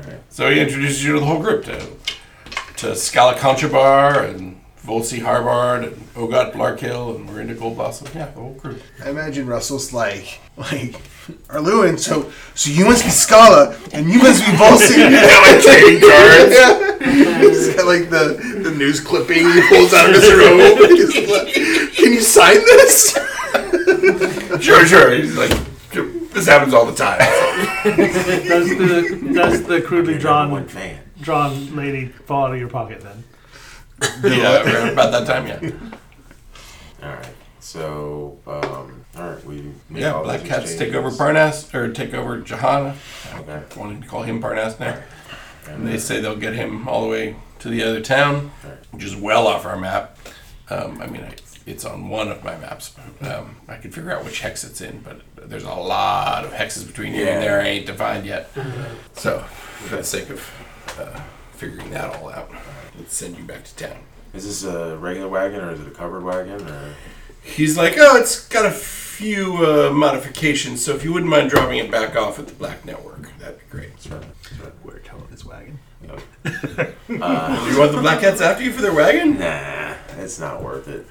right. So he introduces you to the whole group to to Scala Contrabar and Volsi Harbard and Ogot Blarkill and Miranda Goldblossom. Yeah, the whole (laughs) crew. I imagine Russell's like, like, Arluin, so so you must be Scala, and you must be Volsing. (laughs) He's got like the, the news clipping (laughs) he pulls out of his robe. He's like, Can you sign (laughs) this? Sure, sure. He's like, "Sure, this happens all the (laughs) time. Does the does the crudely One drawn fan. drawn lady fall out of your pocket then? yeah, around about that time, yeah. All right. So, um, all right. We made Yeah, all Black those Cats take over exchanges. Parnas, or take over Jahana. Okay. Wanting to call him Parnas now. And And they say they'll get him all the way to the other town, Alright. which is well off our map. Um, I mean, I, it's on one of my maps. Um, I can figure out which hex it's in, but there's a lot of hexes between here and Yeah. there I ain't defined yet. So, for the sake of uh, figuring that all out, let's send you back to town. Is this a regular wagon or is it a covered wagon or? He's like, oh, it's got a few uh, modifications, so if you wouldn't mind dropping it back off at the Black Network, that'd be great. Sorry. Sorry. We're towing this wagon. Oh. (laughs) Do Uh, you want the Black Cats after you for their wagon? Nah, it's not worth it.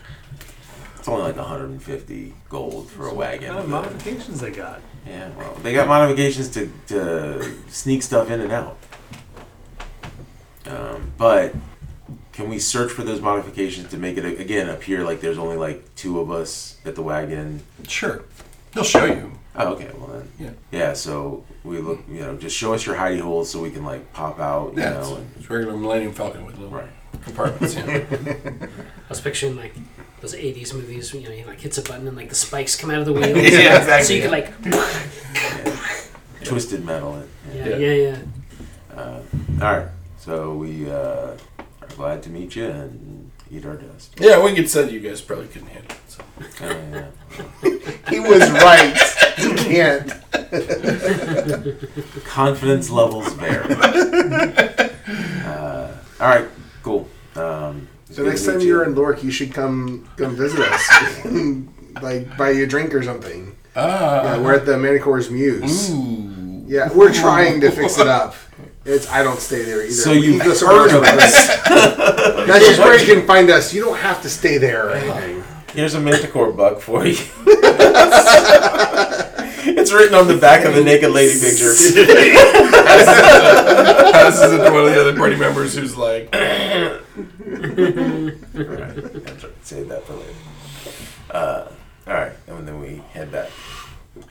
It's only like 150 gold for a wagon. What kind of with a- modifications they got? Yeah, well, they got modifications to, to sneak stuff in and out. Um, but can we search for those modifications to make it again appear like there's only like two of us at the wagon? Sure. They'll show you. Oh, okay, well then. Yeah. Yeah, so we look, you know, just show us your hidey holes so we can like pop out, you Yeah, know. it's, And, it's regular Millennium Falcon with little right. compartments. (laughs) Yeah. I was picturing like those '80s movies. You know, he like hits a button and like the spikes come out of the wheels. Yeah, exactly, So you can yeah. like, (clears throat) Twisted metal. And, yeah. yeah, yeah, Yeah. yeah. Uh, all right, so we uh, are glad to meet you and eat our dust. yeah, we could send you guys probably couldn't handle it. (laughs) So. Uh, yeah. He was right. You can't. confidence levels (laughs) vary. uh, all right, cool. Um, it's So good next to time meet you're you. in Lork, you should come come visit us. (laughs) like buy you a drink or something. Yeah, Ah. we're at the Manicore's Muse. ooh. Yeah, we're trying to fix it up. It's I don't stay there either. So We you've go somewhere heard of else. (laughs) That's just where you can find us. You don't have to stay there or anything. Here's a Manticore buck (laughs) for you. (laughs) it's written on the back of the naked (laughs) lady picture. Passes it to one of the other party members who's like, Save that for later. Uh, all right, and then we head back.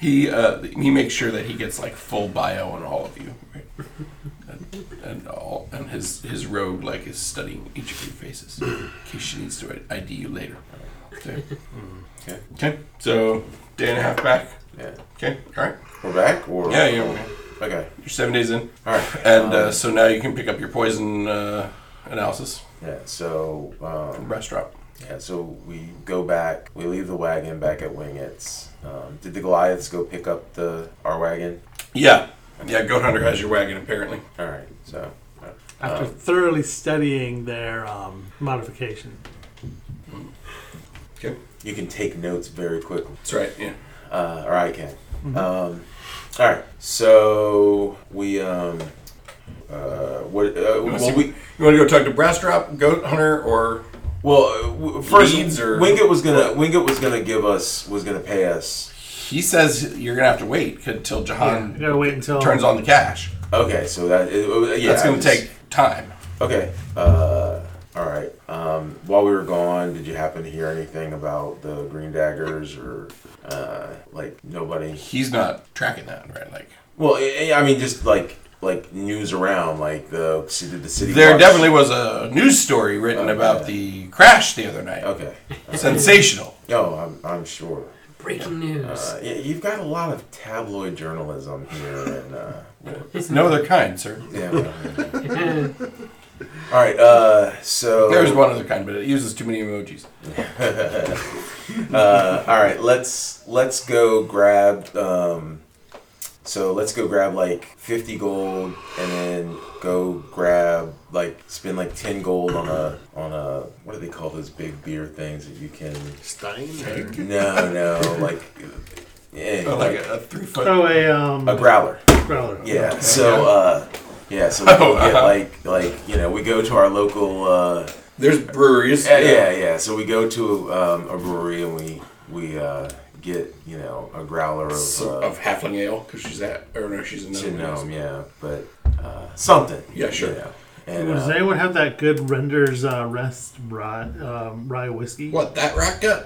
he uh, he makes sure that he gets like full bio on all of you, right? and, and all and his his rogue like is studying each of your faces in case she needs to ID you later. Okay. Okay. Mm-hmm. Okay. So day and a half back. Yeah, Okay. All right. we're back. Or Yeah. Yeah. okay. Okay. You're seven days in. All right. And Um, uh, so now you can pick up your poison uh, analysis yeah. So um, from restaurant. Yeah, so we go back. We leave the wagon back at Wingett's. Um, did the Goliaths go pick up the our wagon? Yeah. Yeah, Goat Hunter has your wagon apparently. All right, so After thoroughly studying their um, modification, you can take notes very quickly, That's right, yeah. uh, or I can. Um, all right, so we um, uh, what? Uh, wanna well, see- we You want to go talk to Brass Drop, Goat Hunter, or well uh, w- first Leads or- Wingett was gonna Wingett was gonna give us was gonna pay us. he says you're gonna have to wait until Jahan you gotta wait until turns on the cash. Okay, so that it, uh, yeah, That's I gonna was- take time. Okay. Uh, All right. Um, while we were gone, did you happen to hear anything about the Green Daggers or uh, like nobody? He's not tracking that, right? Like Well, I, I mean, just like like news around, like the did the city. there watch- definitely was a news story written Oh, about yeah. the crash the other night. Okay. Sensational. No, I'm, I'm sure. Breaking news. Uh, yeah, you've got a lot of tabloid journalism here, and uh, well, It's (laughs) no other kind, sir. yeah. (laughs) well, yeah. All right. Uh, so There's one other kind, but it uses too many emojis. (laughs) uh, all right let's let's go grab um, so let's go grab like 50 gold and then go grab like spend like 10 gold on a on a what do they call those big beer things that you can Stein. no no like yeah, Oh, like like a, a three foot. Oh, a um, a growler growler. yeah so uh yeah so we (laughs) Oh, can get uh-huh. like like you know we go to our local uh There's breweries. yeah, yeah, yeah. So we go to um, a brewery and we we uh, get you know a growler of, So- uh, of halfling ale because she's at or no, she's another. one else. Genome, yeah, but uh, something. Yeah, sure. You know. And Does uh, anyone have that good Render's uh, Rest rye, um, rye whiskey? What that rock got?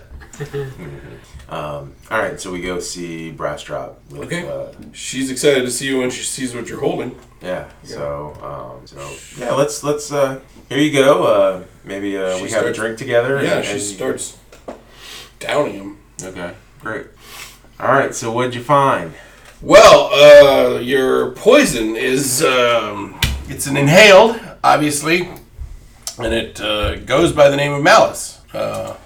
um, all right, so we go see Brass Drop. With, Okay. Uh, She's excited to see you when she sees what you're holding. yeah. So um, so yeah, let's let's uh, here you go. Uh, maybe uh, She we have a starts- drink together. Yeah, and- she and- starts downing him. Okay, great. All right, so what'd you find? Well, uh, your poison is um, it's an inhaled, obviously, and it uh, goes by the name of malice, uh,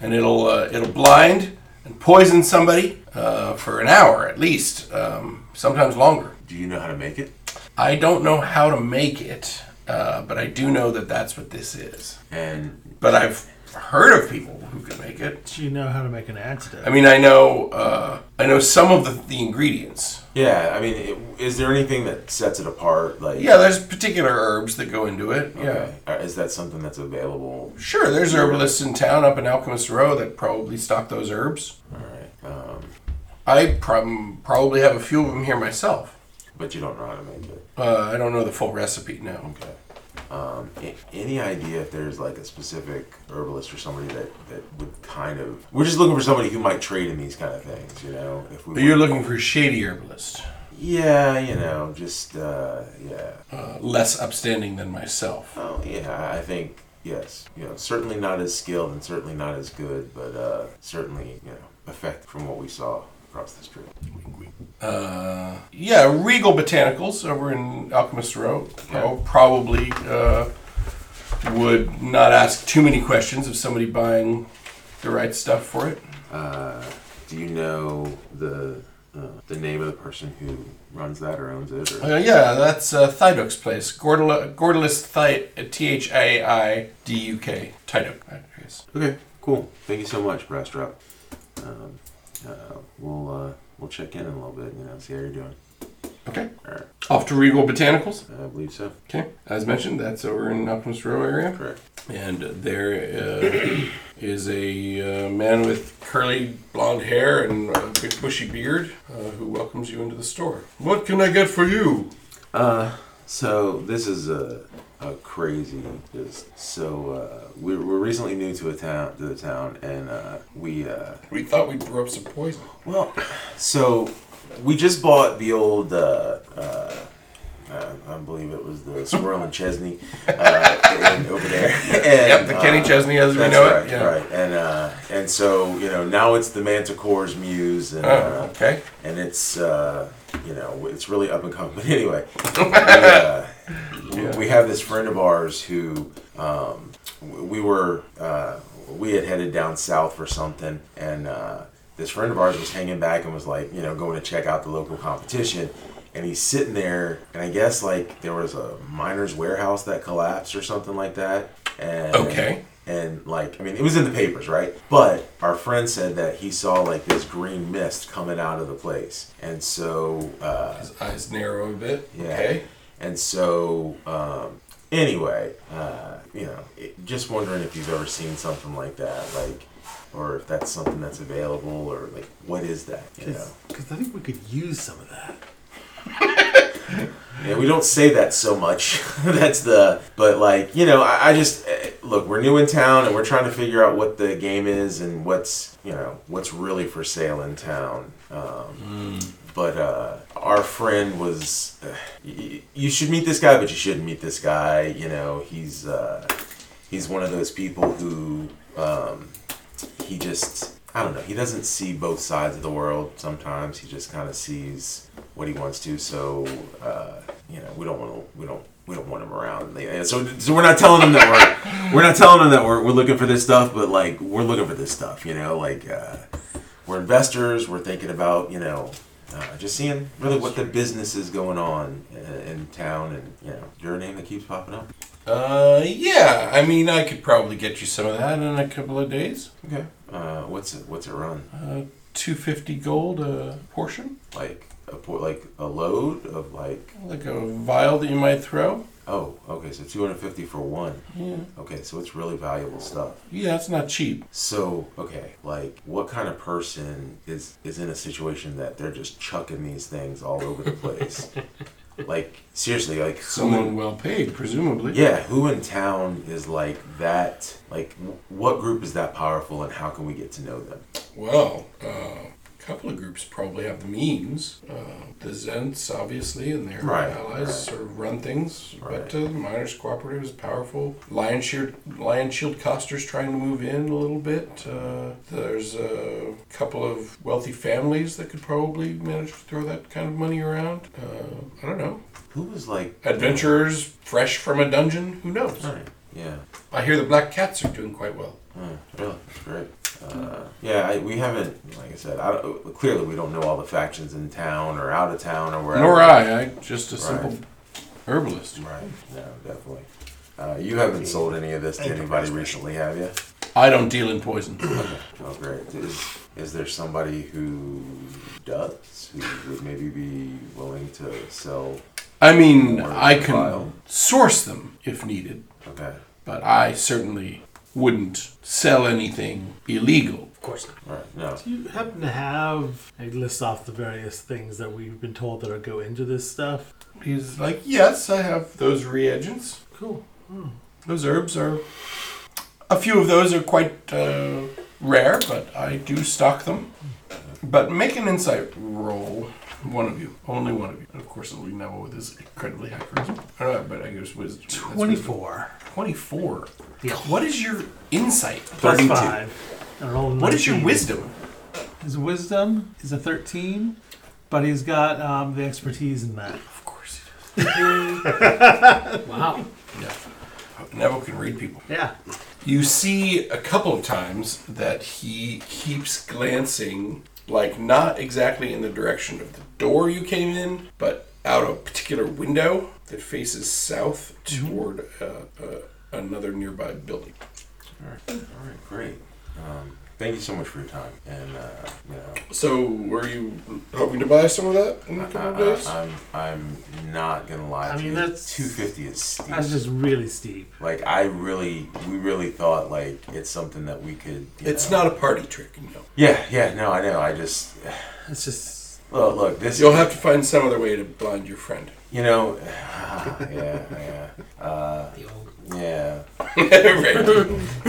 and it'll uh, it'll blind and poison somebody uh, for an hour at least, um, sometimes longer. Do you know how to make it? I don't know how to make it, uh, but I do know that that's what this is. And But I've heard of people who can make it. Do you know how to make an accident? I mean, I know uh, I know some of the, the ingredients. yeah, I mean, i- is there anything that sets it apart? Like Yeah, there's particular herbs that go into it. Yeah. Okay. Uh, Is that something that's available? Sure, there's herbalists in town up in Alchemist Row that probably stock those herbs. All right. Um, I prob- probably have a few of them here myself. but you don't know how to make it. Uh, I don't know the full recipe now. Okay. Um, a- any idea if there's like a specific herbalist or somebody that, that would kind of? We're just looking for somebody who might trade in these kind of things, you know. If we, But you're want- looking for a shady herbalist, yeah, you know, just uh, yeah, uh, less upstanding than myself. oh yeah, I think yes, you know, certainly not as skilled and certainly not as good, but uh, certainly you know, effect from what we saw across the street. Uh, yeah, Regal Botanicals over in Alchemist Row oh, probably uh, would not ask too many questions of somebody buying the right stuff for it. Uh, do you know the uh, the name of the person who runs that or owns it? Or? Uh, yeah, that's uh, Thyduk's place. Gordola, Gordolis Thy- T H A I D U K. Thyduk, I guess. Okay, cool. Thank you so much, Brass Drop. Um, uh, we'll uh, we'll check in in a little bit. You know, see how you're doing. Okay. All right. Off to Regal Botanicals. I believe so. Okay. As mentioned, that's over in Optimus Row area. Correct. And there uh, is a uh, man with curly blonde hair and a big bushy beard uh, who welcomes you into the store. What can I get for you? Uh, so this is a, a crazy. Just so uh, we're, we're recently new to a town to the town, and uh, we uh, We thought we brew up some poison. Well, so we just bought the old. Uh, uh, uh, I believe it was the Squirrel and Chesney uh, in- over there. (laughs) And, Yep, the Kenny uh, Chesney as we that's know it, right, yeah. right. And uh, and so you know now it's the Manticore's Muse, and Oh, uh, okay. and it's uh, you know it's really up and coming. (laughs) But anyway, we, uh, Yeah. we have this friend of ours who um, w- we were uh, we had headed down south for something, and uh, this friend of ours was hanging back and was like, you know, going to check out the local competition. And he's sitting there, and I guess like there was a miner's warehouse that collapsed or something like that. And Okay. and like I mean it was in the papers, right? But our friend said that he saw like this green mist coming out of the place, and so uh, His eyes narrow a bit. yeah, Okay. and so um, anyway, uh, you know, it, just wondering if you've ever seen something like that, like, or if that's something that's available, or like what is that? You know, Because I think we could use some of that. Yeah, we don't say that so much. (laughs) That's the but like you know I, I just eh, look we're new in town and we're trying to figure out what the game is and what's you know what's really for sale in town. Um, But uh, our friend was eh, y- y- you should meet this guy, but you shouldn't meet this guy. You know he's uh, he's one of those people who um, he just I don't know. He doesn't see both sides of the world. Sometimes he just kind of sees what he wants to. So uh, you know, we don't want to. We don't. We don't want him around. They- So, so we're not telling him that we're we're not telling him that we're, we're looking for this stuff. But like we're looking for this stuff. You know, like uh, we're investors. We're thinking about you know. Uh, just seeing really what the business is going on in, in town, and you know your name that keeps popping up. Uh, yeah. I mean, I could probably get you some of that in a couple of days. Okay, uh, what's it? What's it run? Uh, two fifty gold a portion, like a por- like a load of like like a vial that you might throw. oh okay so 250 for one Yeah. okay so it's really valuable stuff Yeah, it's not cheap. so okay like what kind of person is is in a situation that they're just chucking these things all over the place like seriously like who Someone in- well paid, presumably. yeah who in town is like that like w- what group is that powerful and how can we get to know them Well, uh, a couple of groups probably have the means. Uh, the Zents, obviously, and their Right, allies right. sort of run things. Right. But uh, the Miners Cooperative is powerful. Lion Shield, Lion Shield Coster's trying to move in a little bit. Uh, there's a couple of wealthy families that could probably manage to throw that kind of money around. Uh, I don't know. who was like Adventurers fresh from a dungeon? Who knows? all right yeah I hear the Black Cats are doing quite well. Mm, really? Great. Uh, yeah, I, we haven't, like I said, I, don't- clearly we don't know all the factions in town or out of town or wherever. Nor I. I just a simple Right. herbalist. Right, no, definitely. Uh, you haven't sold any of this to anybody recently, have you? I don't deal in poison. Oh, great. Is, is there somebody who does, who would maybe be willing to sell? I mean, Or I can file. source them if needed, Okay, but I certainly wouldn't sell anything illegal. Of course not. all right, no. Do you happen to have like list off the various things that we've been told that are go into this stuff? He's like, yes, I have those reagents. Cool. Those herbs are. A few of those are quite uh, rare, but I do stock them. But make an insight roll, one of you, only one of you. Of course, it'll be Neville with his incredibly high charisma. I don't know, but I guess wisdom. that's wisdom. Twenty-four. Twenty-four. Yeah. What is your insight? Plus 32. five. And roll What is your 19. wisdom? His wisdom is a thirteen, but he's got um, the expertise in that. Of course. Wow. Yeah. Neville can read people. Yeah. You see a couple of times that he keeps glancing, like not exactly in the direction of the door you came in, but out a particular window that faces south Mm-hmm. toward uh, uh, another nearby building. All right, great. Um, thank you so much for your time. And, uh, you know, So, were you hoping to buy some of that in a I, couple of days? I, I'm, I'm not going to lie to I mean, you. that's- 250 is steep. That's just really steep. Like I really, we really thought like it's something that we could. You It's know- not a party trick, no. Yeah, yeah, no, I know. I just It's just well, look, this. You'll have to find some other way to blind your friend. (laughs) You know. (sighs) yeah, yeah, uh, The old yeah. Right.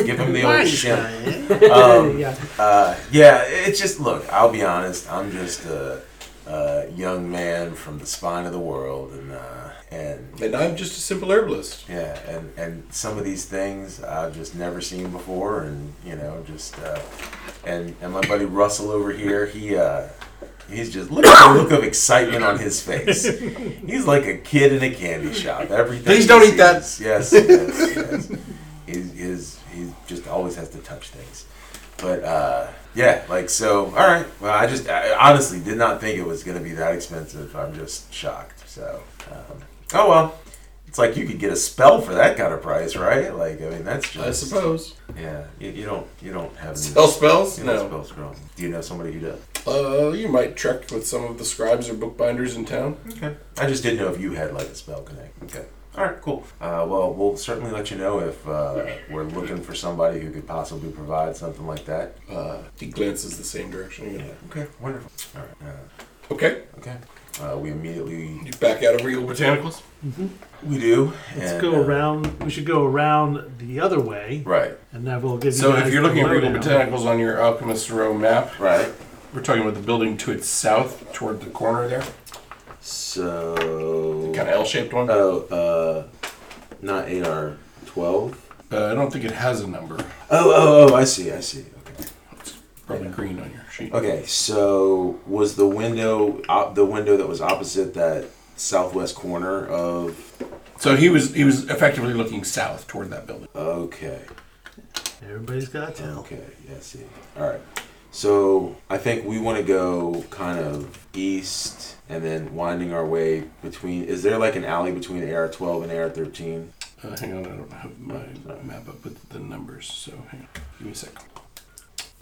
Give him the old shimp. um, yeah. Uh, yeah, it's just look. I'll be honest. I'm just a, a young man from the spine of the world, and uh, and and I'm just a simple herbalist. Yeah, and, and some of these things I've just never seen before, and you know, just uh, and and my buddy Russell over here, he uh, he's just look at the look of excitement on his face. He's like a kid in a candy shop. Everything. Please he don't eat that. sees- Yes, yes, yes. He's, he's, he just always has to touch things. But uh, yeah, like so. All right. Well, I just I honestly did not think it was going to be that expensive. I'm just shocked. So, um, oh well. It's like you could get a spell for that kind of price, right? Like I mean, that's just I suppose. yeah. You, you don't you don't have any Spell spells? you No. don't spell scroll. Do you know somebody who does? Uh, you might check with some of the scribes or bookbinders in town. Okay. I just didn't know if you had like a spell connect. Okay. All right, cool. Uh, well, we'll certainly let you know if uh, we're looking for somebody who could possibly provide something like that. Uh, he glances the same direction again. Okay, wonderful. All right. Uh, Okay. Okay. Uh, we immediately You back out of Regal Botanicals. we do. Let's and, go uh, around. We should go around the other way, Right. and that will give you. So guys if you're the looking at Regal lowdown. Botanicals on your Alchemist Row map, Right. we're talking about the building to its south toward the corner there, So. kind of L-shaped one. Uh, Oh, uh, not AR twelve. I don't think it has a number. Oh, oh, oh! I see. I see. Okay. Probably green on your sheet. Okay. So was the window op- the window that was opposite that southwest corner of? So he was he was effectively looking south toward that building. Okay. Everybody's got to. Okay. Yeah. I See. All right. So I think we want to go kind of east and then winding our way between. Is there like an alley between AR twelve and AR thirteen? Uh, hang on, I don't have my map up with the numbers, so hang on. Give me a sec.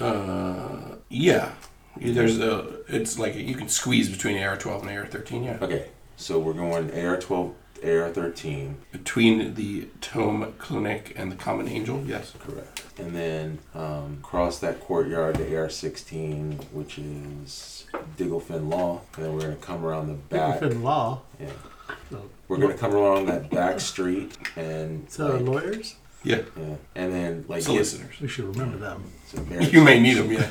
Uh, yeah. Yeah, There's a, it's like you can squeeze between AR-12 and AR-13, yeah. Okay. So we're going AR twelve, AR thirteen. Between the Tome Clinic and the Common Angel, yes. Correct. And then um, cross that courtyard to AR 16, which is Digglefin Law. And then we're going to come around the back. Griffin Law. Yeah. So- We're going to come along that back street and. So like, lawyers, Yeah, yeah. And then, like. solicitors. we should (laughs) remember them. so AR You may need them, yeah.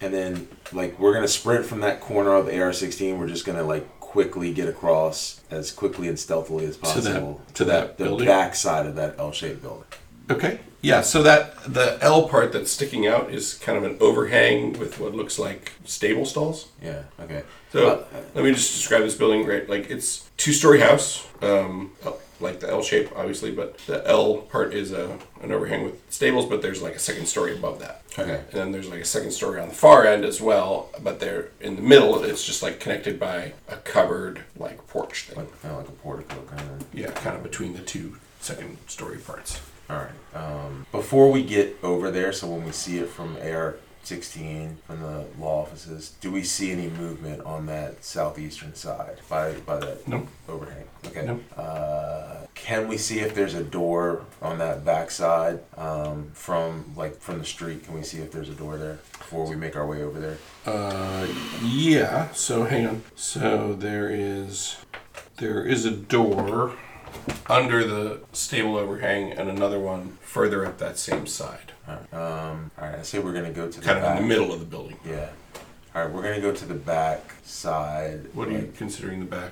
and then like we're gonna sprint from that corner of AR-16. We're just gonna like quickly get across as quickly and stealthily as that- possible to that the building? back side of that L-shaped building. Okay. Yeah, so that the L part that's sticking out is kind of an overhang with what looks like stable stalls. Yeah. Okay. So let me just describe this building, right? Like it's two-story house, um, L- like the L shape, obviously, but the L part is a, an overhang with stables, but there's like a second story above that. Okay. And then there's like a second story on the far end as well, but there in the middle, it's just like connected by a cupboard, like porch thing. Like kind of like a portico kind of. Yeah, kind of between the two second story parts. All right. Um, before we get over there, so when we see it from AR 16 from the law offices, do we see any movement on that southeastern side by by that No. overhang? Okay. No. Uh, can we see if there's a door on that backside um, from like from the street? Can we see if there's a door there before we make our way over there? Uh, yeah. So hang on. So there is, there is a door under the stable overhang, and another one further up that same side, All right. Um, all right. I say we're gonna go to the kind of back. in the middle of the building. Yeah. All right. We're gonna go to the back side. What are like, you considering the back?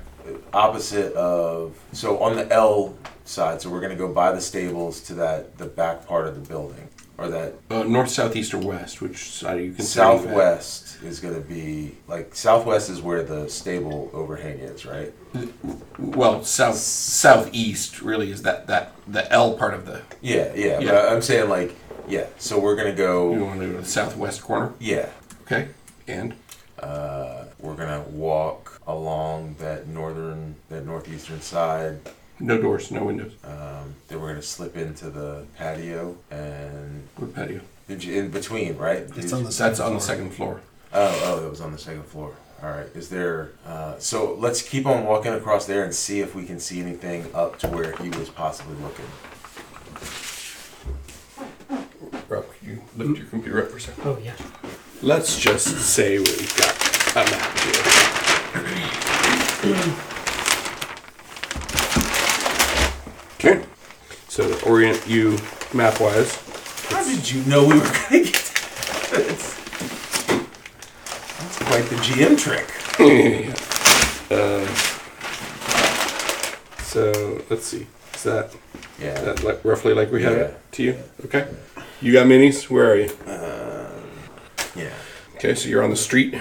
opposite of so on the L side. So we're gonna go by the stables to that the back part of the building or that Uh, north, south, east, or west? Which side are you considering? the back? southwest is gonna be like southwest is where the stable overhang is, right? Well, south, southeast really is that that the L part of the. Yeah, yeah. Yeah. But I'm saying like yeah. So we're gonna You go want to go to the southwest corner? yeah. Okay. And Uh, we're gonna walk along that northern that northeastern side. no doors, no windows. Um, then we're gonna slip into the patio and Good patio. in between, right? It's on the That's on the second floor. Oh, oh, that was on the second floor. All right. Is there? Uh, so let's keep on walking across there and see if we can see anything up to where he was possibly looking. Rob, could you lift your computer up for a second? Oh yeah. Let's just say we've got a map here. Okay. So to orient you map wise, How did you know we were going to get (laughs) that? That's, that's quite the GM trick. Uh, so let's see. Is that, Yeah. that like roughly like we have it Yeah. to you? Okay. You got minis? Where are you? yeah. Okay, so you're on the street.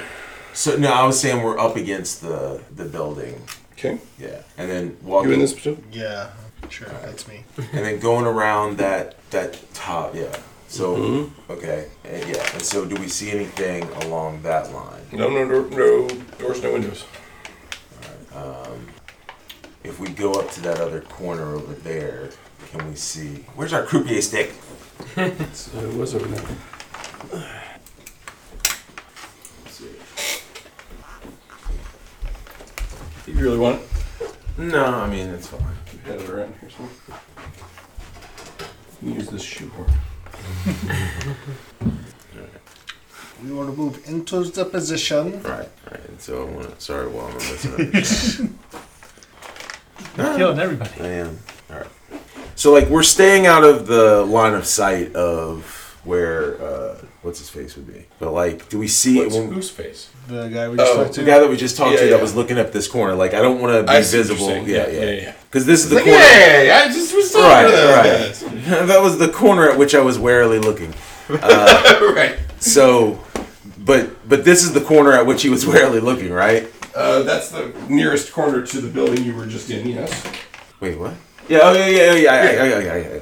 So no, I was saying we're up against the the building. Okay. Yeah. And then walking You in this position? Yeah, sure, that's me. and then going around that that top. Yeah. So Mm-hmm. okay. And yeah. And so do we see anything along that line? No, no, no, no doors, no windows. If we go up to that other corner over there, can we see? Where's our croupier stick? Uh, So it was over there. Do you really want it? No, I mean it's fine. You had it around here somewhere. You Use this shoehorn. We want to move into the position. Right, right. And so I want to. Sorry, while (laughs) I'm listening. Killing everybody. I am. All right. So like we're staying out of the line of sight of where uh, what's his face would be, but like, do we see What's when- whose face? The guy we just Oh, talked the to. guy that we just talked Yeah, to yeah. that was looking up this corner? Like I don't want to be I see what you're visible. saying. Yeah, Yeah, yeah, yeah, yeah. Because this is the Like, corner. hey, I just was talking Right, to those right. guys. (laughs) that was the corner at which I was warily looking. right. So, but but this is the corner at which he was (laughs) warily looking, right? Uh, that's the nearest corner to the building you were just in. Yes. Wait, what? Yeah, oh, yeah, yeah, yeah, yeah, yeah, yeah, yeah,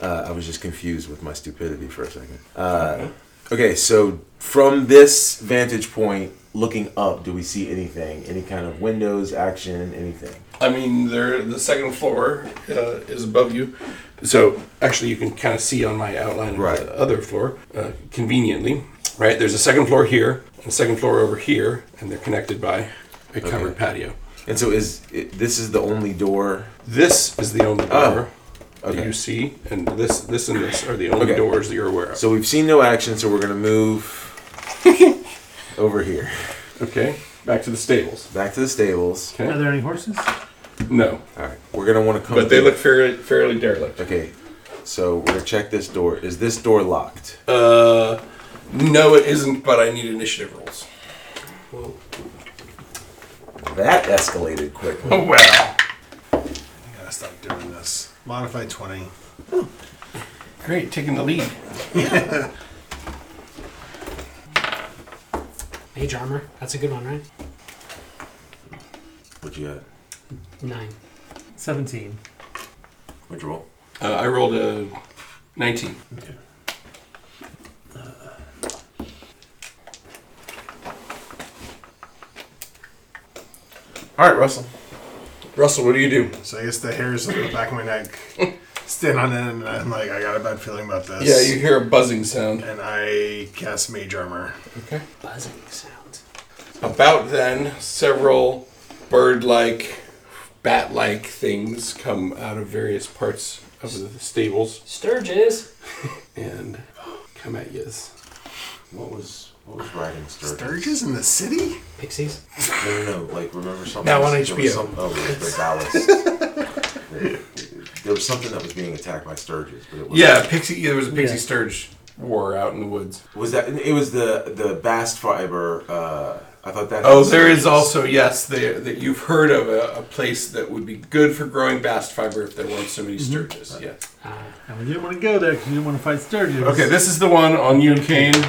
yeah. Uh, I was just confused with my stupidity for a second. Uh, okay, so from this vantage point, looking up, do we see anything? Any kind of windows, action, anything? I mean, there the second floor uh, is above you, so actually you can kind of see on my outline Right. of the other floor uh, conveniently. Right there's a second floor here and a second floor over here, and they're connected by a covered patio. And so is it, this is the only door? This is the only Oh, door that okay. you see, and this this and this are the only Okay. doors that you're aware of. So we've seen no action, so we're gonna (laughs) move over here, okay, back to the stables. back to the stables. Are there any horses? No, All right, we're gonna want to come. but they through. look fairly fairly derelict. okay. So we're gonna check this door. Is this door locked? Uh, no, it isn't. But I need initiative rolls. That escalated quickly. Oh wow! I gotta stop doing this. Modified 20. Great, taking the lead. Mage armor. That's a good one, right? What you uh, got? Nine. 17. Which roll? Uh, I rolled a 19. All right, Russell. Russell, what do you do? So I guess the hairs on the back of my neck stand on end, and I'm like, I got a bad feeling about this. Yeah, you hear a buzzing sound. And I cast Mage Armor. Okay. Buzzing sound. About then, several bird like, bat like things come out of various parts of the stables Sturges. and come at you. What was what was riding Sturgis? Sturges in the city? Pixies. No, no, no. Like remember something? Now on there was HBO. some- oh, it was the Dallas. (laughs) there was something that was being attacked by Sturgis, but it was Yeah, pixie. Yeah, there was a pixie Yeah. sturge war out in the woods. Was that? It was the the Bast fiber. Uh, I thought that. Oh, there is also yes, the, that you've heard of a, a place that would be good for growing bast fiber if there weren't so many sturges. Yes. And we didn't want to go there because we didn't want to fight Sturgis. Okay, this is the one on Unicane.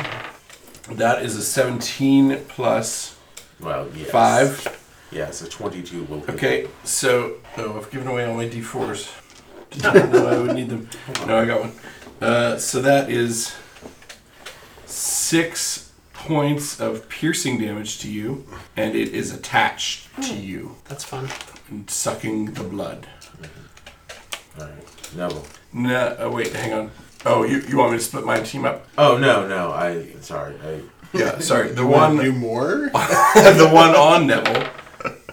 That is a 17 plus Well, yes. 5. Yeah, so twenty-two will. hit. Okay, so oh, I've given away all my d4s. Didn't know (laughs) I would need them. No, I got one. Uh, so that is 6 points of piercing damage to you, and it is attached to you That's fun. and sucking the blood. All right. Neville. No, oh, wait, hang on. Oh, you, you want me to split my team up? Oh no, no. I sorry. I Yeah, (laughs) sorry. The one, Do more? the one on Neville.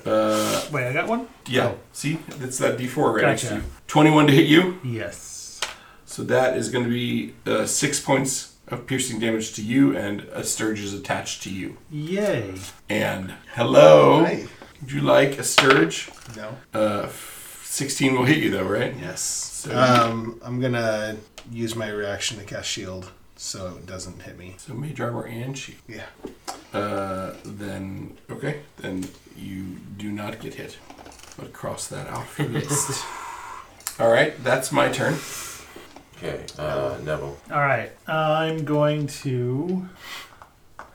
Uh, Wait, I got one? yeah. See, it's that D4 right next to Gotcha. you. 21 to hit you. Yes. So that is going to be uh, six points of piercing damage to you, and a sturge is attached to you. Yay. And hello, Hi. would you like a sturge? No. Uh, f- 16 will hit you though, right? Yes. So, Uh, Um, I'm gonna use my reaction to cast Shield so it doesn't hit me. so mage armor and shield. Yeah. Uh, then okay, then you do not get hit. But cross that (laughs) out for this. All right, that's my turn. okay. Uh, Neville. All right. I'm going to.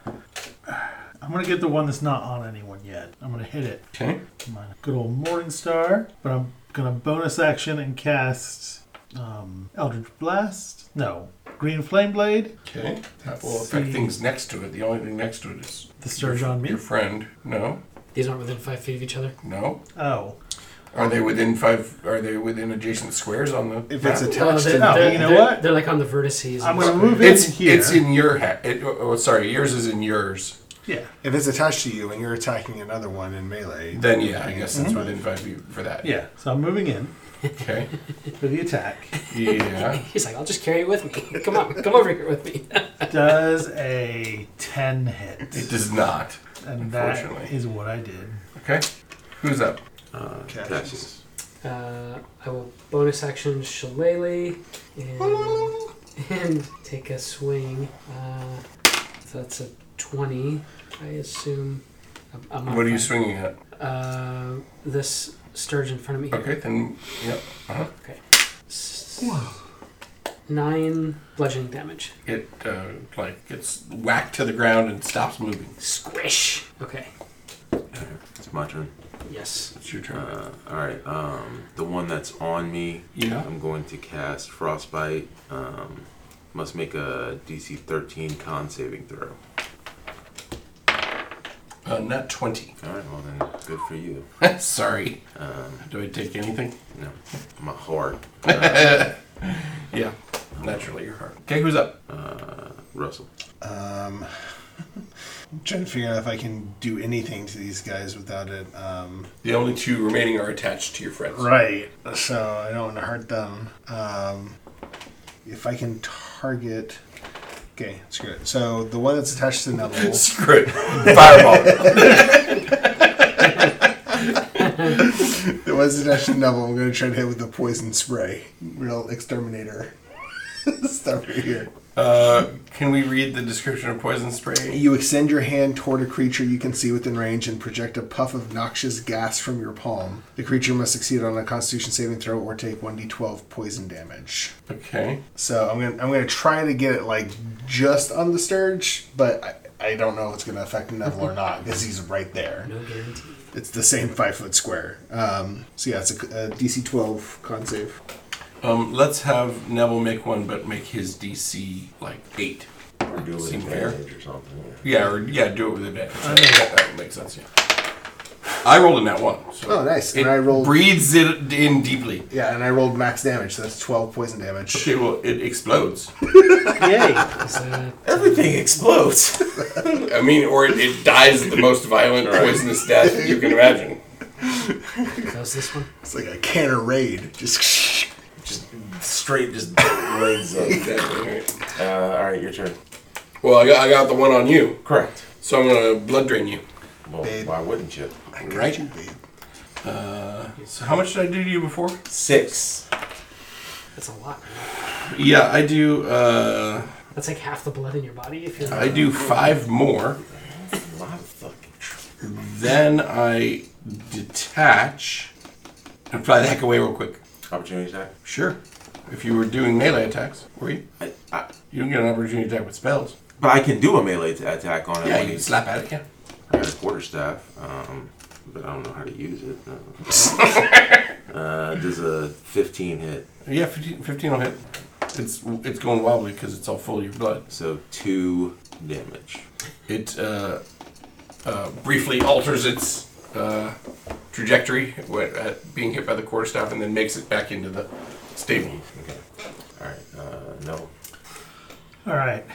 I'm going to get the one that's not on anyone yet. I'm going to hit it. Okay. my good old Morning Star, but I'm gonna bonus action and cast um, Eldritch Blast. No, Green Flame Blade. Okay. That Let's will affect see. things next to it. The only thing next to it is The Sturge on me. your friend. No. These aren't within five feet of each other. No. Oh, Are they within five? Are they within adjacent squares on the? If it's map? attached they're, to me, they're- you know they're- what? They're like on the vertices. I'm and gonna move it in it's here. it's in your hat. It, oh, oh, sorry, yours is in yours. yeah. if it's attached to you and you're attacking another one in melee, Then yeah, I guess it's within five feet for that. Mm-hmm. Yeah, so I'm moving in Okay. for the attack. Yeah. He's like, I'll just carry it with me. (laughs) Come on, come over here with me. Does a 10 hit? It does not. and that Unfortunately. is what I did. Okay. Who's up? Uh, Cassius. Cassius. (laughs) Uh, I will bonus action shillelagh and, and take a swing. Uh, so that's a 20, I assume. I'm- I'm not What are you fine. swinging at? Uh, this sturge in front of me. Okay, then. Yep. Uh-huh. S- Nine bludgeoning damage. It uh, like gets whacked to the ground and stops moving. Squish. Okay. It's my turn. Yes. It's your turn. Uh, all right. Um, the one that's on me, yeah. I'm going to cast Frostbite. Um, must make a DC 13 con saving throw. Uh, not twenty. (laughs) All right. Well then, good for you. Sorry. Um, Do I take anything? no, my (laughs) heart. Yeah. Naturally, your heart. Okay, who's up? Uh, Russell. Um, I'm trying to figure out if I can do anything to these guys without it. Um, The only two remaining are attached to your friends. right. So I don't want to hurt them. Um, if I can target. Okay, screw it. So the one that's attached to Neville. (laughs) Screw it. Fireball. (laughs) the one that's attached to Neville, I'm going to try to hit with the poison spray. Real exterminator (laughs) stuff right here. uh, can we read the description of poison spray? You extend your hand toward a creature you can see within range and project a puff of noxious gas from your palm. The creature must succeed on a Constitution saving throw or take 1d12 poison damage. Okay. So I'm gonna I'm gonna try to get it like just on the Sturge, but I, I don't know if it's gonna affect Neville or not because he's right there. No guarantee. It's the same five foot square. Um, so yeah, it's a, a DC 12 con save. Um, let's have Neville make one, but make his DC like eight. Or do it with Seem fair. advantage or something. yeah. Yeah, or yeah, do it with advantage. That, that would make sense. Yeah. I rolled in that one. So Oh, nice. It And I rolled breathes it in deeply. yeah, and I rolled max damage, so that's 12 poison damage. Okay, well, it explodes. Yay! (laughs) Is that- Everything explodes. I mean, or it, it dies the most violent, poisonous death you can imagine. that was this one? It's like a canner raid. Just (laughs) Just straight, just lays up. Exactly. right. Uh, all right, your turn. (laughs) Well, I got, I got the one on you, Correct. so I'm gonna blood drain you. Well, Babe. why wouldn't you? I got Right. you, babe. So how much did I do to you before? Six. That's a lot. Yeah, I do. Uh, That's like half the blood in your body if you're. I do five more. Then I detach and fly the heck away real quick. Opportunity attack. Sure. If you were doing melee attacks, were you? I, I, You don't get an opportunity attack with spells. but I can do a melee t- attack on it. when Yeah, you can he's- slap at it. Yeah. I got a quarterstaff, um, but I don't know how to use (laughs) it. No. uh, does a 15 hit, Yeah, 15, 15 will hit. It's it's going wildly because it's all full of your blood. so two damage. It uh, uh, briefly alters its uh, trajectory wh- at being hit by the quarterstaff and then makes it back into the stable. Okay. All right. Uh, no. All right,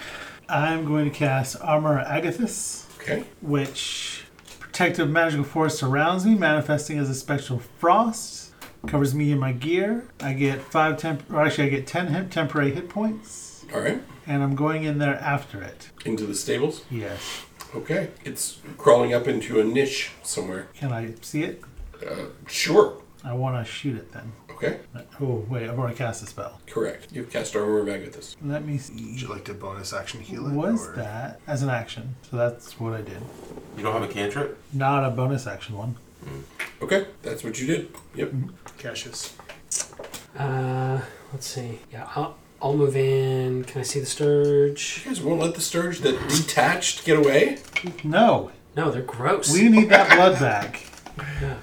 I'm going to cast Armor Agathis. Okay. which protective magical force surrounds me, manifesting as a spectral frost. Covers me and my gear. I get five temp, or actually, I get ten hip temporary hit points, All right. and I'm going in there after it. Into the stables. Yes. Okay. It's crawling up into a niche somewhere. Can I see it? Uh, sure. I want to shoot it then. Okay. Oh wait, I've already cast a spell. Correct. You've cast armor of Agathis. Let me see. Would you like to bonus action heal it? Was or- that as an action? So that's what I did. You don't have a cantrip? Not a bonus action one. Okay. That's what you did. Yep. Mm-hmm. Cassius. Uh, let's see. Yeah, I'll, I'll move in. Can I see the Sturge? You guys won't let the Sturge that detached get away? No, No, they're gross. we need that blood back. yeah.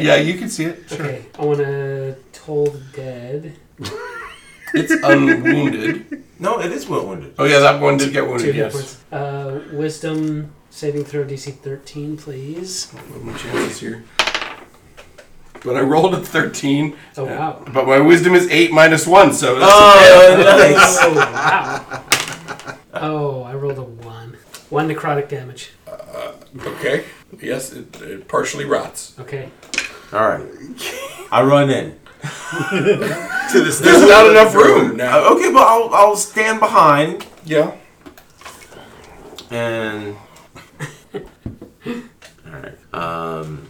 Yeah, I, you can see it. Okay, I want to toll the dead. (laughs) It's unwounded. No, it is well wounded. Oh, yeah, that one did get Two wounded, hit yes. points. Uh, wisdom saving throw DC 13, please. What my chances here? But I rolled a 13. Oh, wow. But my wisdom is 8 minus 1, so (laughs) that's Oh, wow. Oh, I rolled a 1. 1 necrotic damage. Oh. okay. Yes, it, it partially rots. Okay. All right. I run in. to this There's not enough (laughs) room now. Uh, okay, but I'll, I'll stand behind (laughs) Yeah. and right. Um,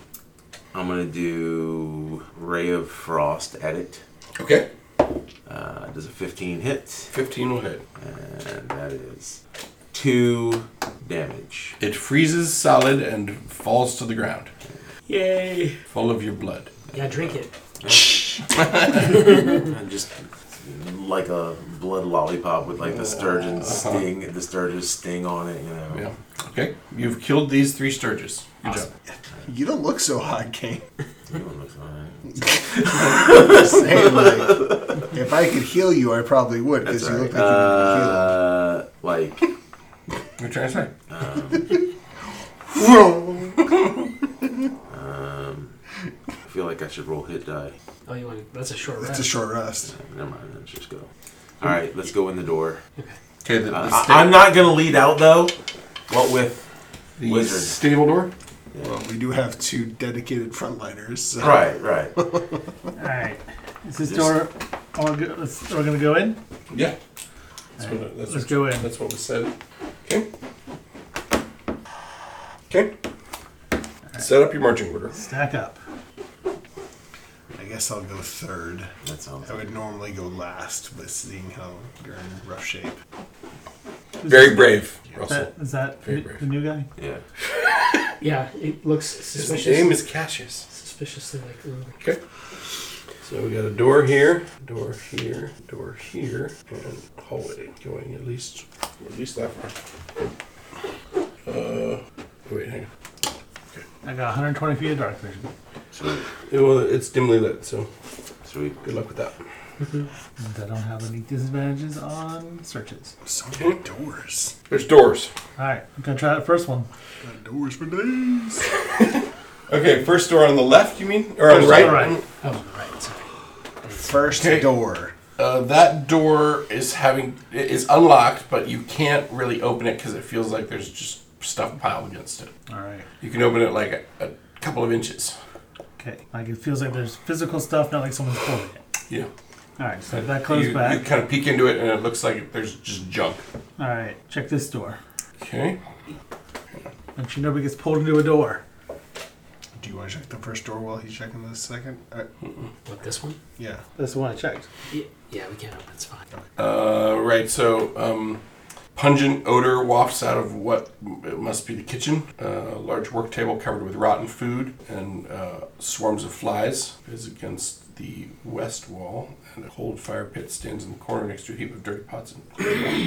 I'm gonna do Ray of Frost edit. Okay. Uh, does a 15 hit, 15 will hit. and that is two damage. It freezes solid and falls to the ground, Yay. full of your blood. Yeah, drink it. And just like a blood lollipop with like the sturgeon sting, the sturgeon's sting on it, you know. Yeah. Okay. You've killed these three sturges. Good job. You don't look so hot, Kane. (laughs) That one looks alright. Saying, like, if I could heal you, I probably would because That's you look right. like Uh, like What are you trying to say? you could be healed. um, I feel like I should roll hit die. Oh, you want that's a Uh, short That's a rest. short rest. Never mind, let's just go. All right, let's go in the door. Okay. The, the, Uh, sta- I, am not gonna lead out though. What with the wizard. stable door. Well, we do have two dedicated frontliners. So. right, right. All right. Is this door? Are we go- let's- are we gonna go in? Yeah. That's what, that's Let's what, go in. that's what was said. (laughs) Okay. Okay. Set up your marching order. Stack up. I guess I'll go third. That sounds. I would normally go last, but seeing how you're in rough shape. Very brave, Is Russell. that, is that Very the, brave. the new guy? Yeah. Yeah, it looks His suspicious, name is Cassius. suspiciously like. ooh. Okay. So we got a door here, door here, door here, and hallway going at least at least that far. Uh, wait, hang on. I got 120 feet of dark vision. Sweet, Yeah, Well, it's dimly lit, so sweet. good luck with that. And I don't have any disadvantages on searches. So many doors. There's doors. All right. I'm gonna try the first one. Got doors for days. Okay, first door on the left, you mean, or on the right? All right. Oh, right. Sorry. First Okay. door. Uh, that door is having it is unlocked, but you can't really open it because it feels like there's just stuff piled against it. All right. You can open it like a, a couple of inches. Okay. Like it feels like there's physical stuff, not like someone's pulling it. Yeah. All right. So that goes you, back. You kind of peek into it, and it looks like there's just junk. All right. Check this door. Okay. Make sure nobody gets pulled into a door. Do you want to check the first door while he's checking the second? Uh, What this one? (laughs) yeah. That's the one I checked. Yeah, yeah, we can't open. It's fine. Uh, right. So, um, pungent odor wafts out of what m- it must be the kitchen. Uh, a large work table covered with rotten food and uh, swarms of flies is against the west wall, and a cold fire pit stands in the corner next to a heap of dirty pots and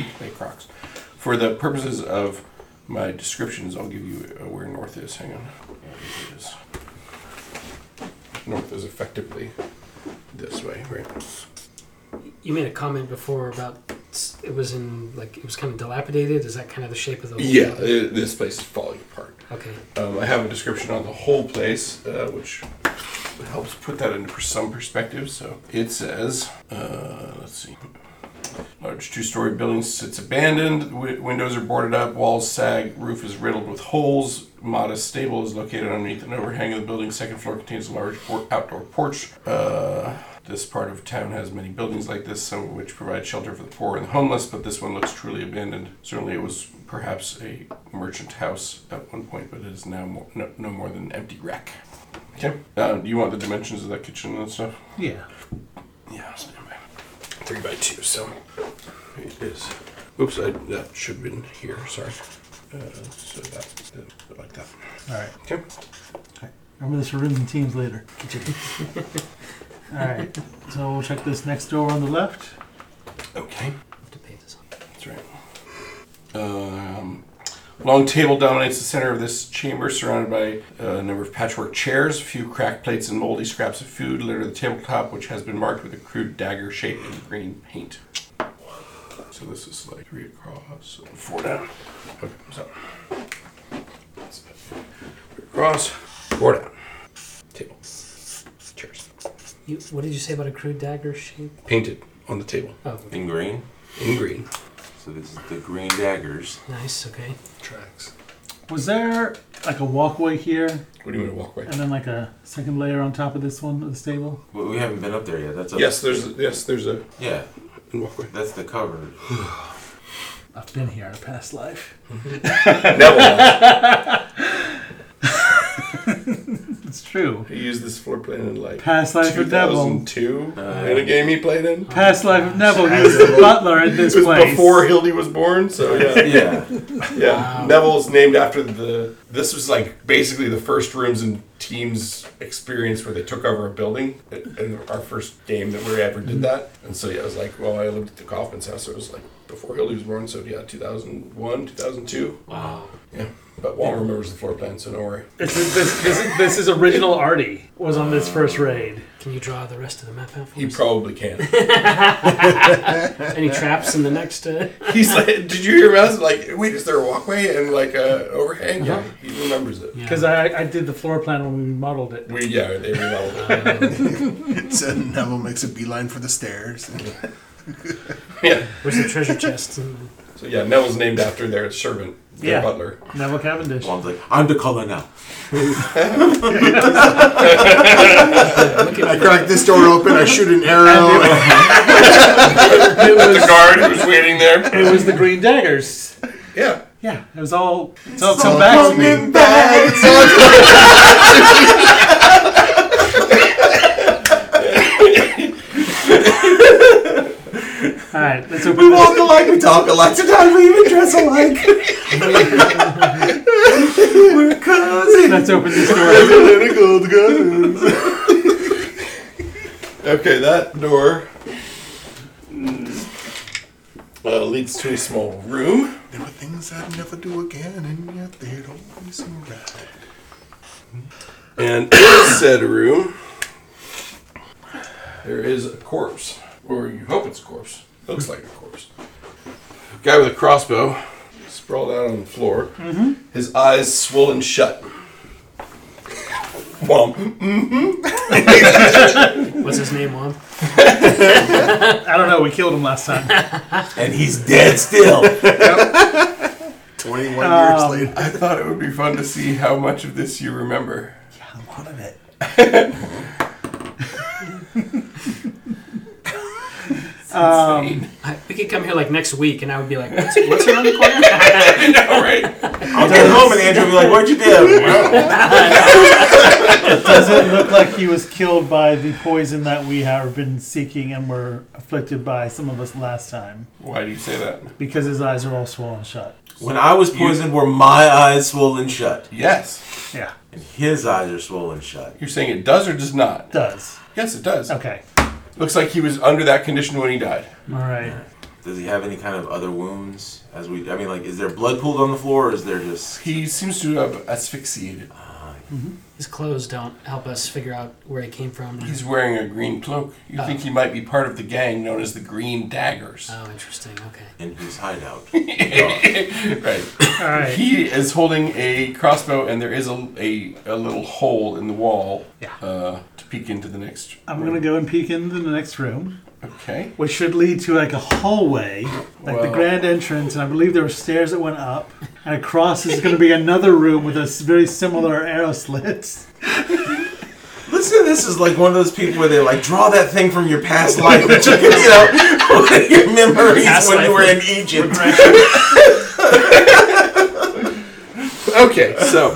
(coughs) clay crocks. For the purposes of my descriptions, I'll give you uh, where north is. Hang on. It is- North is effectively this way, right? You made a comment before about s- it was in like it was kind of dilapidated. Is that kind of the shape of the? Yeah, i this place is falling apart. Okay. Um, I have a description on the whole place, uh, which helps put that into per- some perspective. So it says, uh, let's see. Large two story building sits abandoned. W- windows are boarded up, walls sag, roof is riddled with holes. Modest stable is located underneath an overhang of the building. Second floor contains a large por- outdoor porch. Uh, this part of town has many buildings like this, some of which provide shelter for the poor and the homeless, but this one looks truly abandoned. Certainly, it was perhaps a merchant house at one point, but it is now more, no, no more than an empty wreck. Okay. Uh, do you want the dimensions of that kitchen and stuff? Yeah. Yeah, stand by. Three by two, so it is. Oops, I, that should have been here. Sorry. Uh, so that uh, like that. All right. Okay. Remember this for rooms and teams later. All right. So we'll check this next door on the left. Okay. I have to pay this. off. That's right. Um, long table dominates the center of this chamber, surrounded by a number of patchwork chairs, a few cracked plates, and moldy scraps of food litter the tabletop, which has been marked with a crude dagger shaped in green paint. So this is like three across, and four down. Okay, so three across, four down. Table, chairs, You, what did you say about a crude dagger shape? painted on the table Oh, In green. in green. So this is the green daggers. nice. Okay. Tracks. Was there like a walkway here What do you mean a walkway? and then like a second layer on top of this one of the stable? Well, we haven't been up there yet. That's up. Yes, there's yes, there's a Yeah, walkway. that's the (laughs) cover. I've been here in a past life. Neville. True. He used this floor plan in like Past life of Neville. 2002 in a game he played in. It Past life of Neville. He was the butler in this was place. before Hildy was born, so (laughs) yeah. Yeah. Yeah, Neville's named after the. This was like basically the first rooms and teams experience where they took over a building. And our first game that we ever Mm-hmm. did that. And so yeah, I was like, well, I lived at the Kaufman's house. So it was like before Hildy was born. So yeah, 2001, 2002. Wow. Yeah, but Wong remembers the floor plan, so don't worry. This is, this, this, is, this is original Artie was on this first raid. Can you draw the rest of the map out for He us? probably can. Any traps in the next? Uh... He's like, did you hear us? Like, wait, is there a walkway and like a overhang? Yeah, he remembers it. Yeah. Because I, I did the floor plan when we remodeled it. We yeah, they remodeled it. So Neville makes a beeline for the stairs. (laughs) yeah. Where's the treasure chest? And So yeah, Neville's named after their servant, their Yeah. butler. Neville Cavendish. Well, I'm like, I'm the color now. I crack this door open. I shoot an arrow. It The was, guard who's waiting there. it was the Green Daggers. Yeah. Yeah, it was all. It's all come back to me. All right, let's open. this- (laughs) alike, we talk alike, sometimes we even dress alike. We're cousins. Let's open this door. (laughs) Okay, that door uh, leads to a small room. There were things I'd never do again, and yet they'd always seem right. And (coughs) in said room, there is a corpse. Or you hope it's a corpse. Looks like a corpse. Guy with a crossbow sprawled out on the floor, Mm-hmm. his eyes swollen shut. Womp. what's his name on? I don't know. We killed him last time. And he's dead (laughs) still. 21 Um, years later. I thought it would be fun to see how much of this you remember. I'm out of (laughs) it. (laughs) Um, I, we could come here like next week, and I would be like, "What's, what's around the corner?" I know, right? (laughs) I'll get home and Andrew will be like, what'd you do? Well, (laughs) does it look like he was killed by the poison that we have been seeking and were afflicted by some of us last time? Why do you say that? Because his eyes are all swollen shut. when I was poisoned, were my eyes swollen shut? Yes. Yeah, And his eyes are swollen shut. You're saying it does or does not? does. Yes, it does. Okay. Looks like he was under that condition when he died. All right. Does he have any kind of other wounds? As we, I mean, like, is there blood pooled on the floor, or is there just? He seems to have asphyxiated. His clothes don't help us figure out where he came from. He's wearing a green cloak. You think he might be part of the gang known as the Green Daggers. Oh, interesting. Okay. In his hideout. right. All Uh-huh. right. He is holding a crossbow, and there is a, a, a little hole in the wall Yeah. uh, to peek into the next. I'm gonna go and peek into the next room, Okay. which should lead to like a hallway, like the Wow. grand entrance, and I believe there were stairs that went up, and across is gonna be another room with a s- very similar arrow slits. Listen, this is like one of those people where they like draw that thing from your (laughs) past life, that you can, you know, (laughs) one of your memories Past when you life were in Egypt. (laughs) Okay, so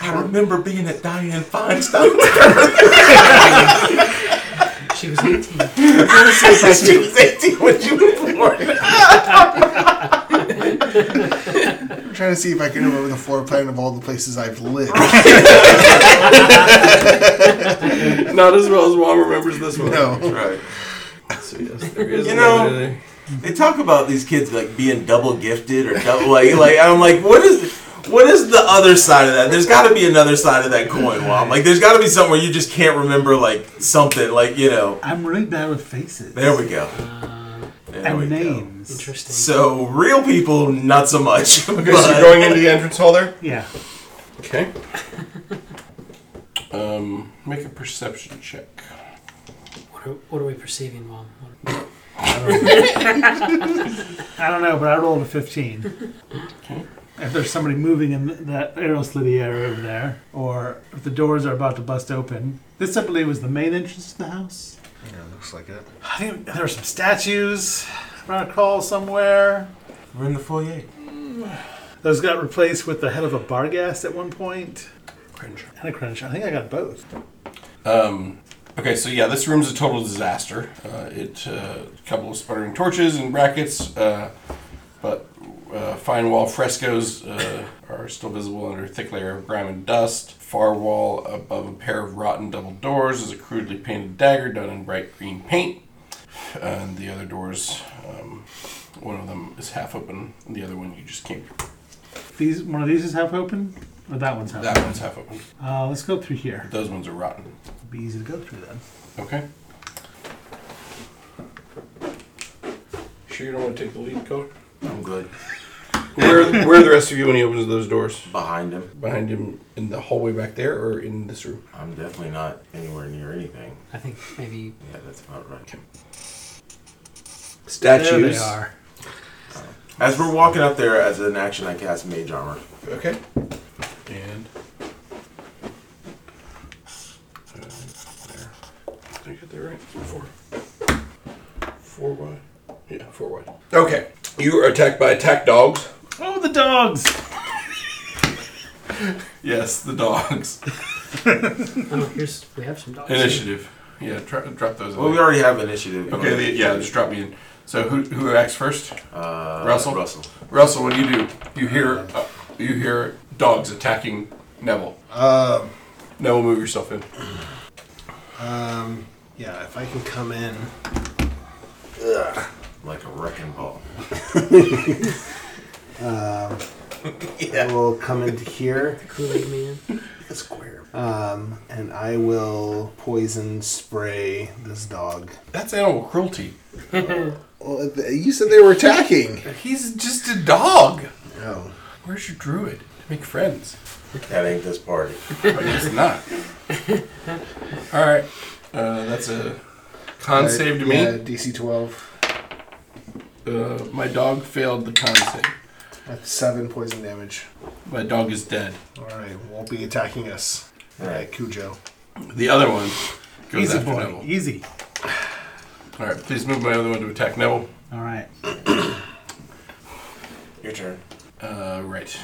I remember being at Diane (laughs) Feinstein. She was 18. she was 18 when she was born. I'm trying to see if I can remember the floor plan of all the places I've lived. not as well as Juan remembers this one. No. Right. So yes, there is You know- another there. They talk about these kids like being double gifted or double like like I'm like what is what is the other side of that? There's got to be another side of that coin. Well, I'm like there's got to be somewhere you just can't remember like something like you know. I'm really bad with faces. There we go. There we And go. names. Interesting. (laughs) So real people, not so much. (laughs) Okay, so you're going into the entrance hall there? Yeah. Okay. Um, make a perception check. What are, what are we perceiving, Mom? What are- I don't know, but I rolled a 15. If there's somebody moving in that arrow slitty area over there, or if the doors are about to bust open. This, I believe, was the main entrance to the house. Yeah, looks like it. I think there were some statues around a call somewhere. Mm. We're in the foyer. Those got replaced with the head of a bar ghast at one point. Cringe. and a crunch. I think I got both. Um, okay, so yeah, this room's a total disaster. Uh, it uh, a couple of sputtering torches and brackets, uh, but uh, fine wall frescoes uh, are still visible under a thick layer of grime and dust. Far wall above a pair of rotten double doors is a crudely painted dagger done in bright green paint. And the other doors, um, one of them is half open, and the other one you just can't. These one of these is half open, or that one's half. That one's half open. open. Uh, let's go through here. Those ones are rotten. It'd be easy to go through then. Okay. Sure, you don't want to take the lead, Coach? I'm good. Where, where are the rest of you when he opens those doors? Behind him, behind him in the hallway back there or in this room? I'm definitely not anywhere near anything. I think maybe Yeah, that's about right. There they Statues. are. As we're walking up there, as an action, I cast Mage Armor. Okay. And. Uh, there. Did I get that right? Four. Four wide. Yeah, four wide. Okay. You are attacked by attack dogs. Oh, the dogs! Yes, the (laughs) dogs. oh here's we have some dogs. Initiative. Yeah, try, drop those. in Well, we there. already have initiative. Okay, the, yeah, just drop me in. So who, who acts first? Uh, Russell? Russell. Russell, what do you do? You hear uh, you hear dogs attacking Neville. Um, Neville, move yourself in. um, yeah, if I can come in. Like a wrecking ball. (laughs) Um, I will come into (laughs) here, Kool-Aid man. square, um, and I will poison spray this dog. That's animal cruelty. Well, uh, th- you said they were attacking. He's just a dog. Oh, Where's your druid? Make friends. That ain't this party. It's not. All right. Uh, that's a con save to me. Yeah, DC twelve. Uh, my dog failed the con save. That's seven poison damage. My dog is dead. All right, won't be attacking us. All right, Cujo. The other one goes Easy after boy, Neville. easy. All right. Please move my other one to attack Neville. All right. Your turn. Uh, right.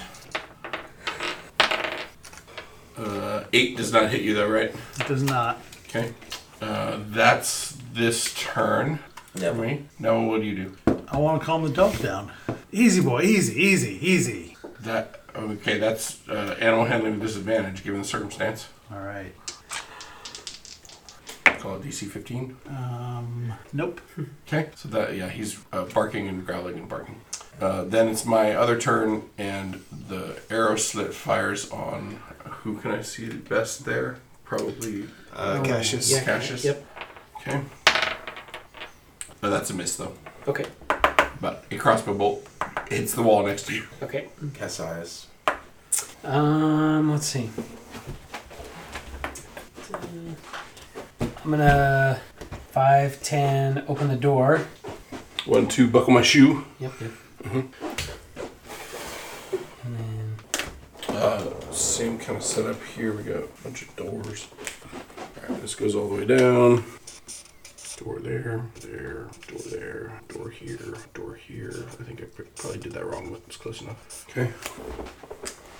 Uh, eight does not hit you though, right? It does not. Okay. Uh, that's this turn. Neville. Right? Neville, what do you do? I want to calm the dog down. Easy, boy. Easy, easy, easy. That okay? That's uh, animal handling with disadvantage given the circumstance. All right. Call it DC 15. Um. Nope. Okay, so that yeah, he's uh, barking and growling and barking. Uh, then it's my other turn, and the arrow slit fires on. Who can I see best there? Probably Uh, (laughs) Cassius. Oh, Yeah. Cassius. Yep. Okay. No, that's a miss though. Okay. But a crossbow bolt hits the wall next to you. Okay. Cassius. Um, let's see. I'm gonna five ten open the door. One, two, buckle my shoe. Yep. Yep. And then Uh, Same kind of setup here. We got a bunch of doors. All right, this goes all the way down. Door there, there, door there, door here, door here. I think I pr- probably did that wrong, but it's close enough. Okay.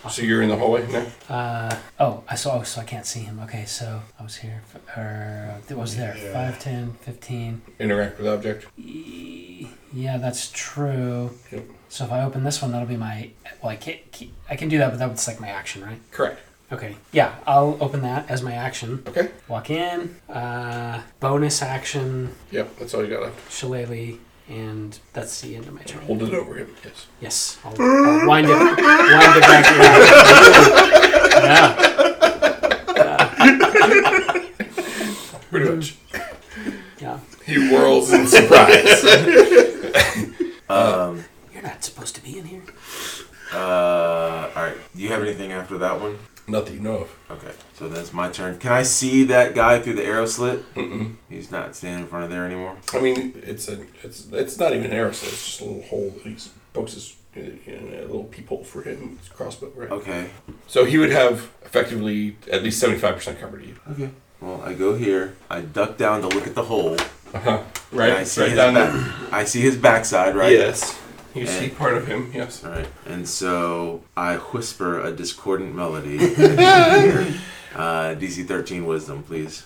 So you're in the hallway now? Uh, oh, I saw, so I can't see him. Okay, so I was here, f- or it was there. Yeah. Five, ten, fifteen. Interact with object. E- Yeah, that's true. Yep. So if I open this one, that'll be my. Well, I can't. keep- I can do that, but that's like my action, right? Correct. Okay. Yeah, I'll open that as my action. Okay. Walk in. Uh, bonus action, Yep, that's all you got left. shillelagh, and that's the end of my turn. Hold it over him. Yes. Yes, I'll, I'll wind it. Wind it back around. (laughs) yeah. Pretty much. Yeah. He whirls in surprise. Uh, Um, You're not supposed to be in here. uh, alright. Do you have anything after that one? Not that you know of. Okay. So that's my turn. Can I see that guy through the arrow slit? Mm-mm. He's not standing in front of there anymore. I mean, it's a, it's, it's not even an arrow, so it's just a little hole that he pokes his, you know, a little peephole for him. It's a crossbow, right? Okay. So he would have effectively at least 75% cover to you. Okay. Well, I go here. I duck down to look at the hole. Uh-huh. and I Right? see Right his down there. back- I see his backside, right? Yes. You see part of him, yes. All right. And so I whisper a discordant melody. (laughs) uh, DC 13 wisdom, please.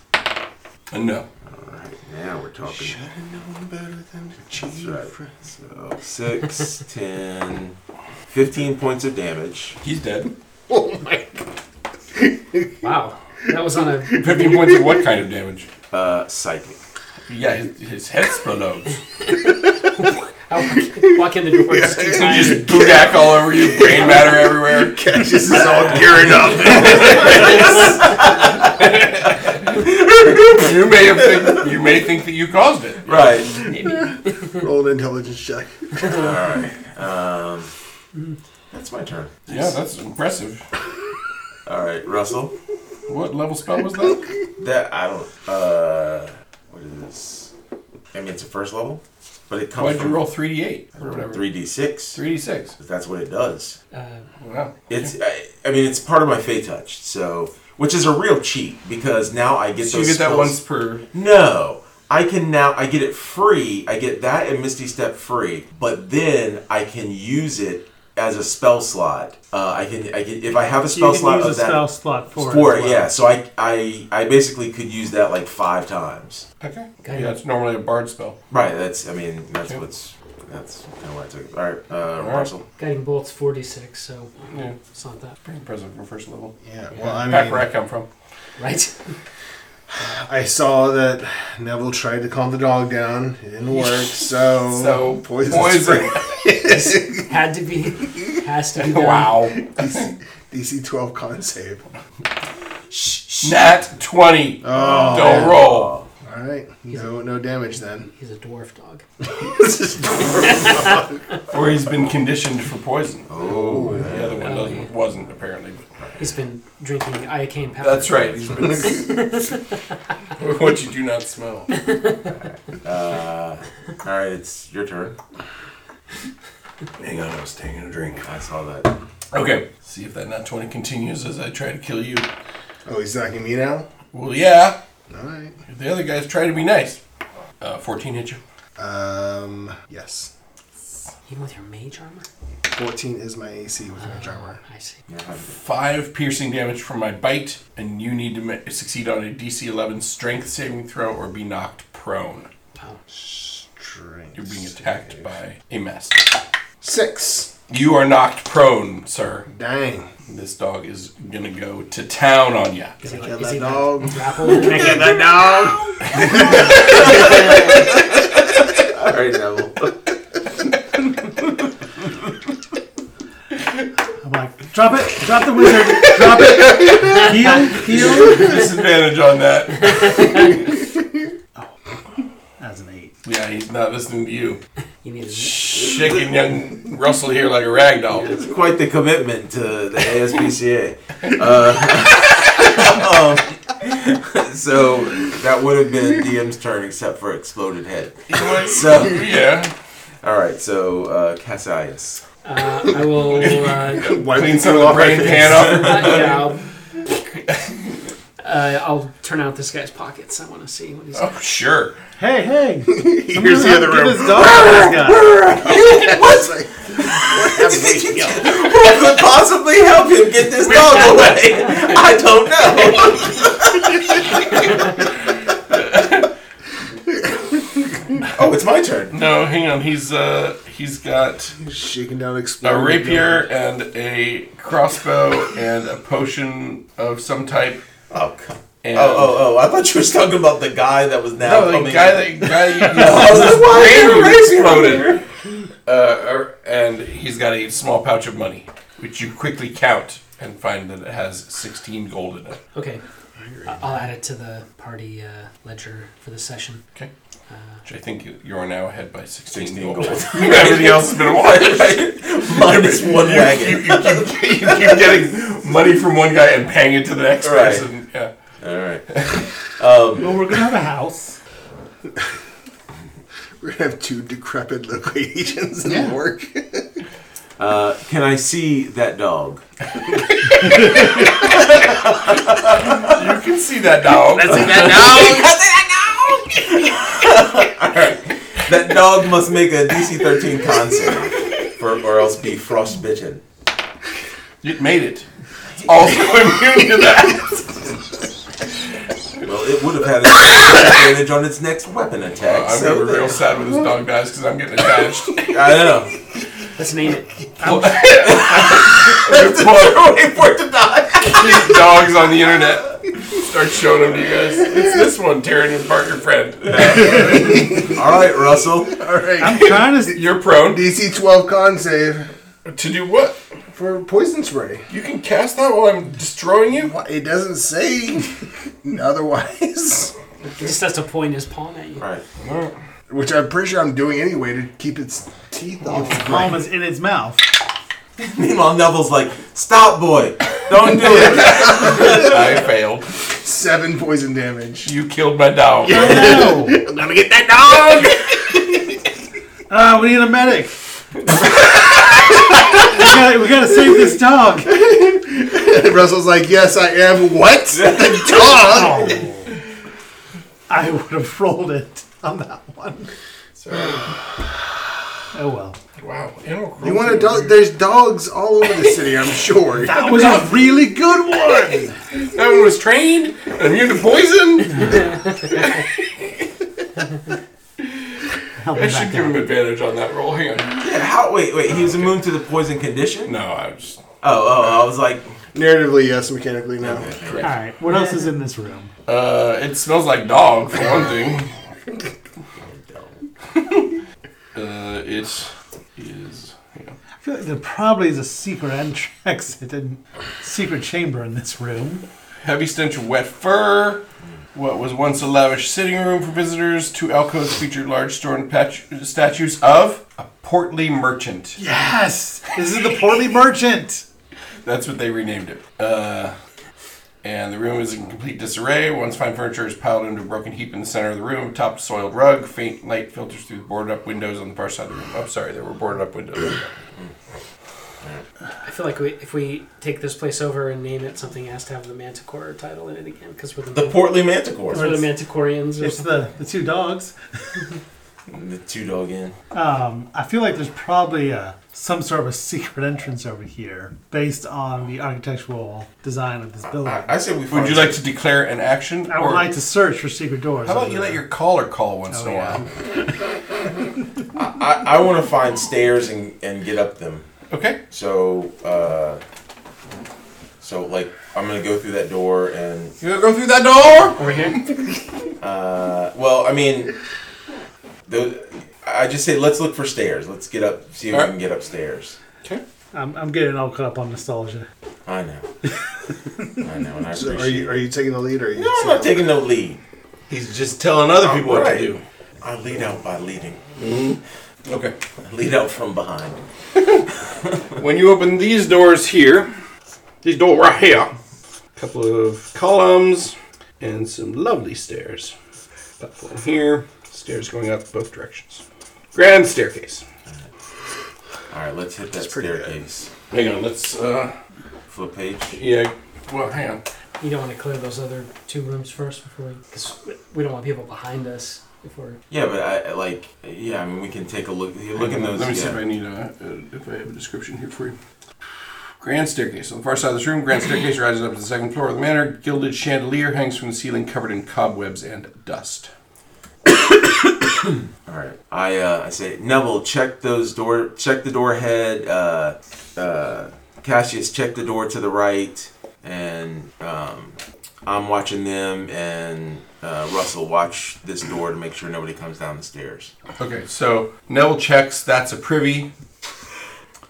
And Uh, no. All right. Now we're talking. have known better than to That's cheat. right. So (laughs) 6, 10, 15 points of damage. He's (laughs) dead. Oh my! Wow. That was on a. 15 points of what kind of damage? Uh, (laughs) psychic. Yeah, his, his head (laughs) explodes. (laughs) I walk in the door. just keep You time. (laughs) just budak all over you, brain matter everywhere. This is all gearing (laughs) up. You may have think, you may think that you caused it. Right. Roll an intelligence check. All right. Um, that's my turn. Yeah, that's impressive. All right, Russell. What level spell was that? That I don't. Uh, what is this? I mean, it's a first level, but it comes Why'd you from roll 3d8 or whatever? three d six. 3d6. That's what it does. Uh, Wow. It's. I, I mean, it's part of my fey touch. So, which is a real cheat because now I get So you those. get that spells- once per. No. I can now I get it free. I get that and Misty Step free, but then I can use it as a spell slot. Uh, I can I can if I have a You spell can slot use a of that spell slot for, for it, it. as well. yeah. So I I I basically could use that like five times. Okay. Yeah, it's normally a bard spell. Right. That's. I mean. That's Okay. what's. That's kind of why I took it. All right. Uh, right. Russell. guiding bolt's 46, so Yeah, it's not that. pretty impressive for first level. Yeah. Well, I mean, Back where I come from. Right? I saw that Neville tried to calm the dog down. It (laughs) didn't work, so So poison. poison. (laughs) spray. Had to be. Has to be. (laughs) Done. wow. DC, DC twelve con save. Nat 20. Oh, Don't man. roll. All right, no, no damage (laughs) then. Oh, He's a dwarf dog. This is horrible. Or he's been conditioned for poison. Oh. The other one doesn't, wasn't, apparently. But He's been drinking iocane pepper. that's right. He's been. (laughs) what you do not smell. Uh, all right. It's your turn. Hang on, I was taking a drink. I saw that. Okay. See if that nat 20 continues as I try to kill you. oh, he's attacking me now. Well, yeah. All right. The other guy's trying to be nice. Uh, 14 hit you. Um. Yes. Even with your mage armor? Fourteen is my AC with my armor. I see. You're having it. Five piercing damage from my bite, and you need to ma- succeed on a DC 11 strength saving throw or be knocked prone. Wow. Strength. You're being attacked by a mess. Six. You are knocked prone, sir. Dang. (laughs) This dog is gonna go to town on you. Is he like, Kill is that he like dog. grappled? Get that dog. All right, (laughs) Neville. I'm like, drop it, drop the wizard, drop (laughs) it, heal, heal. Disadvantage on that. As an eight. Yeah, he's not listening to you. You (laughs) need a Shaking young Russell here like a rag doll. (laughs) It's quite the commitment to the ASPCA. (laughs) Uh, um, so that would have been DM's turn, except for exploded head. So- yeah. All right. So uh, Cassius. Uh, I will. Uh, Clean some of the brain pan off. yeah, I'll, uh, I'll turn out this guy's pockets. I want to see what he's. Oh, sure. Hey, (laughs) hey! Here's the other room. This dog to this guy. (laughs) (laughs) (laughs) What could possibly help him get this dog away? I don't know. (laughs) oh, it's my turn. No, hang on. He's uh, he's got Shaking down. a Exploding. rapier and a crossbow and a potion of some type. Oh, c- oh, And oh, oh! I thought you were talking about the guy that was now. No, the coming guy in. that guy (laughs) you, I was like, why are you raising exploded. Uh, uh, and he's got a small pouch of money, which you quickly count and find that it has 16 gold in it. Okay. I- I'll add it to the party uh, ledger for the session. Okay. Which I think you, you are now ahead by 16, 16 gold. gold. (laughs) Everything else has been a while. (laughs) Minus (laughs) one You, (laughs) you, wagon. you, keep, you keep getting money from one guy and paying it to the next Right. person. Yeah. All right. Well, we're gonna have a house. We're gonna (laughs) have two decrepit local (laughs) agents in the work. (laughs) Uh, can I see that dog? You can see that (laughs) dog. That dog must make a DC 13 con save. or, or else be frostbitten. It made it. It's also immune to that. Well, it would have had an advantage on its next weapon attack. Oh, I'm so gonna be there- real sad when this dog dies because I'm getting attached. I know. Let's name (laughs) it. Wait for it to die. these dogs on the internet. Start showing them to you guys. It's this one tearing apart your friend. All right, Russell. All right. I'm trying to. You're prone DC 12 con save to do what? for poison spray. You can cast that while I'm destroying you. Why- It doesn't say (laughs) otherwise, (laughs) He just has to point his palm at you. All right. which I'm pretty sure I'm doing anyway to keep its teeth off. Palm is in its (laughs) mouth. Meanwhile, Neville's like, "Stop, boy! Don't do it." (laughs) I failed. Seven poison damage. (laughs) You killed my dog. No! I'm gonna get that dog. (laughs) Ah, we need a medic! (laughs) we, gotta, we gotta save this dog! Russell's like, yes, I am. (laughs) (laughs) What? The dog. Oh. I would have rolled it on that one. Oh well. Wow, animal cruelty. You want a dog? There's dogs all over the city, I'm (laughs) sure. That was a really good one! That one was trained and immune to poison. I should give him advantage on that roll. Hang on. Yeah, how? Wait, wait. He was immune to the poison condition. No, I was. Oh, oh. I was like, Narratively, yes. Mechanically, no. Alright, what else is in this room? Uh, it smells like dog for one thing. uh, it is. Hang on. I feel like there probably is a secret entrance (laughs) and secret chamber in this room. Heavy stench of wet fur. What was once a lavish sitting room for visitors, two alcoves featured large stone patch- statues of a portly merchant. Yes! This is the Portly Merchant! That's what they renamed it. Uh, and the room is in complete disarray. Once fine furniture is piled into a broken heap in the center of the room, top soiled rug, faint light filters through the boarded up windows on the far side of the room. I'm sorry, there were boarded up windows. I feel like we, if we take this place over and name it something, it has to have the Manticore title in it again because we're the, the portly manticore. because we're the Manticorians. Or It's something. the, the two dogs. The two dog in. Um, I feel like there's probably a, some sort of a secret entrance over here based on the architectural design of this building. I, I said we. Would find- you like to declare an action? would or- like to search for secret doors. How about you over let there. your caller call once Oh, in a yeah. while? I, I want to find stairs and, and get up them. Okay. So, uh, so like I'm gonna go through that door and You gonna go through that door? over here. uh, well, I mean, the, I just say let's look for stairs. Let's get up, see if we can get upstairs. I'm, I'm getting all caught up on nostalgia. I (laughs) know, I know, and I So appreciate. are you are you taking the lead? Or are you no, I'm not taking no lead. He's just telling other people what Right. to do. I lead out by leading. Okay. I lead out from behind. When you open these doors here, these door right here, a couple of columns and some lovely stairs. Platform here, stairs going up both directions. Grand staircase. All right, let's hit that staircase. Hang on, let's uh Flip page. yeah. Well, hang on. You don't want to clear those other two rooms first before we, because we don't want people behind us if we're. Yeah, but I I like. Yeah, I mean, we can take a look. Look in those. Let me see yeah. if I need a, uh, if I have a description here for you. Grand staircase. On the far side of this room, grand staircase rises up to the second floor of the manor. Gilded chandelier hangs from the ceiling, covered in cobwebs and dust. All right. I uh, I say Neville, check those door, check the door head. Uh, uh, Cassius, check the door to the right, and um, I'm watching them. And uh, Russell, watch this door to make sure nobody comes down the stairs. Okay, so Neville checks. That's a privy.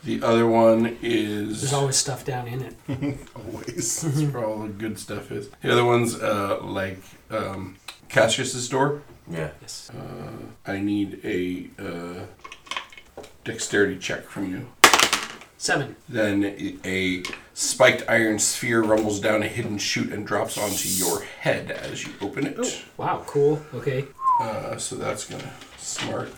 The other one is (laughs) There's always stuff down in it. always. that's where all the good stuff is. The other one's uh, like um, Cassius's door. Yeah. Yes. I need a uh, dexterity check from you. Seven. Then a spiked iron sphere rumbles down a hidden chute and drops onto your head as you open it. Wow. Cool. Okay. Uh, so that's gonna smart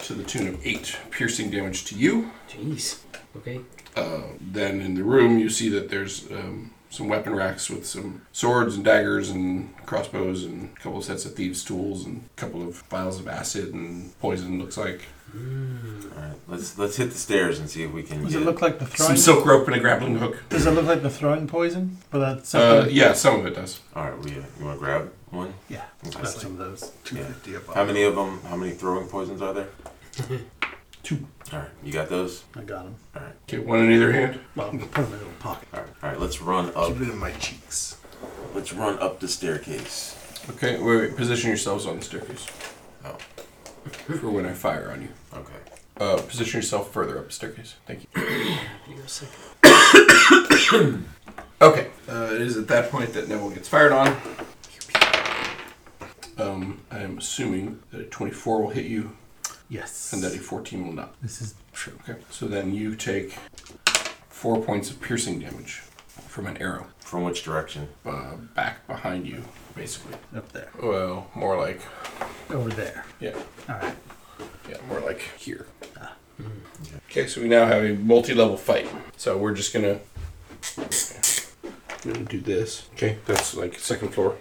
to the tune of eight piercing damage to you. Jeez. Okay. Uh, then in the room, you see that there's um, some weapon racks with some swords and daggers and crossbows and a couple of sets of thieves' tools and a couple of vials of acid and poison. Looks like All right, let's let's hit the stairs and see if we can. Does get it look like the some throwing? silk rope and a grappling hook. does it look like the throwing poison? Well, that's Uh, something. yeah, some of it does. All right, we, you want to grab one? yeah, let's Okay. grab some of those. Yeah. 250 above. How many of them? How many throwing poisons (laughs) are there? Two. All right, you got those. I got them. Okay, one in either hand. Well, put them in a little pocket. All right, all right. Let's run up. Keep it in my cheeks. Let's run up the staircase. Okay, wait, wait, position yourselves on the staircase. Oh. For when I fire on you. Okay. Uh, position yourself further up the staircase. Thank you. Hang on a second. Okay. Uh, it is at that point that Neville gets fired on. Um, I am assuming that a 24 will hit you Yes. and that a 14 will not. this is Sure. Okay. So then you take four points of piercing damage from an arrow From which direction? uh, back behind you, basically. up there, Well, more like, over there. yeah, All right. yeah, more like here. Okay, so we now have a multi-level fight. So we're just gonna, gonna do this. Okay, that's like second floor.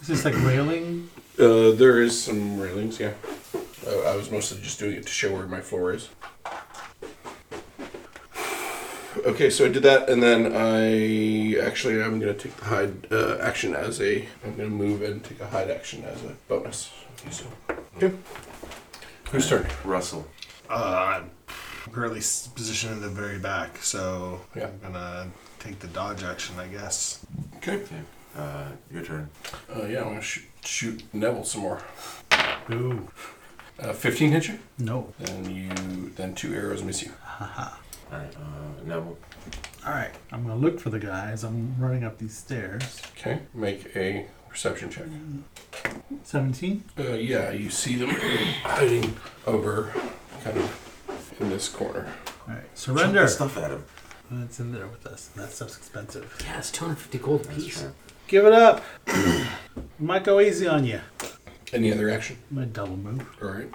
Is this like railing? Uh, there is some railings, yeah. Uh, I was mostly just doing it to show where my floor is. Okay, so I did that, and then I actually I'm gonna take the hide uh, action as a I'm gonna move and take a hide action as a bonus. Okay, so okay. Whose turn? Russell. Uh, I'm currently s- positioned in the very back, so Yeah. I'm gonna take the dodge action, I guess. Okay. Okay. Uh, your turn. Uh, yeah, I'm gonna shoot, shoot Neville some more. Ooh. Uh, 15 hit you, No. then you then two arrows miss you. All right. Uh, Neville. All right. I'm gonna look for the guy as I'm running up these stairs. Okay, make a perception check. Seventeen. Uh, yeah, you see them hiding over, kind of in this corner. All right. Chuck Surrender. the stuff at him. That's in there with us. That stuff's expensive. Yeah, it's 250 gold That's piece. true. Give it up. (clears throat) Might go easy on you. Any other action? My double move. All right.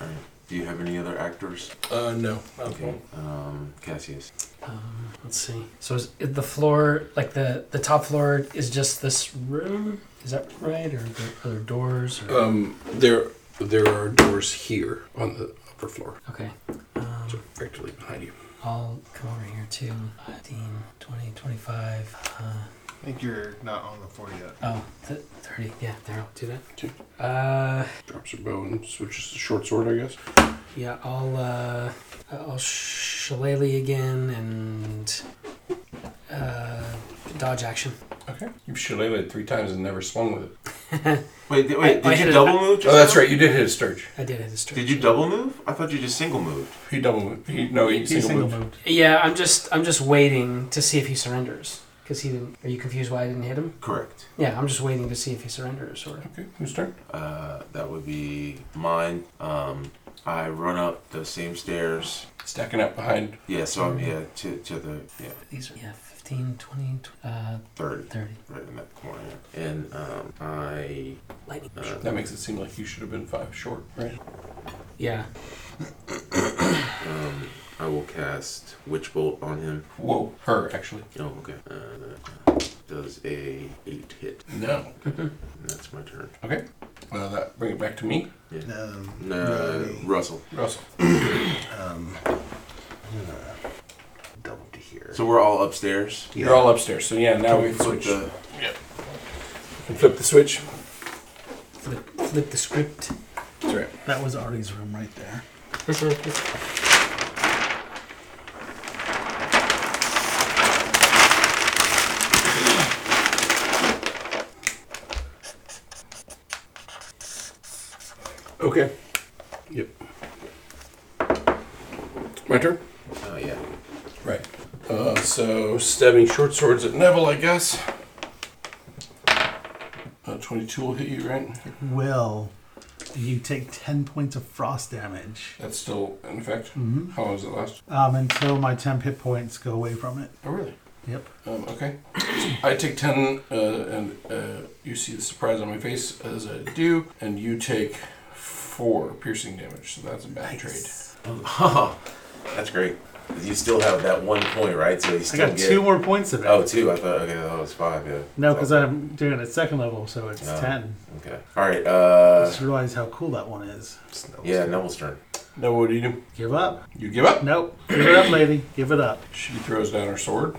All right. Do you have any other actors? Uh, no. Okay. Um, Cassius. Um, let's see. So is is the floor like the the top floor is just this room? Is that right? Or are there other doors? Or... Um, there there are doors here on the upper floor, okay. Um, so directly behind you. I'll come over here too. 15, 20, 25. Uh, I think you're not on the floor yet. oh, th- 30. Yeah, there, I'll do Okay. that. Uh, Drops her bow and switches to short sword, I guess. yeah, I'll, uh, I'll shillelagh again and uh, dodge action. Okay. You've shillelagh'd three times and never swung with it. Wait, di- wait. I Did hit you it. double move? Just Oh, that's now? right. You did hit a sturge. I did hit a strike. Did you double move? I thought you just single moved. He double moved. He, no, he, He's single, moved. moved. Yeah, I'm just I'm just waiting to see if he surrenders. Because he didn't. Are you confused why I didn't hit him? Correct. Yeah, I'm just waiting to see if he surrenders or. Okay. Whose turn? Uh, that would be mine. Um, I run up those same stairs. Stacking up behind. Yeah, so I'm yeah to to the yeah These are yeah, 15, 20, tw- uh, third 30. right in that corner, and um, I Lightning. uh, That makes it seem like you should have been five short, right? Yeah. um, I will cast witch bolt on him. Whoa. Her actually. Oh, okay. Uh, does a eight hit? No. And that's my turn. Okay. Uh, that bring it back to me, Um, No, Right. Uh, Russell. Russell. um, I'm gonna double to here. So we're all upstairs. You're all upstairs, so yeah. Now we can Flip switch. the flip the switch. Flip, flip the script. That's right. That was Artie's room right there. Okay. Yep. My turn. oh yeah. Right. Uh, so stabbing short swords at Neville, I guess. Uh, Twenty-two will hit you, right? Will, you take 10 points of frost damage That's still in effect. Mhm. How long does it last? um, until my temp hit points go away from it. Oh, really? Yep. Um, okay. I take 10, uh, and uh, you see the surprise on my face as I do, and you take 4 piercing damage, so that's a bad trade. Nice. that's great. You still have that one point, right? So you I still got get two more points of it. Oh, two. I thought okay, that was five. Yeah. No, because I'm doing it second level, so it's Yeah. ten. Okay. All right. I Uh, just realized how cool that one is. yeah, Neville's turn. No, what do you do? Give up? You give up. Nope. Give it up, lady. Give it up. She throws down her sword.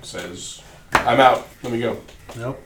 Says, "I'm out. Let me go." Nope.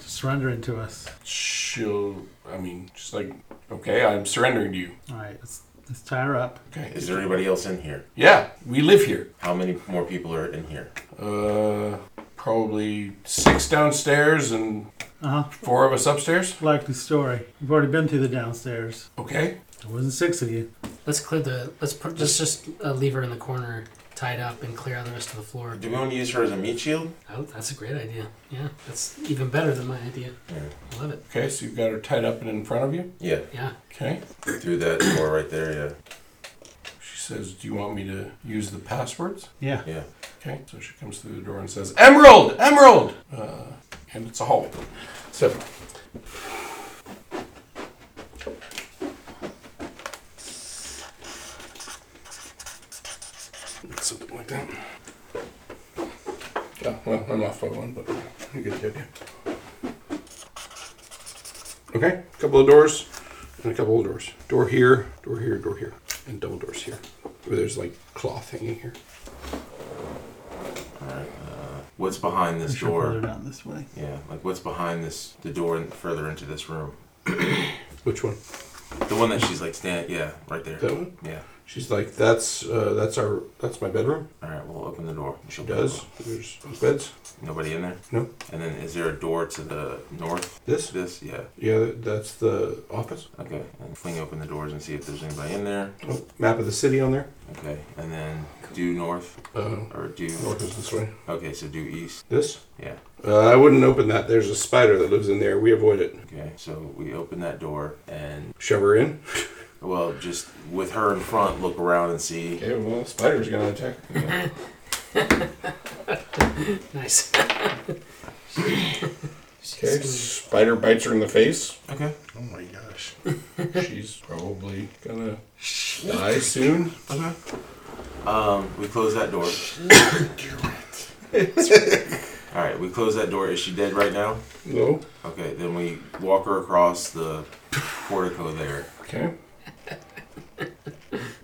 Surrendering to us. She'll. I mean, she's like, "Okay, I'm surrendering to you." All right, let's let's tie her up. Okay. Is there anybody else in here? Yeah, we live here. How many more people are in here? Uh, probably six downstairs and Uh huh. four of us upstairs. Likely story. We've already been through the downstairs. Okay. There wasn't six of you. Let's clear the. Let's put, let's just uh, leave her in the corner, tied up, and clear out the rest of the floor. Do we want to use her as a meat shield? Oh, that's a great idea. Yeah, that's even better than my idea. I love it. Okay, so you've got her tied up and in front of you. Yeah. Yeah. Okay. Through that door right there. She says, Do you want me to use the passwords? Yeah. Yeah. Yeah. Okay. So she comes through the door and says, Emerald! Emerald! Uh, and it's a hall. So. Something like that. Yeah, well, I'm off by one, but you get the idea. Okay, a couple of doors and a couple of doors. Door here, door here, door here, and double doors here. Where there's like cloth hanging here. What's behind this Sure. Further door? down this way. Yeah. Like what's behind this the door and further into this room? Which one? The one that she's like stand. Yeah, right there. That one? Yeah. She's like, that's uh, that's our that's my bedroom. All right. We'll open the door. She'll She does. There's those beds. Nobody in there. No. And then is there a door to the north? This. This. Yeah. Yeah, that's the office. Okay. And fling open the doors and see if there's anybody in there. Oh, map of the city on there. Okay. And then due north Uh, or due. north is this way. Okay. So due east. This. Yeah. Uh, I wouldn't open that. There's a spider that lives in there. We avoid it. Okay. So we open that door and Shove her in. well, just with her in front, look around (laughs) and see. Okay. Well, spider's gonna attack. Okay. Nice. Okay. Spider bites her in the face. okay. Oh my gosh. She's probably gonna die soon. Um, we close that door. (laughs) All right. We close that door. Is she dead right now? No. Okay. Then we walk her across the portico there. Okay.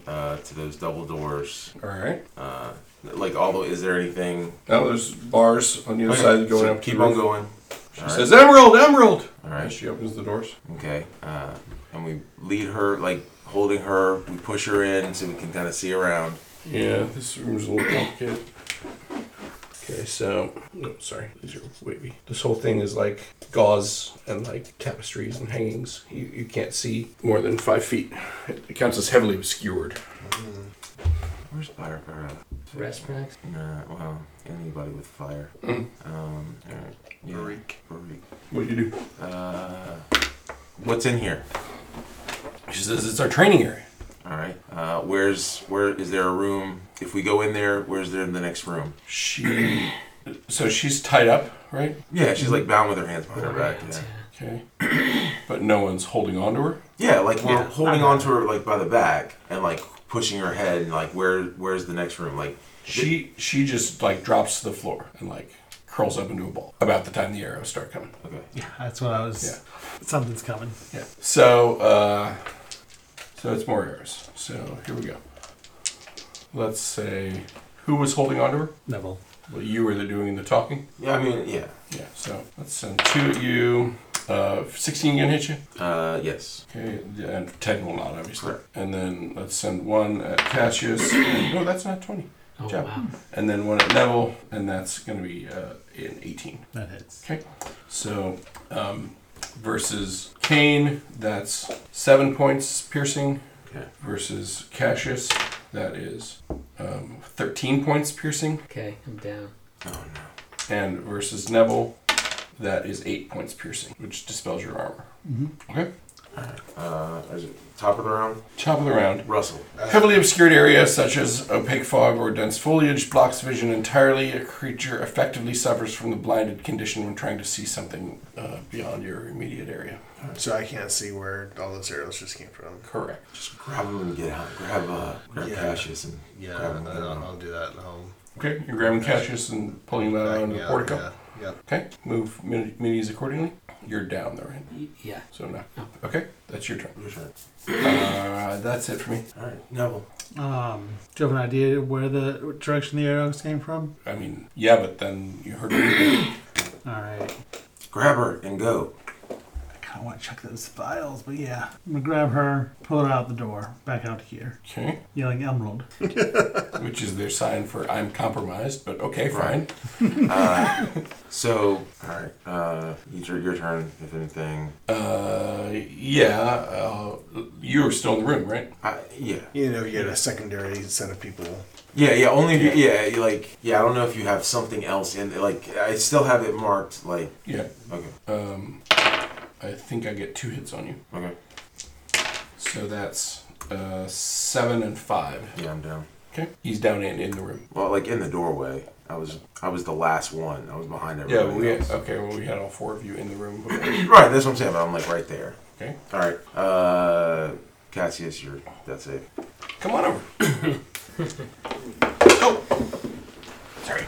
uh, to those double doors. All right. Uh, like, although, is there anything? Now there's bars on the other side going So up. to keep the on roof. going. She All right. says, "Emerald, Emerald." All All right. right. She opens the doors. Okay. Uh, and we lead her, like holding her. We push her in so we can kind of see around. Yeah, this room's a little complicated. Okay, so no, sorry, these are wavy. This whole thing is like gauze and like tapestries and hangings. You, you can't see more than five feet. It counts as heavily obscured. Where's Pyra? Rest breaks. Nah, well, anybody with fire. Mm-hmm. Um, all right. Yeah, Barik. What do you do? Uh, what's in here? She says it's our training area. All right. Uh, where's where is there a room? If we go in there, where's there in the next room? She, so she's tied up, right? Yeah, she's like bound with her hands behind her back. Yeah. Yeah. Okay, but no one's holding on to her. Yeah, like we're Yeah, holding I'm- on to her like by the back and like pushing her head and like where where's the next room? Like She she just like drops to the floor and like curls up into a ball about the time the arrows start coming. okay. That's what I was. Something's coming. Yeah. So, uh, so it's more errors. So here we go. Let's say who was holding on to her? Neville. Well, you were the doing the talking. Yeah, I mean yeah. Yeah. So let's send two at you. Uh, 16 gonna hit you. Uh yes. Okay, and 10 will not, obviously. Correct. And then let's send one at Cassius. and, no, that's not 20. Oh Jab. wow. And then one at Neville, and that's going to be uh, an 18. That hits. Okay. So um, versus Kane, that's seven points piercing. Okay. Versus Cassius, that is um, 13 points piercing. Okay, I'm down. Oh And versus Neville, that is eight points piercing, which dispels your armor. Mhm. Okay. Uh, is it top of the round? Top of the round. Russell. Heavily obscured area such as opaque fog or dense foliage blocks vision entirely. A creature effectively suffers from the blinded condition when trying to see something uh, beyond your immediate area. So I can't see where all those arrows just came from. Correct. Just grab him and get out. Grab, uh, grab Yeah. Cassius and Yeah, grab him. I- and get I'll, him. I'll do that at home. Okay, you're grabbing Cassius and pulling that out onto Uh, the Yeah, portico. yeah, yeah. Okay, move min- minis accordingly. You're down there, right? Y- Yeah. So no. Okay, that's your turn. Your turn. Uh, that's it for me. All right, Neville. Um, do you have an idea where the what direction the arrows came from? I mean, yeah, but then you heard me. All right. Grab her and go. I kind of want to check those files, but yeah. I'm going to grab her, pull her out the door, back out here, Okay, yelling Emerald. which is their sign for I'm compromised, but okay, fine. So, all right. Uh, you turn your turn, if anything. Uh, yeah, uh, you're still in the room, right? I, yeah. You know, you had a secondary set of people. Yeah, yeah, only if you, yeah, you like, yeah, I don't know if you have something else in like, I still have it marked, like, Yeah. okay, Um, I think I get two hits on you. okay, So that's uh, seven and five. yeah, I'm down. Okay. He's down and in the room. Well, like in the doorway, I was, I was the last one, I was behind Yeah, everybody. we else. okay. Well, we had all four of you in the room. right, that's what I'm saying, but I'm like right there. Okay, All right, uh, Cassius, you're, that's it. come on over. oh, sorry.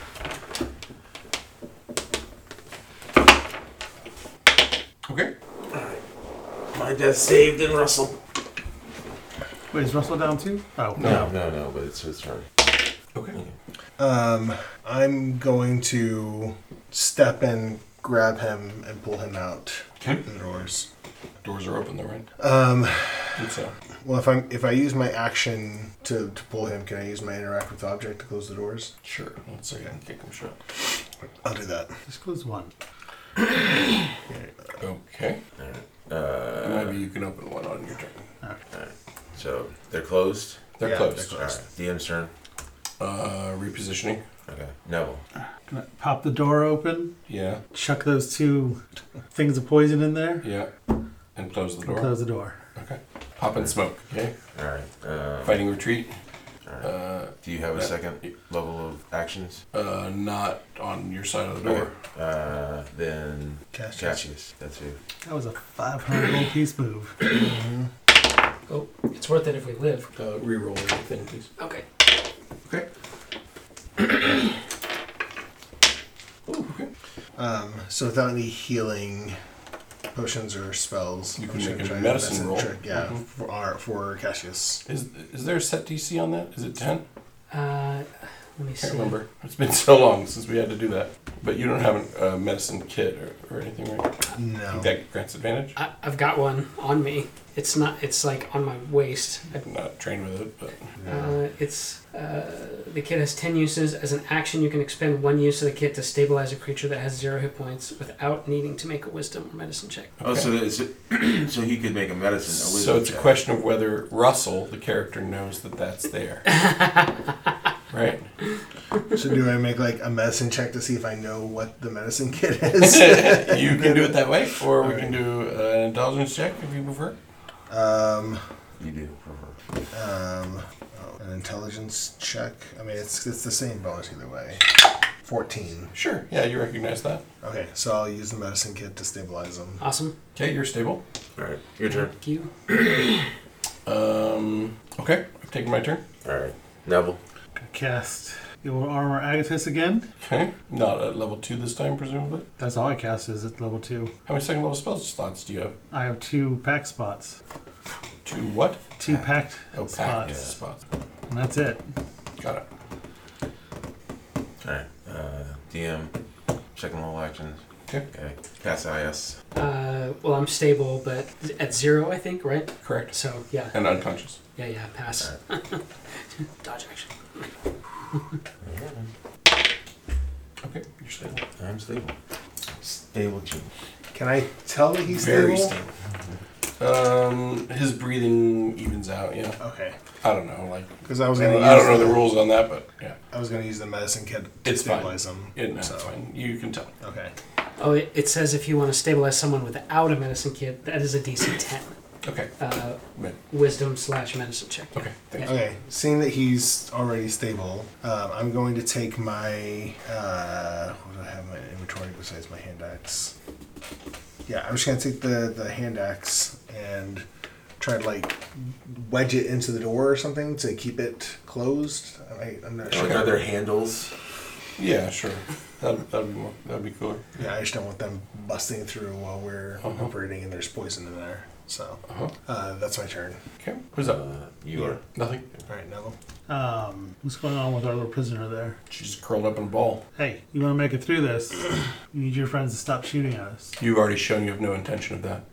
Okay. My death saved in Russell. Wait, is Russell down too? Oh, No, no, no, but it's his turn. Okay. Um, I'm going to step in, grab him, and pull him out Okay. the doors. Doors are open though, right? Um, Think so. well, if I'm if I use my action to, to pull him, can I use my interact with object to close the doors? Sure. Let's see. I can kick him shut. I'll do that. just close one. Okay. Uh, Maybe you can open one on your turn. so they're closed. They're Yeah, closed. All right, DM's turn. Uh, repositioning. Okay, Neville. Gonna pop the door open, Yeah. chuck those two things of poison in there, Yeah. And close the and door. close the door. Okay. Pop and smoke. Okay. All right. Um, Fighting retreat. Alright. Uh, Do you have a Yeah. second level of actions? uh, not on your side of the door. Uh, then Cash. Cassius. That's who. That was a 500 gold piece move. Oh, it's worth it if we live. Uh, reroll everything, please. Okay. Okay. Ooh, okay. Um, so without any healing potions or spells, You I'm can just make gonna a try medicine medicine roll. Trick, yeah, Mhm. for our, for Cassius. Is is there a set DC on that? Is it ten? Uh, let me I see. can't remember. It's been (laughs) so long since we had to do that. But you don't have a uh, medicine kit or, or anything, right? I No. think that grants advantage. I, I've got one on me. It's not. It's like on my waist. I I'm not trained with it, but Uh, it's uh, the kit has 10 uses. As an action, you can expend one use of the kit to stabilize a creature that has zero hit points without needing to make a wisdom or medicine check. Oh, so (clears throat) there's- so he could make a medicine. A wisdom So it's a check. question of whether Russell, the character, knows that that's (laughs) there. right? So do I make like a medicine check to see if I know what the medicine (laughs) kit is? (laughs) you can do it that way, or we All can do an intelligence check if you prefer. um, You do prefer. um, oh, an intelligence check. I mean, it's it's the same bonus either way. Fourteen. Sure. Yeah, you recognize that. Okay, so I'll use the medicine kit to stabilize him. Awesome. Okay, you're stable. All right, your turn. Thank you. Um, okay, I've taken my turn. Mm-hmm. All right, Neville. Cast your armor Agathis again. Okay, not at level two this time, presumably. That's all I cast is at level two. How many second level spell slots do you have? I have two pack spots. Two what? Two packed Oh, pack spots. spots. And that's it. Got it. All right, uh, DM. Second level actions. Okay. Okay. Cassius. Uh, well, I'm stable, but at zero, I think, right? Correct. So, yeah. And unconscious. Yeah, yeah, pass. (laughs) Dodge action. Okay, you're stable. I'm stable. Stable G. Can I tell that he's Very stable? stable. Um, his breathing evens out. Yeah. Okay, I don't know. Like because I was I gonna. don't, use I don't know the rules on that, but yeah, I was gonna use the medicine kit to It's fine. stabilize it, him. no, so it's fine. You can tell. okay. Oh, it, it says if you want to stabilize someone without a medicine kit, that is a DC 10. Okay. uh, Right. wisdom slash medicine check. Okay. Thanks. Okay, seeing that he's already stable, um, I'm going to take my. Uh, what do I have in my inventory besides my hand axe? Yeah, I'm just gonna take the the hand axe and try to like wedge it into the door or something to keep it closed. I, I'm not Like, sure. are there handles? Yeah, sure. That'd, that'd be more, that'd be cooler. Yeah, I just don't want them busting through while we're Uh-huh. operating and there's poison in there. So Uh-huh. uh, that's my turn. Okay. Who's up? Uh, you are. Nothing. All right, Neville. Um, what's going on with our little prisoner there? She's curled up in a ball. Hey, you want to make it through this? You need your friends to stop shooting at us. You've already shown you have no intention of that.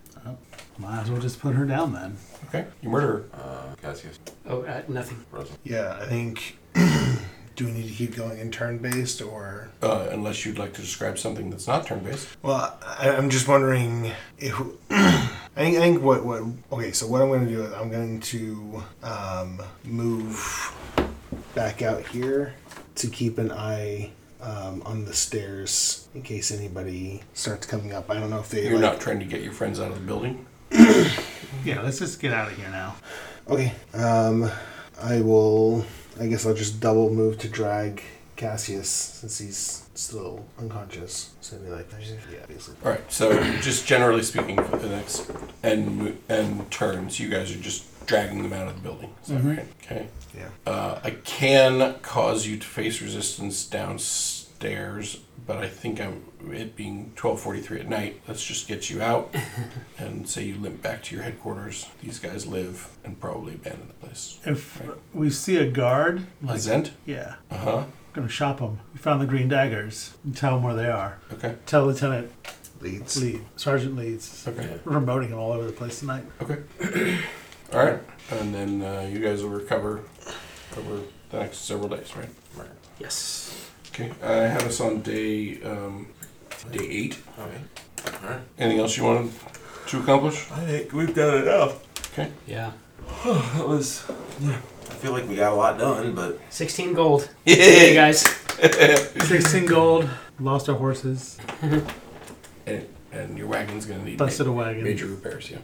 Might as well just put her down then. Okay. You murder her. Uh, Cassius. Oh, uh, nothing. Yeah, I think. (clears throat) do we need to keep going in turn based or? Uh, unless you'd like to describe something that's not turn based. Well, I, I'm just wondering if (clears throat) I think, I think what what okay. So what I'm going to do is I'm going to um, move back out here to keep an eye um, on the stairs in case anybody starts coming up. I don't know if they You're like, not trying to get your friends out of the building. Yeah, let's just get out of here now. okay. Um, I will. I guess I'll just double move to drag Cassius since he's still unconscious. So it'd be like yeah, basically. All right. So just generally speaking, for the next and mo- and turns, you guys are just dragging them out of the building. Is that right? Okay. Yeah. Uh, I can cause you to face resistance downstairs, but I think I'm it being 12:43 at night. Let's just get (laughs) you out and say you limp back to your headquarters. These guys live and probably abandon the place. If we see a guard, like, Azent? yeah, Uh huh. gonna shop them. We found the green daggers. And tell them where they are. Okay. Tell Lieutenant Leads. Lee, Sergeant Leeds. Okay. We're promoting him all over the place tonight. Okay. (clears throat) All right, and then uh, you guys will recover over the next several days, right? Right. Yes. Okay. I have us on day um, day eight. All right. All right. Anything else you wanted to accomplish? I think we've done enough. Yeah. That was. Yeah. I feel like we got a lot done, but 16 gold. Hey, you guys. 16 gold, lost our horses, And, and your wagon's gonna need busted a wagon. major repairs. Yeah.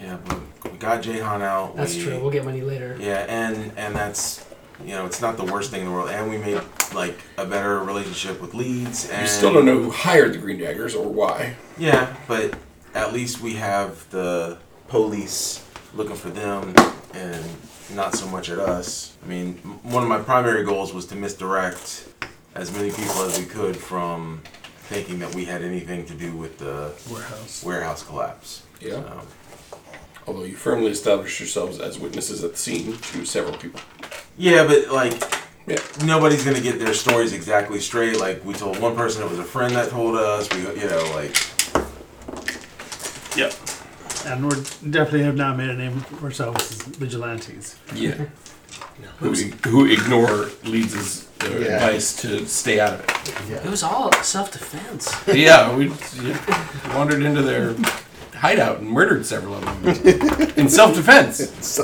yeah, but we got Jahan out. That's we, true. We'll get money later. Yeah, and and that's you know it's not the worst thing in the world, and we made like a better relationship with Leeds. And You still don't know who hired the Green Daggers or why. Yeah, but at least we have the police looking for them and not so much at us. I mean, m- one of my primary goals was to misdirect as many people as we could from thinking that we had anything to do with the Warehouse. warehouse collapse. Um, Yeah. So, Although you firmly established yourselves as witnesses at the scene to several people. yeah, but like Yeah. nobody's gonna get their stories exactly straight. Like we told one person it was a friend that told us. We, you know, like Yep. And we are definitely have now made a name for ourselves as vigilantes. (laughs) Yeah. Who, who ignore Leeds' uh, Yeah. advice to stay out of it. It was all self defense. yeah, we yeah, wandered into their hideout and murdered several of them in self-defense.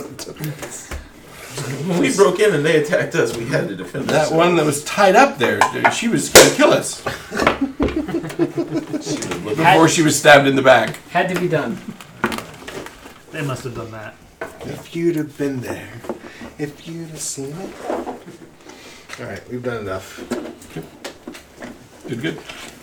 when we broke in and they attacked us, we had to defend That one that was tied up there, dude, she was going to kill us before she was stabbed in the back. Had to be done. They must have done that. (laughs) If you'd have been there, if you'd have seen it. All right, we've done enough. Did good.